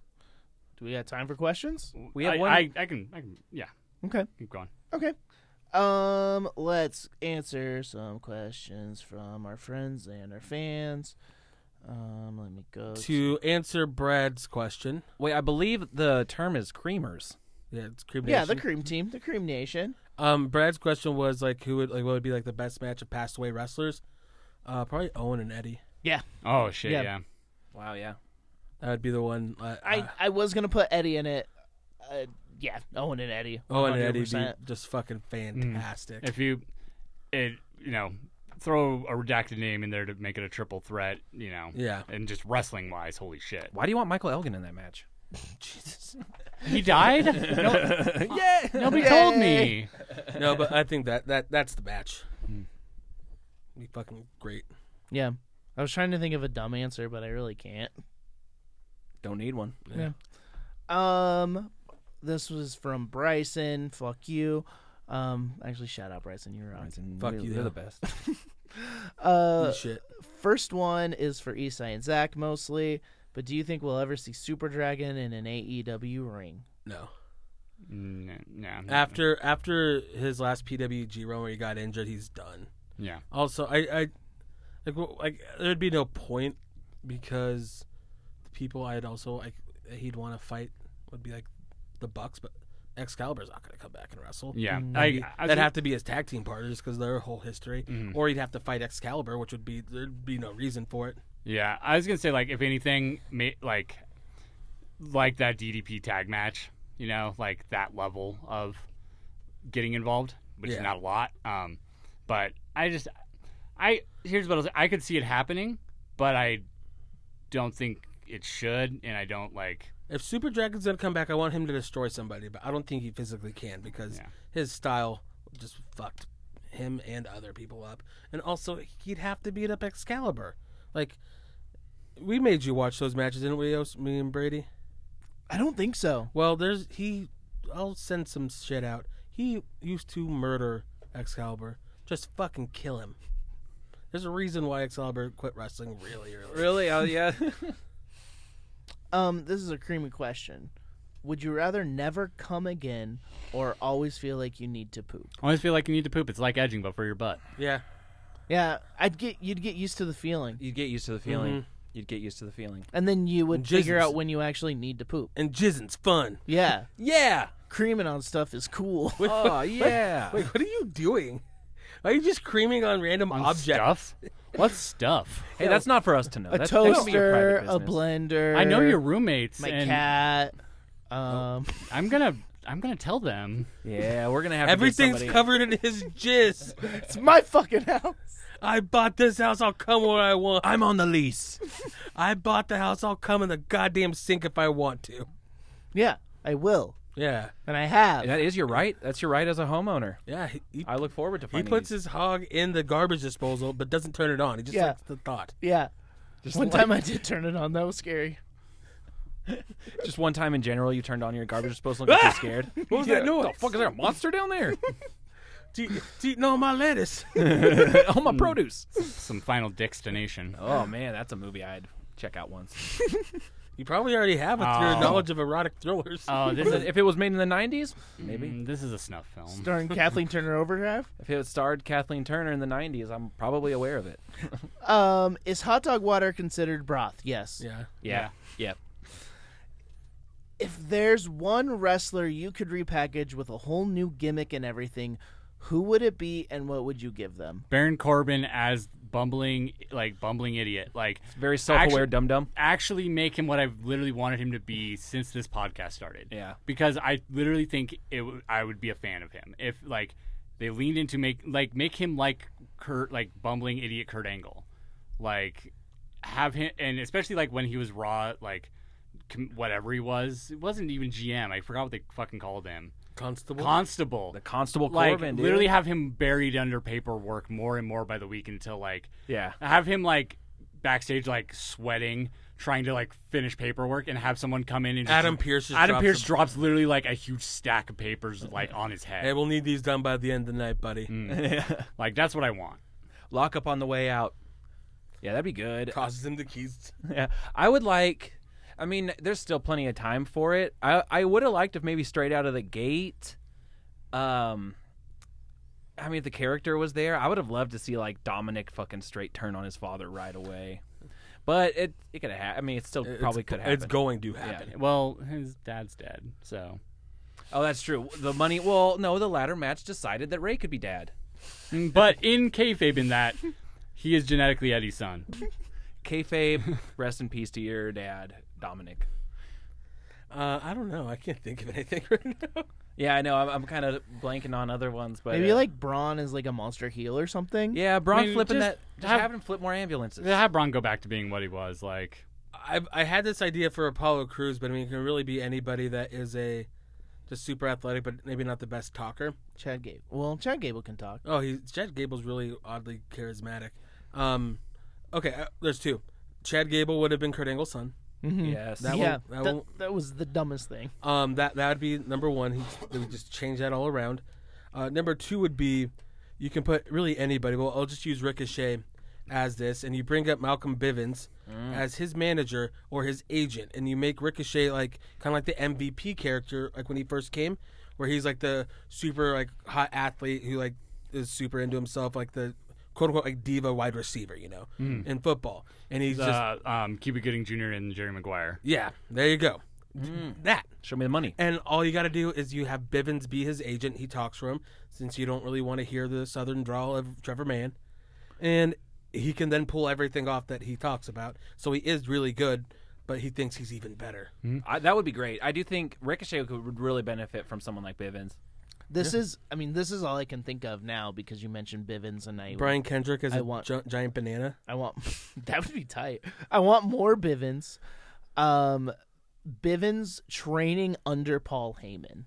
[SPEAKER 1] Do we got time for questions?
[SPEAKER 2] We have
[SPEAKER 3] I,
[SPEAKER 2] one.
[SPEAKER 3] I, I can I can yeah
[SPEAKER 1] Okay.
[SPEAKER 3] keep going.
[SPEAKER 1] Okay. Um, let's answer some questions from our friends and our fans. Um, let me go to
[SPEAKER 4] To answer Brad's question,
[SPEAKER 2] Wait, I believe the term is creamers.
[SPEAKER 4] yeah, it's cream
[SPEAKER 1] yeah, the
[SPEAKER 4] Nation.
[SPEAKER 1] Cream Team, the Cream Nation.
[SPEAKER 4] um, Brad's question was like, who would like what would be like the best match of passed away wrestlers? Uh, probably Owen and Eddie.
[SPEAKER 1] Yeah,
[SPEAKER 3] Oh shit
[SPEAKER 1] Yeah.
[SPEAKER 3] yeah.
[SPEAKER 2] Wow, yeah.
[SPEAKER 4] That would be the one. Uh,
[SPEAKER 1] I
[SPEAKER 4] uh,
[SPEAKER 1] I was gonna put Eddie in it. Uh, yeah, Owen and Eddie.
[SPEAKER 4] Owen Oh, and Eddie
[SPEAKER 1] 100%.
[SPEAKER 4] be just fucking fantastic.
[SPEAKER 3] If you it you know throw a redacted name in there to make it a triple threat you know
[SPEAKER 4] Yeah.
[SPEAKER 3] and just wrestling wise holy shit
[SPEAKER 2] Why do you want Michael Elgin in that match?
[SPEAKER 3] he died no,
[SPEAKER 2] yeah.
[SPEAKER 3] nobody told me
[SPEAKER 4] No, but I think that that that's the match. Be fucking great.
[SPEAKER 1] Yeah, I was trying to think of a dumb answer, but I really can't.
[SPEAKER 2] Don't need one.
[SPEAKER 1] Um, this was from Bryson. Fuck you. Um, actually, shout out Bryson. You're wrong.
[SPEAKER 4] Fuck
[SPEAKER 2] you're,
[SPEAKER 4] you,
[SPEAKER 2] You're the
[SPEAKER 4] though.
[SPEAKER 2] best.
[SPEAKER 1] Uh,
[SPEAKER 4] Shit.
[SPEAKER 1] first one is for Isai and Zach mostly. But do you think we'll ever see Super Dragon in an AEW ring?
[SPEAKER 4] No.
[SPEAKER 3] no, no, no.
[SPEAKER 4] After after his last PWG run where he got injured, he's done.
[SPEAKER 3] yeah
[SPEAKER 4] Also, I I like w- like there'd be no point because the people I'd also like that he'd want to fight would be like the Bucks, but Excalibur's not gonna come back and wrestle.
[SPEAKER 3] yeah
[SPEAKER 4] That'd,
[SPEAKER 3] I, Mm-hmm.
[SPEAKER 4] be,
[SPEAKER 3] I
[SPEAKER 4] that'd
[SPEAKER 3] think-
[SPEAKER 4] have to be his tag team partners because their whole history, or he'd have to fight Excalibur, which would be there'd be no reason for it.
[SPEAKER 3] Yeah, I was gonna say like if anything, ma- like like that DDP tag match, you know, like that level of getting involved which
[SPEAKER 4] Yeah.
[SPEAKER 3] is not a lot. Um, but I just, I here's what I'll say. I could see it happening, but I don't think it should, and I don't like.
[SPEAKER 4] If Super Dragon's gonna come back, I want him to destroy somebody, but I don't think he physically can because
[SPEAKER 3] Yeah.
[SPEAKER 4] his style just fucked him and other people up. And also, he'd have to beat up Excalibur. Like, we made you watch those matches, didn't we, Os- me and Brady?
[SPEAKER 1] I don't think so.
[SPEAKER 4] Well, there's he. I'll send some shit out. He used to murder Excalibur, just fucking kill him. There's a reason why Excalibur quit wrestling really early.
[SPEAKER 2] Really? Oh yeah.
[SPEAKER 1] Um, this is a creamy question. Would you rather never come again or always feel like you need to poop?
[SPEAKER 3] I always feel like you need to poop. It's like edging, but for your butt.
[SPEAKER 4] Yeah,
[SPEAKER 1] Yeah, I'd get you'd get used to the feeling,
[SPEAKER 2] You'd get used to the feeling. You'd get used to the feeling.
[SPEAKER 1] and then you would
[SPEAKER 4] Jizzes.
[SPEAKER 1] figure out when you actually need to poop.
[SPEAKER 4] and jizzing's fun.
[SPEAKER 1] Yeah,
[SPEAKER 4] Yeah.
[SPEAKER 1] creaming on stuff is cool.
[SPEAKER 2] Oh yeah.
[SPEAKER 4] Wait, what are you doing? Why are you just creaming on random
[SPEAKER 3] On
[SPEAKER 4] objects?
[SPEAKER 3] Stuff? What stuff?
[SPEAKER 2] Hey, that's not for us to know.
[SPEAKER 1] a
[SPEAKER 2] That- that should be your
[SPEAKER 1] toaster,
[SPEAKER 2] private
[SPEAKER 1] a
[SPEAKER 2] business.
[SPEAKER 1] blender.
[SPEAKER 3] I know your roommates,
[SPEAKER 1] my
[SPEAKER 3] and
[SPEAKER 1] cat. Um,
[SPEAKER 3] I'm gonna, I'm gonna tell them.
[SPEAKER 2] Yeah, we're gonna have to get
[SPEAKER 4] Everything's
[SPEAKER 2] somebody-
[SPEAKER 4] covered in his jizz.
[SPEAKER 1] it's my fucking house.
[SPEAKER 4] I bought this house. I'll come where I want.
[SPEAKER 6] I'm on the lease.
[SPEAKER 4] I bought the house. I'll come in the goddamn sink if I want to.
[SPEAKER 1] Yeah, I will,
[SPEAKER 4] Yeah.
[SPEAKER 1] and I have.
[SPEAKER 2] That is your right. That's your right as a homeowner.
[SPEAKER 4] Yeah. He, he,
[SPEAKER 2] I look forward to
[SPEAKER 4] he
[SPEAKER 2] finding.
[SPEAKER 4] puts
[SPEAKER 2] these.
[SPEAKER 4] his hog in the garbage disposal, but doesn't turn it on. He just
[SPEAKER 1] Yeah.
[SPEAKER 4] likes the thought.
[SPEAKER 1] Yeah. One time I did turn it on. That was scary.
[SPEAKER 2] just one time in general. You turned on your garbage disposal and got too scared. What was that noise? The fuck is there a monster down there?
[SPEAKER 4] Do you, do you know my lettuce?
[SPEAKER 2] All my produce.
[SPEAKER 3] Some final destination.
[SPEAKER 2] Hmm. Oh man, that's a movie I'd check out once.
[SPEAKER 4] you probably already have it through your
[SPEAKER 3] Oh.
[SPEAKER 4] knowledge of erotic thrillers.
[SPEAKER 3] Oh, this is
[SPEAKER 2] if it was made in the '90s, maybe.
[SPEAKER 3] mm, this is a snuff film.
[SPEAKER 1] During Kathleen Turner Overdrive.
[SPEAKER 2] If it starred Kathleen Turner in the '90s, I'm probably aware of it.
[SPEAKER 1] Um, is hot dog water considered broth? Yes.
[SPEAKER 4] yeah.
[SPEAKER 2] Yeah. Yeah.
[SPEAKER 1] If there's one wrestler you could repackage with a whole new gimmick and everything, who would it be and what would you give them?
[SPEAKER 3] Baron Corbin as bumbling, like bumbling idiot. Like
[SPEAKER 2] Very self-aware
[SPEAKER 3] Actually-
[SPEAKER 2] dum dum.
[SPEAKER 3] actually make him what I've literally wanted him to be since this podcast started.
[SPEAKER 2] Yeah.
[SPEAKER 3] because I literally think it. W- I would be a fan of him if like they leaned into make like make him like Kurt, like bumbling idiot Kurt Angle, like have him, and especially like when he was raw, like com- whatever he was, it wasn't even GM. I forgot what they fucking called him.
[SPEAKER 4] Constable.
[SPEAKER 3] Constable.
[SPEAKER 2] The Constable
[SPEAKER 3] like
[SPEAKER 2] Corbin, dude.
[SPEAKER 3] literally have him buried under paperwork more and more by the week until like
[SPEAKER 2] Yeah.
[SPEAKER 3] have him like backstage like sweating trying to like finish paperwork and have someone come in and just-
[SPEAKER 4] Adam Pierce just
[SPEAKER 3] Adam
[SPEAKER 4] drops
[SPEAKER 3] Pierce
[SPEAKER 4] a-
[SPEAKER 3] drops literally like a huge stack of papers like on his
[SPEAKER 4] Hey,
[SPEAKER 3] head
[SPEAKER 4] we'll need these done by the end of the night, buddy.
[SPEAKER 2] Mm.
[SPEAKER 3] like that's what I want
[SPEAKER 2] Lock up on the way out. Yeah, that'd be good.
[SPEAKER 4] Tosses him the keys.
[SPEAKER 2] Yeah, I would like. I mean, there's still plenty of time for it. I I would have liked if maybe straight out of the gate. Um, I mean, if the character was there, I would have loved to see like Dominic fucking straight turn on his father right away. But it it could have. Ha- I mean, it still probably
[SPEAKER 4] It's-
[SPEAKER 2] could happen.
[SPEAKER 4] It's going to happen.
[SPEAKER 3] well his dad's dead so
[SPEAKER 2] oh, that's true. The money. Well, no, the latter match decided that Ray could be dad.
[SPEAKER 3] Mm, but in kayfabe in that he is genetically Eddie's son
[SPEAKER 2] Kayfabe, rest in peace to your dad, Dominic.
[SPEAKER 4] Uh, I don't know. I can't think of anything right now.
[SPEAKER 2] Yeah, I know. I'm, I'm kind of blanking on other ones, but
[SPEAKER 1] Maybe
[SPEAKER 2] uh,
[SPEAKER 1] like Braun is like a monster heel or something.
[SPEAKER 2] yeah, Braun
[SPEAKER 3] I mean,
[SPEAKER 2] flipping
[SPEAKER 3] just
[SPEAKER 2] that. Just
[SPEAKER 3] have-
[SPEAKER 2] have him flip more ambulances.
[SPEAKER 3] have Braun go back to being what he was like
[SPEAKER 4] I've, I had this idea for Apollo Crews, but I mean, it can really be anybody that is a just super athletic, but maybe not the best talker.
[SPEAKER 1] Chad Gable. Well, Chad Gable can talk.
[SPEAKER 4] Oh, he's Chad Gable's really oddly charismatic. Um, okay, uh, there's two. Chad Gable would have been Kurt Angle's son.
[SPEAKER 2] Yes.
[SPEAKER 4] That
[SPEAKER 1] yeah,
[SPEAKER 4] won't- that
[SPEAKER 1] that,
[SPEAKER 4] won't-
[SPEAKER 1] that was the dumbest thing.
[SPEAKER 4] Um, that that would be number one. He they would just change that all around. Uh, number two would be you can put really anybody. Well, I'll just use Ricochet as this, and you bring up Malcolm Bivens as his manager or his agent, and you make Ricochet like kind of like the MVP character, like when he first came, where he's like the super like hot athlete who like is super into himself, like the quote unquote like diva wide receiver, you know, in football, and he's just
[SPEAKER 3] uh, um, Cuba Gooding Jr. and Jerry Maguire
[SPEAKER 4] yeah, there you go, that.
[SPEAKER 2] Show me the money.
[SPEAKER 4] And all you got to do is you have Bivens be his agent. He talks for him since you don't really want to hear the southern drawl of Trevor Mann. And he can then pull everything off that he talks about. So he is really good, but he thinks he's even better.
[SPEAKER 2] I, that would be great. I do think Ricochet could, would really benefit from someone like Bivens.
[SPEAKER 1] This is, I mean, this is all I can think of now because you mentioned Bivens and I.
[SPEAKER 4] Brian Kendrick as
[SPEAKER 1] I
[SPEAKER 4] a
[SPEAKER 1] want-
[SPEAKER 4] gi- giant banana.
[SPEAKER 1] I want that would be tight. I want more Bivens. Um, Bivens training under Paul Heyman,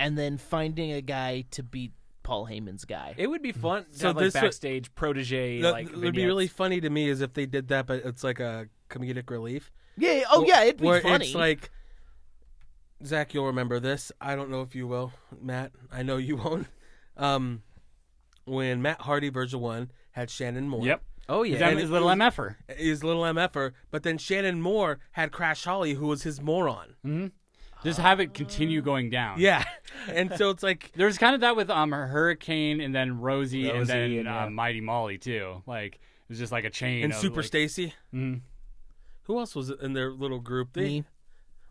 [SPEAKER 1] and then finding a guy to beat Paul Heyman's guy.
[SPEAKER 2] It would be fun to
[SPEAKER 4] So
[SPEAKER 2] have, like
[SPEAKER 4] this would-
[SPEAKER 2] backstage protege
[SPEAKER 4] That
[SPEAKER 2] like
[SPEAKER 4] would be really
[SPEAKER 2] vignettes.
[SPEAKER 4] funny to me is if they did that, but it's like a comedic relief.
[SPEAKER 1] yeah. yeah, Oh yeah, it'd be
[SPEAKER 4] Where
[SPEAKER 1] funny.
[SPEAKER 4] it's like, Zach, you'll remember this. I don't know if you will, Matt. I know you won't. Um, when Matt Hardy version one had Shannon Moore.
[SPEAKER 3] Yep.
[SPEAKER 2] Oh yeah.
[SPEAKER 3] Is that
[SPEAKER 2] And
[SPEAKER 3] his little MFer?
[SPEAKER 4] Is little mf'er, but then Shannon Moore had Crash Holly, who was his moron.
[SPEAKER 3] Mm. Just have it continue going down.
[SPEAKER 4] Yeah, and so it's like
[SPEAKER 3] There was kind of that with um Hurricane and then Rosie, and
[SPEAKER 2] Rosie
[SPEAKER 3] then
[SPEAKER 2] and, yeah.
[SPEAKER 3] uh, Mighty Molly too. Like it was just like a chain.
[SPEAKER 4] and
[SPEAKER 3] of,
[SPEAKER 4] Super
[SPEAKER 3] like- Mm.
[SPEAKER 4] Stacy. Who else was in their little group? They,
[SPEAKER 1] Me.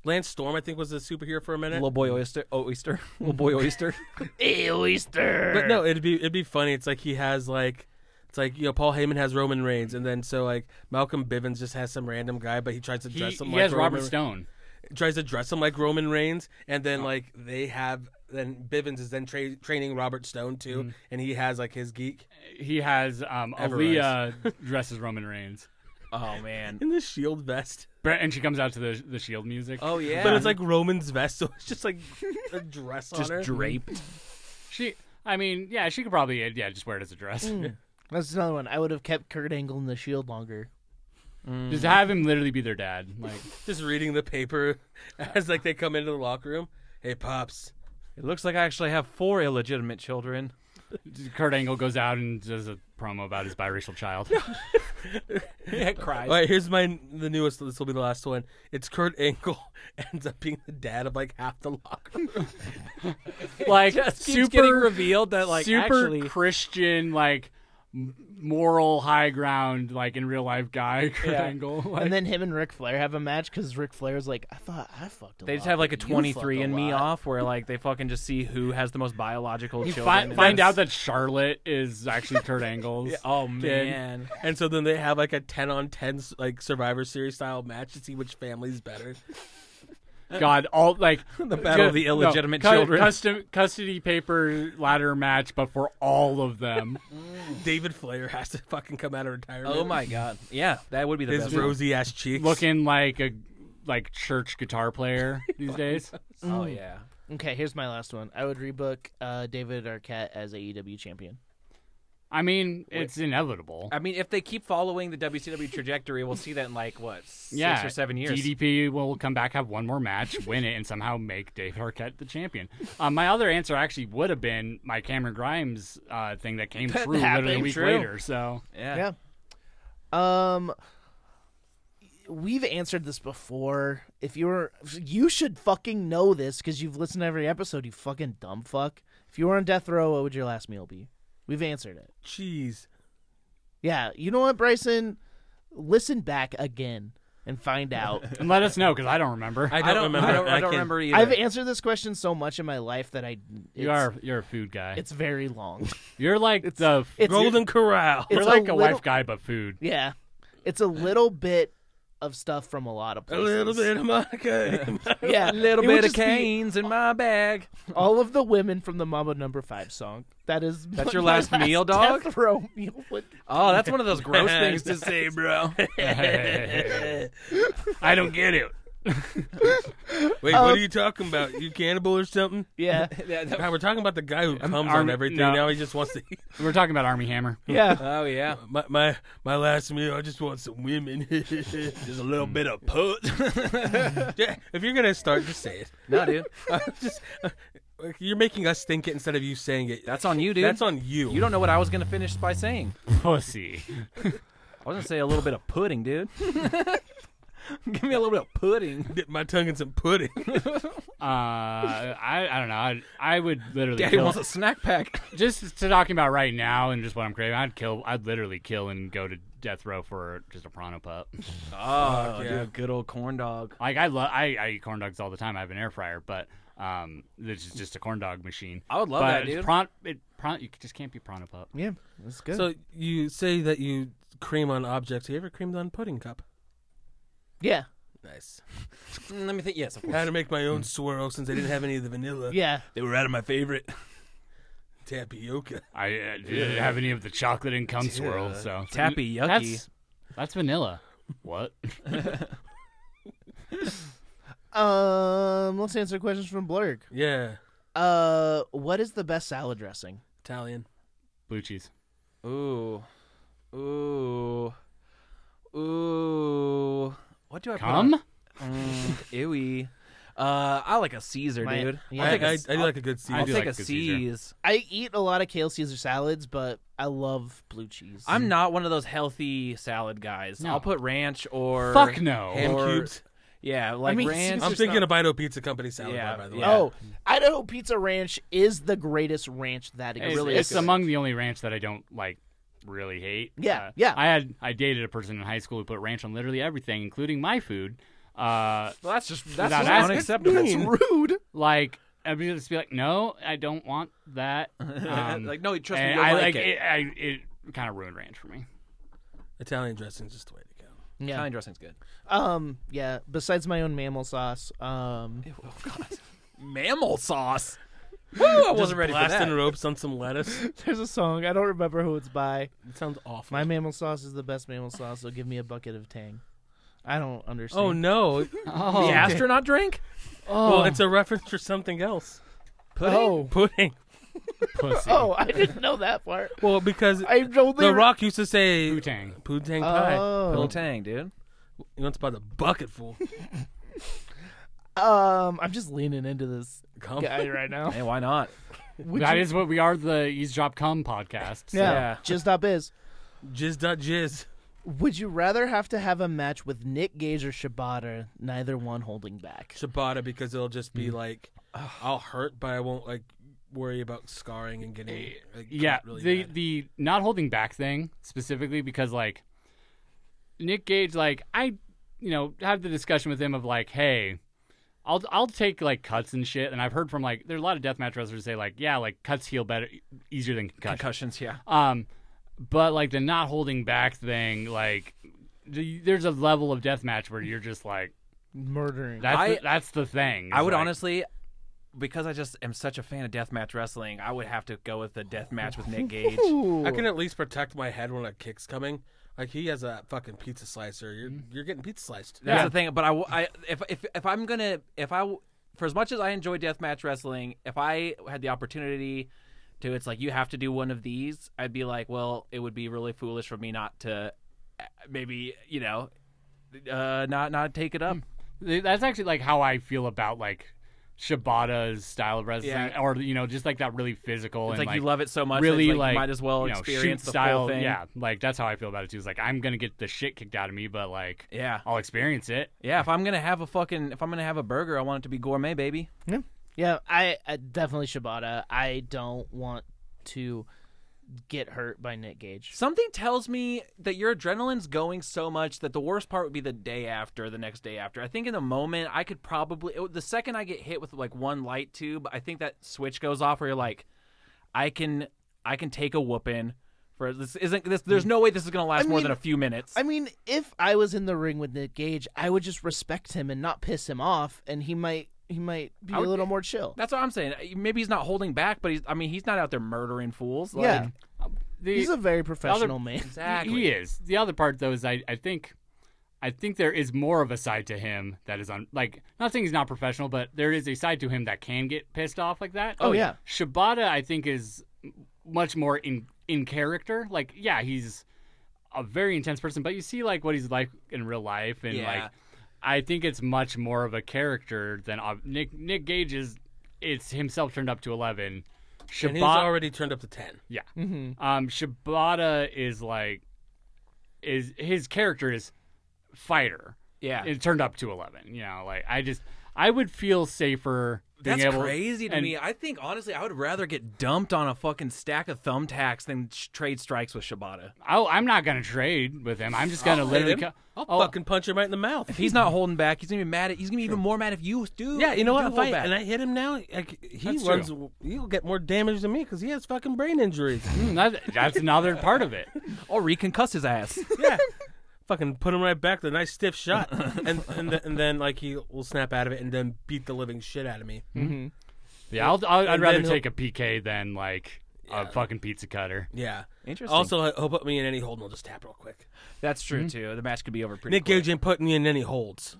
[SPEAKER 4] Lance Storm, I think, was a superhero for a minute.
[SPEAKER 2] little boy oyster, oh, oyster, little boy oyster.
[SPEAKER 1] Hey, Oyster.
[SPEAKER 4] But no, it'd be it'd be funny. It's like he has like it's like you know Paul Heyman has Roman Reigns, and then so like Malcolm Bivens just has some random guy, but he tries to
[SPEAKER 3] He,
[SPEAKER 4] dress him
[SPEAKER 3] he
[SPEAKER 4] like
[SPEAKER 3] has
[SPEAKER 4] Roman,
[SPEAKER 3] Robert Stone. Uh-huh.
[SPEAKER 4] tries to dress him like Roman Reigns, and then like they have then Bivens is then tra- training Robert Stone too,
[SPEAKER 3] Mm-hmm.
[SPEAKER 4] and he has like his geek
[SPEAKER 3] He has um
[SPEAKER 4] Everrise.
[SPEAKER 3] Aaliyah dresses Roman Reigns,
[SPEAKER 2] oh man.
[SPEAKER 4] in the Shield E vest,
[SPEAKER 3] Bre- and she comes out to the the Shield music.
[SPEAKER 2] Oh yeah.
[SPEAKER 4] but it's like Roman's vest, so it's just like a dress
[SPEAKER 2] just
[SPEAKER 4] on her.
[SPEAKER 2] draped.
[SPEAKER 3] she. I mean, yeah, she could probably uh, yeah just wear it as a dress.
[SPEAKER 2] Mm.
[SPEAKER 1] That's another one. I would have kept Kurt Angle in the Shield longer.
[SPEAKER 3] Just have him literally be their dad. Like
[SPEAKER 4] just reading the paper as like they come into the locker room. Hey, pops.
[SPEAKER 2] It looks like I actually have four illegitimate children.
[SPEAKER 3] Kurt Angle goes out and does a promo about his biracial child.
[SPEAKER 2] yeah, cries.
[SPEAKER 4] All right, here's my the newest. This will be the last one. It's Kurt Angle ends up being the dad of like half the locker. room.
[SPEAKER 3] like
[SPEAKER 2] Just keeps getting
[SPEAKER 3] super
[SPEAKER 2] revealed that like
[SPEAKER 3] super
[SPEAKER 2] actually
[SPEAKER 3] Christian, like m- moral high ground, like in real life guy Kurt
[SPEAKER 2] Yeah.
[SPEAKER 3] Angle. Like,
[SPEAKER 1] And then him and Ric Flair have a match because Ric Flair's like, I thought I fucked a
[SPEAKER 2] they just
[SPEAKER 1] lot,
[SPEAKER 2] have like a
[SPEAKER 1] but you fucked
[SPEAKER 2] 23 and me
[SPEAKER 1] lot."
[SPEAKER 2] off where like they fucking just see who has the most biological
[SPEAKER 3] you
[SPEAKER 2] children.
[SPEAKER 3] fi-
[SPEAKER 2] and
[SPEAKER 3] find
[SPEAKER 2] that's-
[SPEAKER 3] out that Charlotte is actually Kurt Angle's.
[SPEAKER 2] Oh
[SPEAKER 3] kid.
[SPEAKER 2] man.
[SPEAKER 4] and so then they have like a ten on ten like Survivor Series style match to see which family's better.
[SPEAKER 3] God, all like
[SPEAKER 4] The battle of the
[SPEAKER 3] no,
[SPEAKER 2] illegitimate
[SPEAKER 3] cu-
[SPEAKER 2] children.
[SPEAKER 3] Custom custody paper ladder match, but for all of them.
[SPEAKER 4] David Flair has to fucking come out of retirement.
[SPEAKER 2] Oh my god. Yeah, that would be the
[SPEAKER 4] His
[SPEAKER 2] best. one.
[SPEAKER 4] rosy ass cheeks.
[SPEAKER 3] looking like a like church guitar player these days.
[SPEAKER 2] Oh yeah.
[SPEAKER 1] Okay, here's my last one. I would rebook uh, David Arquette as AEW champion.
[SPEAKER 3] I mean, it's inevitable.
[SPEAKER 2] I mean, if they keep following the WCW trajectory, we'll see that in like what six
[SPEAKER 3] yeah,
[SPEAKER 2] or seven years.
[SPEAKER 3] DDP will come back, have one more match, win it, and somehow make David Arquette the champion. Um, my other answer actually would have been my Cameron Grimes uh, thing that came through literally a
[SPEAKER 2] happened.
[SPEAKER 3] week
[SPEAKER 2] True.
[SPEAKER 3] later. So
[SPEAKER 2] Yeah.
[SPEAKER 1] Yeah. Um, we've answered this before. If you were, you should fucking know this because you've listened to every episode. You fucking dumb fuck. If you were on death row, what would your last meal be? We've answered it.
[SPEAKER 4] Jeez.
[SPEAKER 1] Yeah, you know what, Bryson? Listen back again and find out.
[SPEAKER 3] and let us know because I don't remember.
[SPEAKER 4] I don't,
[SPEAKER 2] I don't
[SPEAKER 4] remember.
[SPEAKER 2] I don't, I don't
[SPEAKER 4] can-
[SPEAKER 2] remember either.
[SPEAKER 1] I've answered this question so much in my life that I it's,
[SPEAKER 3] you are you're a food guy.
[SPEAKER 1] It's very long.
[SPEAKER 3] You're like the
[SPEAKER 1] It's
[SPEAKER 4] Golden Corral.
[SPEAKER 3] you're
[SPEAKER 1] it's
[SPEAKER 3] like a,
[SPEAKER 1] little-
[SPEAKER 3] wife guy, but food.
[SPEAKER 1] Yeah, it's a little bit of stuff from a lot of
[SPEAKER 4] A
[SPEAKER 1] places.
[SPEAKER 4] little bit of Monica.
[SPEAKER 2] a
[SPEAKER 1] Yeah,
[SPEAKER 2] little
[SPEAKER 1] It would
[SPEAKER 2] bit of
[SPEAKER 1] just be
[SPEAKER 2] canes in my bag.
[SPEAKER 1] All of the women from the Mama Number Five song. That is.
[SPEAKER 2] That's
[SPEAKER 1] my-
[SPEAKER 2] your
[SPEAKER 1] my
[SPEAKER 2] last meal, dog?
[SPEAKER 1] Death row meal. What-
[SPEAKER 2] Oh, that's one of those gross things to say, bro.
[SPEAKER 3] I don't get it.
[SPEAKER 4] Wait,
[SPEAKER 2] Um,
[SPEAKER 4] what are you talking about? You cannibal or something?
[SPEAKER 1] Yeah,
[SPEAKER 4] God, we're talking about the guy who comes on
[SPEAKER 3] Army-
[SPEAKER 4] everything.
[SPEAKER 3] no.
[SPEAKER 4] Now he just wants to eat.
[SPEAKER 3] We're talking about Army Hammer.
[SPEAKER 1] yeah.
[SPEAKER 2] Oh yeah.
[SPEAKER 4] My my my last meal. I just want some women.
[SPEAKER 6] Just a little bit of put.
[SPEAKER 4] yeah, if you're gonna start, just say it.
[SPEAKER 2] No, dude.
[SPEAKER 4] I'm just uh, you're making us think it instead of you saying it.
[SPEAKER 2] That's on you, dude.
[SPEAKER 4] That's on you.
[SPEAKER 2] You don't know what I was gonna finish by saying.
[SPEAKER 3] Pussy.
[SPEAKER 2] I was gonna say a little bit of pudding, dude. Give me a little bit of pudding.
[SPEAKER 4] dip my tongue in some pudding.
[SPEAKER 3] Uh, I I don't know. I, I would literally.
[SPEAKER 2] Daddy
[SPEAKER 3] kill-
[SPEAKER 2] wants a snack pack.
[SPEAKER 3] just to talking about right now and just what I'm craving, I'd kill, I'd literally kill and go to death row for just a Prono Pup.
[SPEAKER 2] Oh,
[SPEAKER 4] yeah.
[SPEAKER 2] dude, good old corn dog.
[SPEAKER 3] Like I love, I, I eat corn dogs all the time. I have an air fryer, but um, this is just a corn dog machine.
[SPEAKER 2] I would love
[SPEAKER 3] but
[SPEAKER 2] that,
[SPEAKER 3] it's
[SPEAKER 2] dude.
[SPEAKER 3] Pron, it, pron, you just can't be Prono Pup.
[SPEAKER 1] Yeah, that's good.
[SPEAKER 4] so you say that you cream on objects. Have you ever creamed on pudding cup?
[SPEAKER 1] yeah,
[SPEAKER 4] Nice.
[SPEAKER 2] Mm, Let me think. Yes, of
[SPEAKER 4] I had
[SPEAKER 2] course.
[SPEAKER 4] to make my own swirl since I didn't have any of the vanilla
[SPEAKER 1] Yeah.
[SPEAKER 6] They were out of my favorite.
[SPEAKER 4] tapioca.
[SPEAKER 3] I uh, didn't have any of the chocolate and cum swirl, so
[SPEAKER 2] Tappy yucky.
[SPEAKER 5] That's that's vanilla.
[SPEAKER 3] what?
[SPEAKER 1] Um, let's answer questions from Blurg.
[SPEAKER 4] Yeah,
[SPEAKER 1] Uh, what is the best salad dressing?
[SPEAKER 4] Italian.
[SPEAKER 3] Blue cheese.
[SPEAKER 2] Ooh, ooh, oow. What do I
[SPEAKER 5] Cum?
[SPEAKER 2] Put on? Mm, ewy. Uh, I like a Caesar,
[SPEAKER 1] My-
[SPEAKER 2] dude.
[SPEAKER 1] yeah.
[SPEAKER 2] I'll
[SPEAKER 4] I,
[SPEAKER 2] take a,
[SPEAKER 4] I, I do like a good
[SPEAKER 2] I'll
[SPEAKER 4] Caesar.
[SPEAKER 2] take
[SPEAKER 3] like
[SPEAKER 2] a
[SPEAKER 3] a good Caesar.
[SPEAKER 2] Caesar.
[SPEAKER 1] I eat a lot of kale Caesar salads, but I love blue cheese.
[SPEAKER 2] I'm not one of those healthy salad guys.
[SPEAKER 5] No.
[SPEAKER 2] I'll put ranch or
[SPEAKER 3] Fuck no.
[SPEAKER 4] Ham
[SPEAKER 2] Or-
[SPEAKER 4] cubes.
[SPEAKER 2] Yeah, like
[SPEAKER 1] mean,
[SPEAKER 2] ranch.
[SPEAKER 1] Caesar-
[SPEAKER 4] I'm
[SPEAKER 1] just
[SPEAKER 4] thinking
[SPEAKER 1] not-
[SPEAKER 4] of Bido Pizza Company salad
[SPEAKER 2] Yeah,
[SPEAKER 4] bar, by the way.
[SPEAKER 2] yeah.
[SPEAKER 1] Oh, Idaho Pizza Ranch is the greatest ranch that
[SPEAKER 3] It's,
[SPEAKER 1] exists.
[SPEAKER 2] really
[SPEAKER 3] it's
[SPEAKER 2] good.
[SPEAKER 3] among the only ranch that I don't like really hate.
[SPEAKER 1] Yeah,
[SPEAKER 3] Uh,
[SPEAKER 1] yeah.
[SPEAKER 3] I had I dated a person in high school who put ranch on literally everything, including my food. Uh,
[SPEAKER 2] Well, that's just that's
[SPEAKER 3] Without
[SPEAKER 2] just
[SPEAKER 3] asking.
[SPEAKER 2] unacceptable.
[SPEAKER 1] rude.
[SPEAKER 3] like I'd be just be like, no, I don't want that. Um,
[SPEAKER 2] like no, trust me,
[SPEAKER 3] and
[SPEAKER 2] you
[SPEAKER 3] I
[SPEAKER 2] like
[SPEAKER 3] like
[SPEAKER 2] it.
[SPEAKER 3] it. I, it kind of ruined ranch for me.
[SPEAKER 4] Italian dressing's just the way to go.
[SPEAKER 1] Yeah.
[SPEAKER 2] Italian dressing's good.
[SPEAKER 1] Um. Yeah. Besides my own mammal sauce. Um.
[SPEAKER 2] Oh God, mammal sauce. Woo! I wasn't ready for
[SPEAKER 4] Blasting
[SPEAKER 2] that.
[SPEAKER 4] ropes on some lettuce.
[SPEAKER 1] There's a song. I don't remember who it's by.
[SPEAKER 4] It sounds awful.
[SPEAKER 1] My mammal sauce is the best mammal sauce. So give me a bucket of Tang. I don't understand.
[SPEAKER 4] oh no!
[SPEAKER 5] Oh,
[SPEAKER 2] The astronaut drink.
[SPEAKER 4] Well, it's a reference for something else.
[SPEAKER 2] Pudding?
[SPEAKER 4] Pudding.
[SPEAKER 3] Pussy.
[SPEAKER 1] Oh, I didn't know that part.
[SPEAKER 4] Well, because
[SPEAKER 1] I don't.
[SPEAKER 4] The Rock used to say
[SPEAKER 3] Bootang.
[SPEAKER 4] Putang pie.
[SPEAKER 1] Oh.
[SPEAKER 2] Little tang, dude.
[SPEAKER 4] He wants about a bucket full.
[SPEAKER 1] Um. I'm just leaning into this
[SPEAKER 4] Come.
[SPEAKER 1] guy right now.
[SPEAKER 2] Hey, why not?
[SPEAKER 1] Would
[SPEAKER 3] That
[SPEAKER 1] you-
[SPEAKER 3] is what we are the eavesdrop cum podcast. so-
[SPEAKER 1] Yeah.
[SPEAKER 2] Yeah.
[SPEAKER 1] Just up is.
[SPEAKER 4] Jizz dot jizz.
[SPEAKER 1] Would you rather have to have a match with Nick Gage or Shibata? Neither one holding back.
[SPEAKER 4] Ciabatta because it'll just be like, I'll hurt, but I won't like worry about scarring and getting like,
[SPEAKER 3] yeah
[SPEAKER 4] really
[SPEAKER 3] the
[SPEAKER 4] bad.
[SPEAKER 3] the not holding back thing specifically because like Nick Gage like I you know had the discussion with him of like hey I'll I'll take like cuts and shit and I've heard from like there's a lot of deathmatch wrestlers say like yeah like cuts heal better easier than concussions
[SPEAKER 2] Concussions, yeah.
[SPEAKER 3] um but like the not holding back thing like the, there's a level of deathmatch where you're just like
[SPEAKER 1] Murdering.
[SPEAKER 3] that's
[SPEAKER 2] I-
[SPEAKER 3] the, that's the thing
[SPEAKER 2] I
[SPEAKER 3] It's
[SPEAKER 2] would
[SPEAKER 3] like,
[SPEAKER 2] honestly, because I just am such a fan of deathmatch wrestling, I would have to go with the deathmatch with Nick Gage.
[SPEAKER 4] I can at least protect my head when a kick's coming. Like he has a fucking pizza slicer. You're you're getting pizza sliced.
[SPEAKER 2] That's
[SPEAKER 3] Yeah.
[SPEAKER 2] the thing. But I, w- I- if if if I'm gonna if I w- for as much as I enjoy deathmatch wrestling, if I had the opportunity to, it's like you have to do one of these. I'd be like, well, it would be really foolish for me not to, uh, maybe you know, uh, not not take it
[SPEAKER 3] Hmm.
[SPEAKER 2] up.
[SPEAKER 3] Th- That's actually like how I feel about like Shibata's style of wrestling,
[SPEAKER 2] Yeah.
[SPEAKER 3] or you know, just like that really physical
[SPEAKER 2] It's
[SPEAKER 3] and
[SPEAKER 2] like, you love it so much,
[SPEAKER 3] really
[SPEAKER 2] that,
[SPEAKER 3] like,
[SPEAKER 2] like, you might as well
[SPEAKER 3] you know,
[SPEAKER 2] experience
[SPEAKER 3] shoot
[SPEAKER 2] the
[SPEAKER 3] style.
[SPEAKER 2] full thing.
[SPEAKER 3] Yeah, like that's how I feel about it too. It's like I'm gonna get the shit kicked out of me, but like
[SPEAKER 2] yeah,
[SPEAKER 3] I'll experience it.
[SPEAKER 2] yeah. If I'm gonna have a fucking, if I'm gonna have a burger, I want it to be gourmet, baby.
[SPEAKER 1] Yeah, I, I definitely Shibata. I don't want to get hurt by Nick Gage.
[SPEAKER 2] Something tells me that your adrenaline's going so much that the worst part would be the day after, the next day after. I think in the moment, I could probably, it, the second I get hit with like one light tube, I think that switch goes off where you're like, I can, I can take a whooping for this. Isn't this? There's no way this is gonna last more
[SPEAKER 1] mean,
[SPEAKER 2] than a few minutes.
[SPEAKER 1] I mean, if I was in the ring with Nick Gage, I would just respect him and not piss him off, and he might he might be a
[SPEAKER 2] would-
[SPEAKER 1] little more chill.
[SPEAKER 2] That's what I'm saying. Maybe he's not holding back, but he's, I mean, he's not out there murdering fools. Like,
[SPEAKER 1] yeah,
[SPEAKER 3] The,
[SPEAKER 1] he's a very professional man.
[SPEAKER 2] exactly.
[SPEAKER 3] He is. The other part though is I, I think I think there is more of a side to him that is on like not saying he's not professional, but there is a side to him that can get pissed off like that.
[SPEAKER 1] Oh, yeah.
[SPEAKER 3] Shibata I think is m- much more in in character. Like yeah, he's a very intense person, but you see like what he's like in real life and
[SPEAKER 2] Yeah.
[SPEAKER 3] like I think it's much more of a character than ob- Nick Nick Gage is it's himself turned up to 11.
[SPEAKER 4] and he's
[SPEAKER 3] Shibata-
[SPEAKER 4] already turned up to ten.
[SPEAKER 3] yeah. Um, Shibata is like, is his character is fighter.
[SPEAKER 2] Yeah.
[SPEAKER 3] It turned up to eleven. You know, like I just, I would feel safer. Being
[SPEAKER 2] That's
[SPEAKER 3] able,
[SPEAKER 2] crazy to
[SPEAKER 3] and-
[SPEAKER 2] me. I think honestly, I would rather get dumped on a fucking stack of thumbtacks than sh- trade strikes with Shibata.
[SPEAKER 3] Oh, I'm not gonna trade with him. I'm just gonna
[SPEAKER 4] I'll hit
[SPEAKER 3] literally.
[SPEAKER 4] him.
[SPEAKER 3] co-
[SPEAKER 4] I'll
[SPEAKER 3] oh,
[SPEAKER 4] fucking punch him right in the mouth.
[SPEAKER 2] If he's not holding back, he's gonna be mad at. He's gonna be even more mad if you do.
[SPEAKER 4] Yeah, you know what?
[SPEAKER 2] do
[SPEAKER 4] If I,
[SPEAKER 2] hold back.
[SPEAKER 4] and I hit him now, like, he
[SPEAKER 3] That's
[SPEAKER 4] runs. He'll get more damage than me because he has fucking brain injuries.
[SPEAKER 3] mm, that- that's another part of it.
[SPEAKER 2] I'll reconcuss his ass.
[SPEAKER 4] yeah, fucking put him right back with a nice stiff shot, and and, th- and then like he will snap out of it and then beat the living shit out of me.
[SPEAKER 3] Yeah, I'll, I'll, I'd
[SPEAKER 4] And
[SPEAKER 3] rather
[SPEAKER 4] then he'll-
[SPEAKER 3] take a PK than like a fucking pizza cutter.
[SPEAKER 4] Yeah.
[SPEAKER 2] Interesting.
[SPEAKER 4] Also, like, he'll put me in any hold and he'll just tap real quick.
[SPEAKER 2] that's true too. The match could be over pretty
[SPEAKER 4] Nick
[SPEAKER 2] quick.
[SPEAKER 4] Gage ain't putting me in any holds.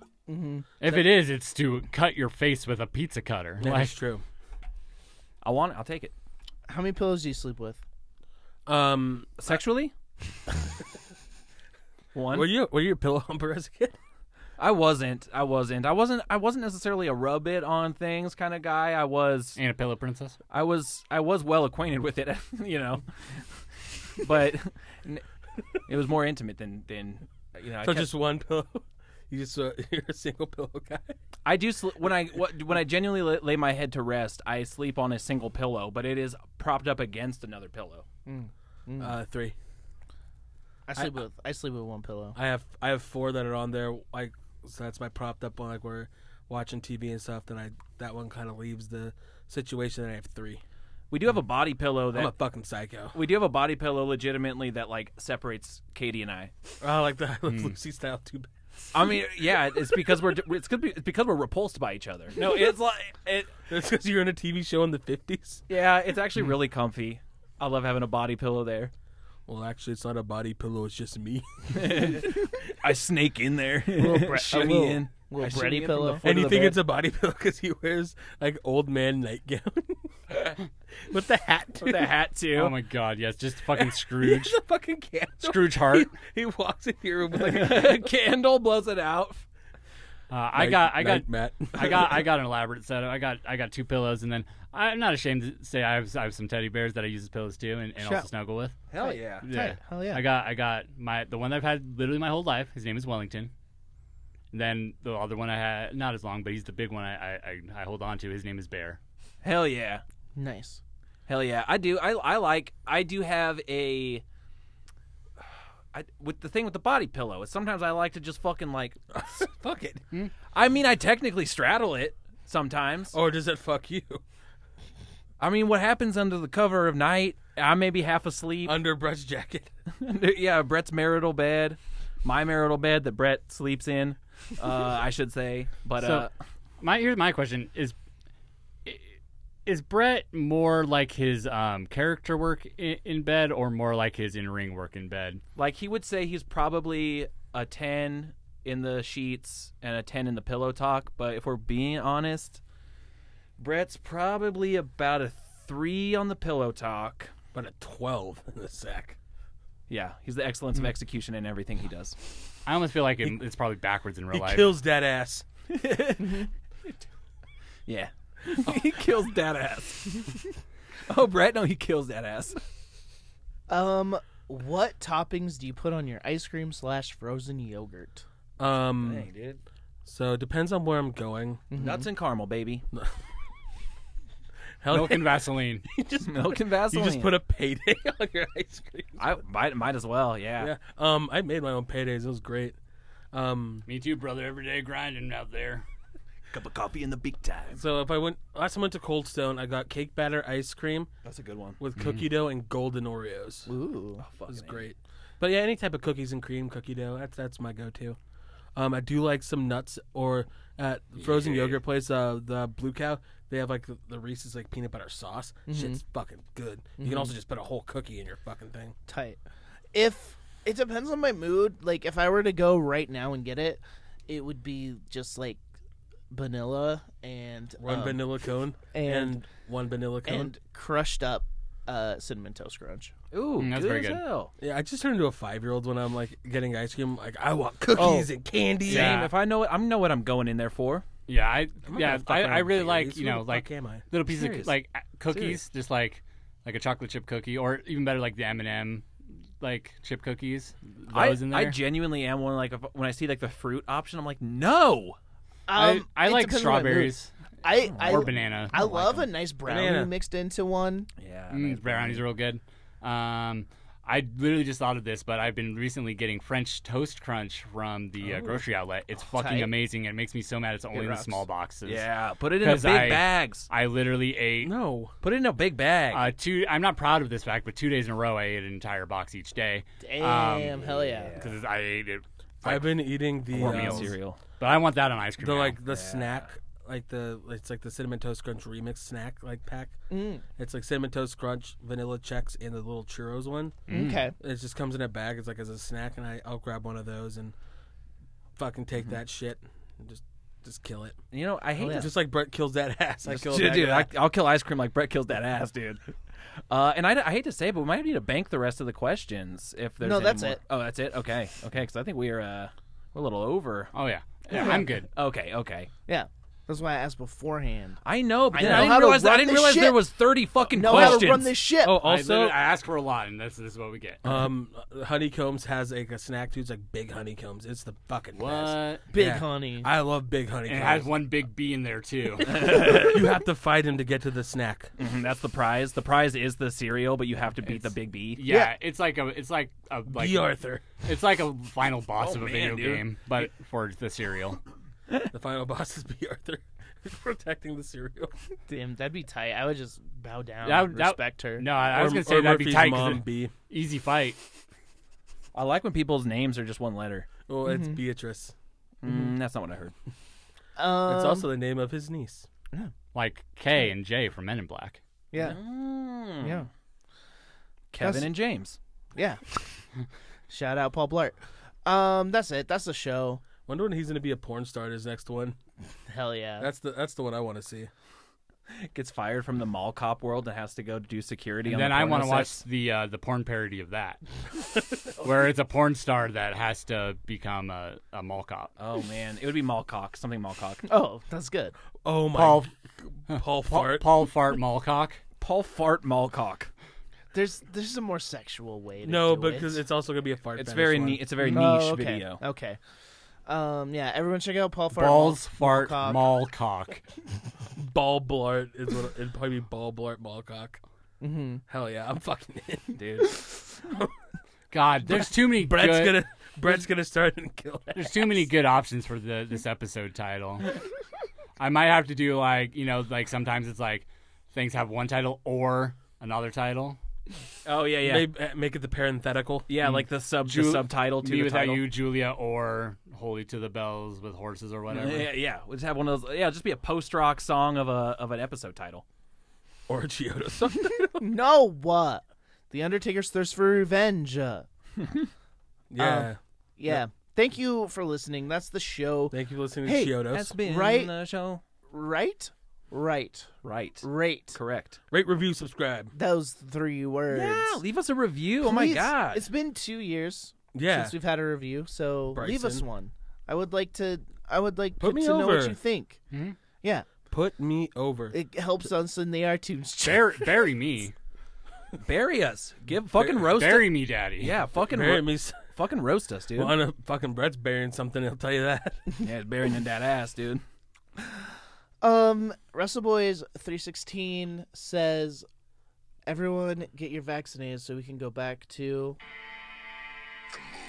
[SPEAKER 3] If it is, it's to cut your face with a pizza cutter. Like,
[SPEAKER 4] That's true.
[SPEAKER 2] I want it. I'll take it.
[SPEAKER 1] How many pillows do you sleep with?
[SPEAKER 4] Um,
[SPEAKER 2] Sexually? One.
[SPEAKER 4] were you were you a pillow humper as a kid?
[SPEAKER 2] I wasn't. I wasn't. I wasn't. I wasn't necessarily a rub it on things kind of guy. I was.
[SPEAKER 3] and a pillow princess.
[SPEAKER 2] I was. I was well acquainted with it. You know, but n- it was more intimate than than you know. I,
[SPEAKER 4] So
[SPEAKER 2] kept-
[SPEAKER 4] just one pillow. You just uh, you're a single pillow guy.
[SPEAKER 2] I do sl- when I wh- when I genuinely la- lay my head to rest. I sleep on a single pillow, but it is propped up against another pillow.
[SPEAKER 4] Uh, three.
[SPEAKER 1] I sleep with I sleep with one pillow.
[SPEAKER 4] I have I have four that are on there. Like so that's my propped up one. Like we're watching TV and stuff. Then I that one kind of leaves the situation. And I have three.
[SPEAKER 2] We do have a body pillow that
[SPEAKER 4] I'm a fucking psycho.
[SPEAKER 2] we do have a body pillow legitimately that like separates Katie and I.
[SPEAKER 4] I like the
[SPEAKER 3] Hmm.
[SPEAKER 4] Lucy style too. bad.
[SPEAKER 2] I mean, yeah, it's because we're it's, could be, it's because we're repulsed by each other. No, it's like it.
[SPEAKER 4] That's because you're in a TV show in the fifties.
[SPEAKER 2] Yeah, it's actually really comfy. I love having a body pillow there.
[SPEAKER 4] Well, actually, it's not a body pillow. It's just me.
[SPEAKER 6] I sneak in there.
[SPEAKER 2] Shimmy
[SPEAKER 1] little-
[SPEAKER 2] in.
[SPEAKER 1] little
[SPEAKER 2] I shimmy
[SPEAKER 1] Brady
[SPEAKER 2] in from the
[SPEAKER 1] pillow.
[SPEAKER 2] foot
[SPEAKER 4] And
[SPEAKER 2] of
[SPEAKER 4] you
[SPEAKER 2] the
[SPEAKER 4] think
[SPEAKER 2] bed.
[SPEAKER 4] it's a body pillow because he wears like old man nightgown with the hat. Too.
[SPEAKER 2] the hat too.
[SPEAKER 3] Oh my god, yes, just fucking
[SPEAKER 4] He's
[SPEAKER 3] Scrooge.
[SPEAKER 4] a fucking candle.
[SPEAKER 3] Scrooge Hart.
[SPEAKER 4] He, he walks in your room with like a
[SPEAKER 2] a candle blows it out.
[SPEAKER 3] Uh, I got, I got,
[SPEAKER 4] Matt.
[SPEAKER 3] I got, I got an elaborate setup. I got, I got two pillows, and then I'm not ashamed to say I have, I have some teddy bears that I use as pillows too, and, and also
[SPEAKER 1] Sure.
[SPEAKER 3] snuggle with.
[SPEAKER 2] Hell yeah.
[SPEAKER 1] Tight. Hell yeah.
[SPEAKER 3] I got, I got my the one that I've had literally my whole life. His name is Wellington. And then the other one I had, not as long, but he's the big one I, I, I, I hold on to. His name is Bear.
[SPEAKER 2] Hell yeah.
[SPEAKER 1] Nice.
[SPEAKER 2] Hell yeah. I do. I I like. I do have a. I, with the thing with the body pillow, is sometimes I like to just fucking like.
[SPEAKER 4] Fuck it.
[SPEAKER 2] I mean, I technically straddle it sometimes.
[SPEAKER 4] Or does it fuck you?
[SPEAKER 2] I mean, what happens under the cover of night? I may be half asleep.
[SPEAKER 4] Underbrush jacket.
[SPEAKER 2] yeah, Brett's marital bed, my marital bed that Brett sleeps in. Uh, I should say, but uh,
[SPEAKER 3] So, my here's my question: is is Brett more like his um, character work in, in bed, or more like his in ring work in bed?
[SPEAKER 2] like he would say, he's probably a ten in the sheets and a ten in the pillow talk. But if we're being honest, Brett's probably about a three on the pillow talk.
[SPEAKER 4] But a 12 in the sack.
[SPEAKER 2] Yeah, he's the excellence of execution in everything he does.
[SPEAKER 3] I almost feel like it, it's probably backwards in real
[SPEAKER 4] He
[SPEAKER 3] life.
[SPEAKER 4] kills that ass.
[SPEAKER 2] Yeah. he kills that ass. oh, Brett, no, he kills that ass.
[SPEAKER 1] Um, what toppings do you put on your ice cream slash frozen yogurt?
[SPEAKER 4] Um,
[SPEAKER 2] dude.
[SPEAKER 4] So it depends on where I'm going.
[SPEAKER 2] Nuts and caramel, baby.
[SPEAKER 4] Hell,
[SPEAKER 3] Milk and Vaseline.
[SPEAKER 2] Milk and Vaseline.
[SPEAKER 4] you just put a payday on your ice cream.
[SPEAKER 2] I might, might as well, yeah.
[SPEAKER 4] Yeah. Um, I made my own paydays. It was great. Um,
[SPEAKER 3] Me too, brother. Everyday grinding out there.
[SPEAKER 6] Cup of coffee in the big time.
[SPEAKER 4] so if I went last time I went to Cold Stone, I got cake batter ice cream
[SPEAKER 2] That's a good one.
[SPEAKER 4] with cookie dough and golden Oreos.
[SPEAKER 1] Ooh.
[SPEAKER 4] It was great. But yeah, any type of cookies and cream, cookie dough, that's that's my go-to. Um, I do like some nuts or at the frozen yogurt place, uh, the Blue Cow. They have like the, the Reese's like peanut butter sauce. Shit's fucking good. You can also just put a whole cookie in your fucking thing.
[SPEAKER 1] Tight. If it depends on my mood, like if I were to go right now and get it, it would be just like vanilla and
[SPEAKER 4] One
[SPEAKER 1] um,
[SPEAKER 4] vanilla cone and,
[SPEAKER 1] and-
[SPEAKER 4] one vanilla cone.
[SPEAKER 1] and crushed up uh, cinnamon toast crunch.
[SPEAKER 2] Ooh,
[SPEAKER 3] that's
[SPEAKER 2] good
[SPEAKER 3] very
[SPEAKER 2] as
[SPEAKER 3] good.
[SPEAKER 2] hell.
[SPEAKER 4] yeah, I just turned into a five-year-old when I'm like getting ice cream. Like I want cookies and candy.
[SPEAKER 3] Yeah.
[SPEAKER 2] Damn, if I know it, I'm know what I'm going in there for.
[SPEAKER 3] Yeah, I
[SPEAKER 4] not
[SPEAKER 3] yeah,
[SPEAKER 4] gonna fuck
[SPEAKER 3] I,
[SPEAKER 4] around
[SPEAKER 3] I
[SPEAKER 4] with
[SPEAKER 3] really
[SPEAKER 4] candies.
[SPEAKER 3] like you
[SPEAKER 4] Who the
[SPEAKER 3] know
[SPEAKER 4] fuck
[SPEAKER 3] like
[SPEAKER 4] am I?
[SPEAKER 3] little pieces
[SPEAKER 2] Serious.
[SPEAKER 3] of like uh, cookies, just like like a chocolate chip cookie, or even better like the M and M like chip cookies.
[SPEAKER 2] I,
[SPEAKER 3] Those in there.
[SPEAKER 2] I genuinely am one like if- when I see like the fruit option, I'm like, no.
[SPEAKER 3] I,
[SPEAKER 1] Um,
[SPEAKER 3] I
[SPEAKER 1] it
[SPEAKER 3] like
[SPEAKER 1] depends on my mood.
[SPEAKER 3] strawberries
[SPEAKER 1] I, I
[SPEAKER 3] or banana.
[SPEAKER 1] I love a nice brownie
[SPEAKER 4] Banana.
[SPEAKER 1] mixed into one.
[SPEAKER 2] Yeah,
[SPEAKER 3] Mm, brownies are real good. Um, I literally just thought of this, but I've been recently getting French toast crunch from the uh, grocery outlet. It's fucking
[SPEAKER 1] Tight.
[SPEAKER 3] amazing. and It makes me so mad. It's only in the
[SPEAKER 1] rocks.
[SPEAKER 3] small boxes.
[SPEAKER 2] yeah. Put it in the big
[SPEAKER 3] 'Cause I-
[SPEAKER 2] bags.
[SPEAKER 3] I literally ate
[SPEAKER 4] No,
[SPEAKER 2] Put it in a big bag.
[SPEAKER 3] uh, two. I'm not proud of this fact, but two days in a row, I ate an entire box each day.
[SPEAKER 1] Damn, hell yeah.
[SPEAKER 3] Because I ate it
[SPEAKER 4] I've been eating the
[SPEAKER 2] Oreo
[SPEAKER 4] um,
[SPEAKER 2] cereal.
[SPEAKER 3] But I want that on ice cream.
[SPEAKER 4] the
[SPEAKER 3] now.
[SPEAKER 4] like the snack like the it's like the cinnamon toast crunch remix snack like pack. Mm. It's like cinnamon toast crunch, vanilla checks, and the little churros one.
[SPEAKER 1] Okay.
[SPEAKER 3] Mm.
[SPEAKER 4] It just comes in a bag. It's like as a snack, and I I'll grab one of those and fucking take that shit and just just kill it.
[SPEAKER 2] You know, I
[SPEAKER 1] Oh,
[SPEAKER 2] hate to
[SPEAKER 4] Just like Brett kills that ass. I kill
[SPEAKER 2] Dude,
[SPEAKER 4] that.
[SPEAKER 2] dude, I, I'll kill ice cream like Brett kills that ass, dude. Uh, and I, I hate to say, it, but we might need to bank the rest of the questions if there's
[SPEAKER 1] No,
[SPEAKER 2] any
[SPEAKER 1] that's
[SPEAKER 2] more.
[SPEAKER 1] it.
[SPEAKER 2] Oh, that's it. Okay, okay, because I think we're uh, we're a little over.
[SPEAKER 3] Oh yeah. Yeah, I'm good.
[SPEAKER 2] Okay, okay.
[SPEAKER 1] Yeah. That's why I asked beforehand.
[SPEAKER 2] I know, but
[SPEAKER 1] I
[SPEAKER 2] then
[SPEAKER 1] know
[SPEAKER 2] I
[SPEAKER 1] how
[SPEAKER 2] didn't
[SPEAKER 1] to
[SPEAKER 2] realize, I
[SPEAKER 1] run
[SPEAKER 2] didn't
[SPEAKER 1] this
[SPEAKER 2] realize there
[SPEAKER 1] shit.
[SPEAKER 2] was thirty fucking
[SPEAKER 1] Know how
[SPEAKER 2] questions.
[SPEAKER 1] to run this ship.
[SPEAKER 2] Oh,
[SPEAKER 3] I
[SPEAKER 2] also,
[SPEAKER 3] literally- I ask for a lot, and this this is what we get.
[SPEAKER 4] Um, honeycombs has like a snack dude. It's like big honeycombs. It's the fucking best.
[SPEAKER 3] What?
[SPEAKER 1] Big
[SPEAKER 4] Yeah.
[SPEAKER 1] honey.
[SPEAKER 4] I love big
[SPEAKER 3] And
[SPEAKER 4] honeycombs.
[SPEAKER 3] it has one big B in there too.
[SPEAKER 4] you have to fight him to get to the snack.
[SPEAKER 2] Mhm, that's the prize. The prize is the cereal, but you have to beat the big B.
[SPEAKER 3] Yeah, it's like a it's like a like
[SPEAKER 4] B. Arthur,
[SPEAKER 3] it's like a final boss
[SPEAKER 6] Oh,
[SPEAKER 3] of a
[SPEAKER 6] man,
[SPEAKER 3] video
[SPEAKER 6] dude.
[SPEAKER 3] game, but for the cereal.
[SPEAKER 4] the final boss is B. Arthur, protecting the cereal.
[SPEAKER 1] Damn, that'd be tight. I would just bow down
[SPEAKER 3] That-
[SPEAKER 1] and
[SPEAKER 3] that-
[SPEAKER 1] respect her.
[SPEAKER 3] No, I, I was
[SPEAKER 4] Or-
[SPEAKER 3] gonna
[SPEAKER 4] or
[SPEAKER 3] say that'd
[SPEAKER 4] Murphy's
[SPEAKER 3] be tight. 'cause
[SPEAKER 4] Mom
[SPEAKER 3] it-
[SPEAKER 4] B.
[SPEAKER 3] Easy fight.
[SPEAKER 2] I like when people's names are just one letter.
[SPEAKER 4] Oh, it's Beatrice.
[SPEAKER 3] Mm-hmm.
[SPEAKER 2] Mm, that's not what I heard.
[SPEAKER 1] Um,
[SPEAKER 4] It's also the name of his niece.
[SPEAKER 3] Like K and J from Men in Black.
[SPEAKER 1] yeah,
[SPEAKER 2] Mm,
[SPEAKER 1] yeah,
[SPEAKER 2] Kevin
[SPEAKER 1] That's-
[SPEAKER 2] and James.
[SPEAKER 1] yeah. Shout out Paul Blart. Um, that's it. That's the show.
[SPEAKER 4] Wonder when he's gonna be a porn star. in His next one.
[SPEAKER 1] Hell yeah.
[SPEAKER 4] That's the that's the one I want to see.
[SPEAKER 2] Gets fired from the mall cop world and has to go do security. on
[SPEAKER 3] then
[SPEAKER 2] the
[SPEAKER 3] I
[SPEAKER 2] porno
[SPEAKER 3] want to
[SPEAKER 2] sets.
[SPEAKER 3] watch the uh, the porn parody of that, where it's a porn star that has to become a, a mall cop.
[SPEAKER 2] Oh man, it would be Malcock, something Malcock.
[SPEAKER 1] oh, that's good.
[SPEAKER 4] Oh my
[SPEAKER 3] Paul
[SPEAKER 4] Paul
[SPEAKER 3] Paul,
[SPEAKER 4] Fart.
[SPEAKER 3] Paul Fart Mallcock.
[SPEAKER 2] Paul Fart Malcock.
[SPEAKER 1] There's there's a more sexual way. To
[SPEAKER 4] no,
[SPEAKER 1] do
[SPEAKER 4] because
[SPEAKER 1] it.
[SPEAKER 4] it's also gonna be a fart.
[SPEAKER 2] It's
[SPEAKER 4] fetish
[SPEAKER 2] very
[SPEAKER 4] one.
[SPEAKER 2] neat. It's a very niche
[SPEAKER 1] Oh, okay.
[SPEAKER 2] video.
[SPEAKER 1] Okay. Um, yeah. Everyone check out Paul Fart.
[SPEAKER 3] Balls
[SPEAKER 1] Mall-
[SPEAKER 3] Fart
[SPEAKER 1] Mallcock.
[SPEAKER 3] Mallcock.
[SPEAKER 4] Ball blart is what it'd probably be. Ball blart ballcock. Mm-hmm. Hell yeah, I'm fucking in.
[SPEAKER 2] Dude,
[SPEAKER 3] God, there's too many.
[SPEAKER 4] Brett's
[SPEAKER 3] good,
[SPEAKER 4] gonna Brett's gonna start and kill. That.
[SPEAKER 3] There's too many good options for the this episode title. I might have to do like you know like sometimes it's like things have one title or another title.
[SPEAKER 2] oh yeah, yeah,
[SPEAKER 4] Maybe, uh, make it the parenthetical.
[SPEAKER 2] yeah. Like the sub,
[SPEAKER 3] mm. Ju-
[SPEAKER 2] the subtitle to
[SPEAKER 3] Me
[SPEAKER 2] the
[SPEAKER 3] without
[SPEAKER 2] title.
[SPEAKER 3] you, Julia, or Holy to the Bells with horses or whatever.
[SPEAKER 2] Yeah, yeah. We'll just have one of those. Yeah, just be a post rock song of a of an episode title.
[SPEAKER 4] Or Chiodo something.
[SPEAKER 1] No, what? The Undertaker's thirst for revenge. Uh,
[SPEAKER 4] yeah.
[SPEAKER 1] yeah. Thank you for listening. That's the show.
[SPEAKER 4] Thank you for listening
[SPEAKER 1] Hey,
[SPEAKER 4] to Chiodos.
[SPEAKER 2] been
[SPEAKER 1] Right.
[SPEAKER 2] the show.
[SPEAKER 1] Right, right,
[SPEAKER 2] Right.
[SPEAKER 1] right.
[SPEAKER 2] Correct.
[SPEAKER 4] Rate, review, subscribe.
[SPEAKER 1] Those three words.
[SPEAKER 2] Yeah. Leave us a review. oh my
[SPEAKER 1] Please.
[SPEAKER 2] god.
[SPEAKER 1] It's been two years
[SPEAKER 4] Yeah.
[SPEAKER 1] since we've had a review, so leave us
[SPEAKER 4] Bryson.
[SPEAKER 1] one. I would like to. I would like
[SPEAKER 4] Put
[SPEAKER 1] to,
[SPEAKER 4] me
[SPEAKER 1] to know what
[SPEAKER 4] over.
[SPEAKER 1] you think. Yeah,
[SPEAKER 4] Put me over.
[SPEAKER 1] it helps us in the iTunes chart.
[SPEAKER 3] Bur- bury me,
[SPEAKER 2] bury us. Give fucking roast.
[SPEAKER 3] bury me, Daddy.
[SPEAKER 2] us. Yeah. Fucking
[SPEAKER 4] Bury
[SPEAKER 2] ro-
[SPEAKER 4] me. s-
[SPEAKER 2] fucking roast us, dude.
[SPEAKER 4] Well, I know fucking Brett's burying something. I'll tell you that.
[SPEAKER 2] Yeah, it's burying in that ass, dude.
[SPEAKER 1] Um, WrestleBoys three sixteen says, "Everyone get your vaccinated so we can go back to."
[SPEAKER 5] The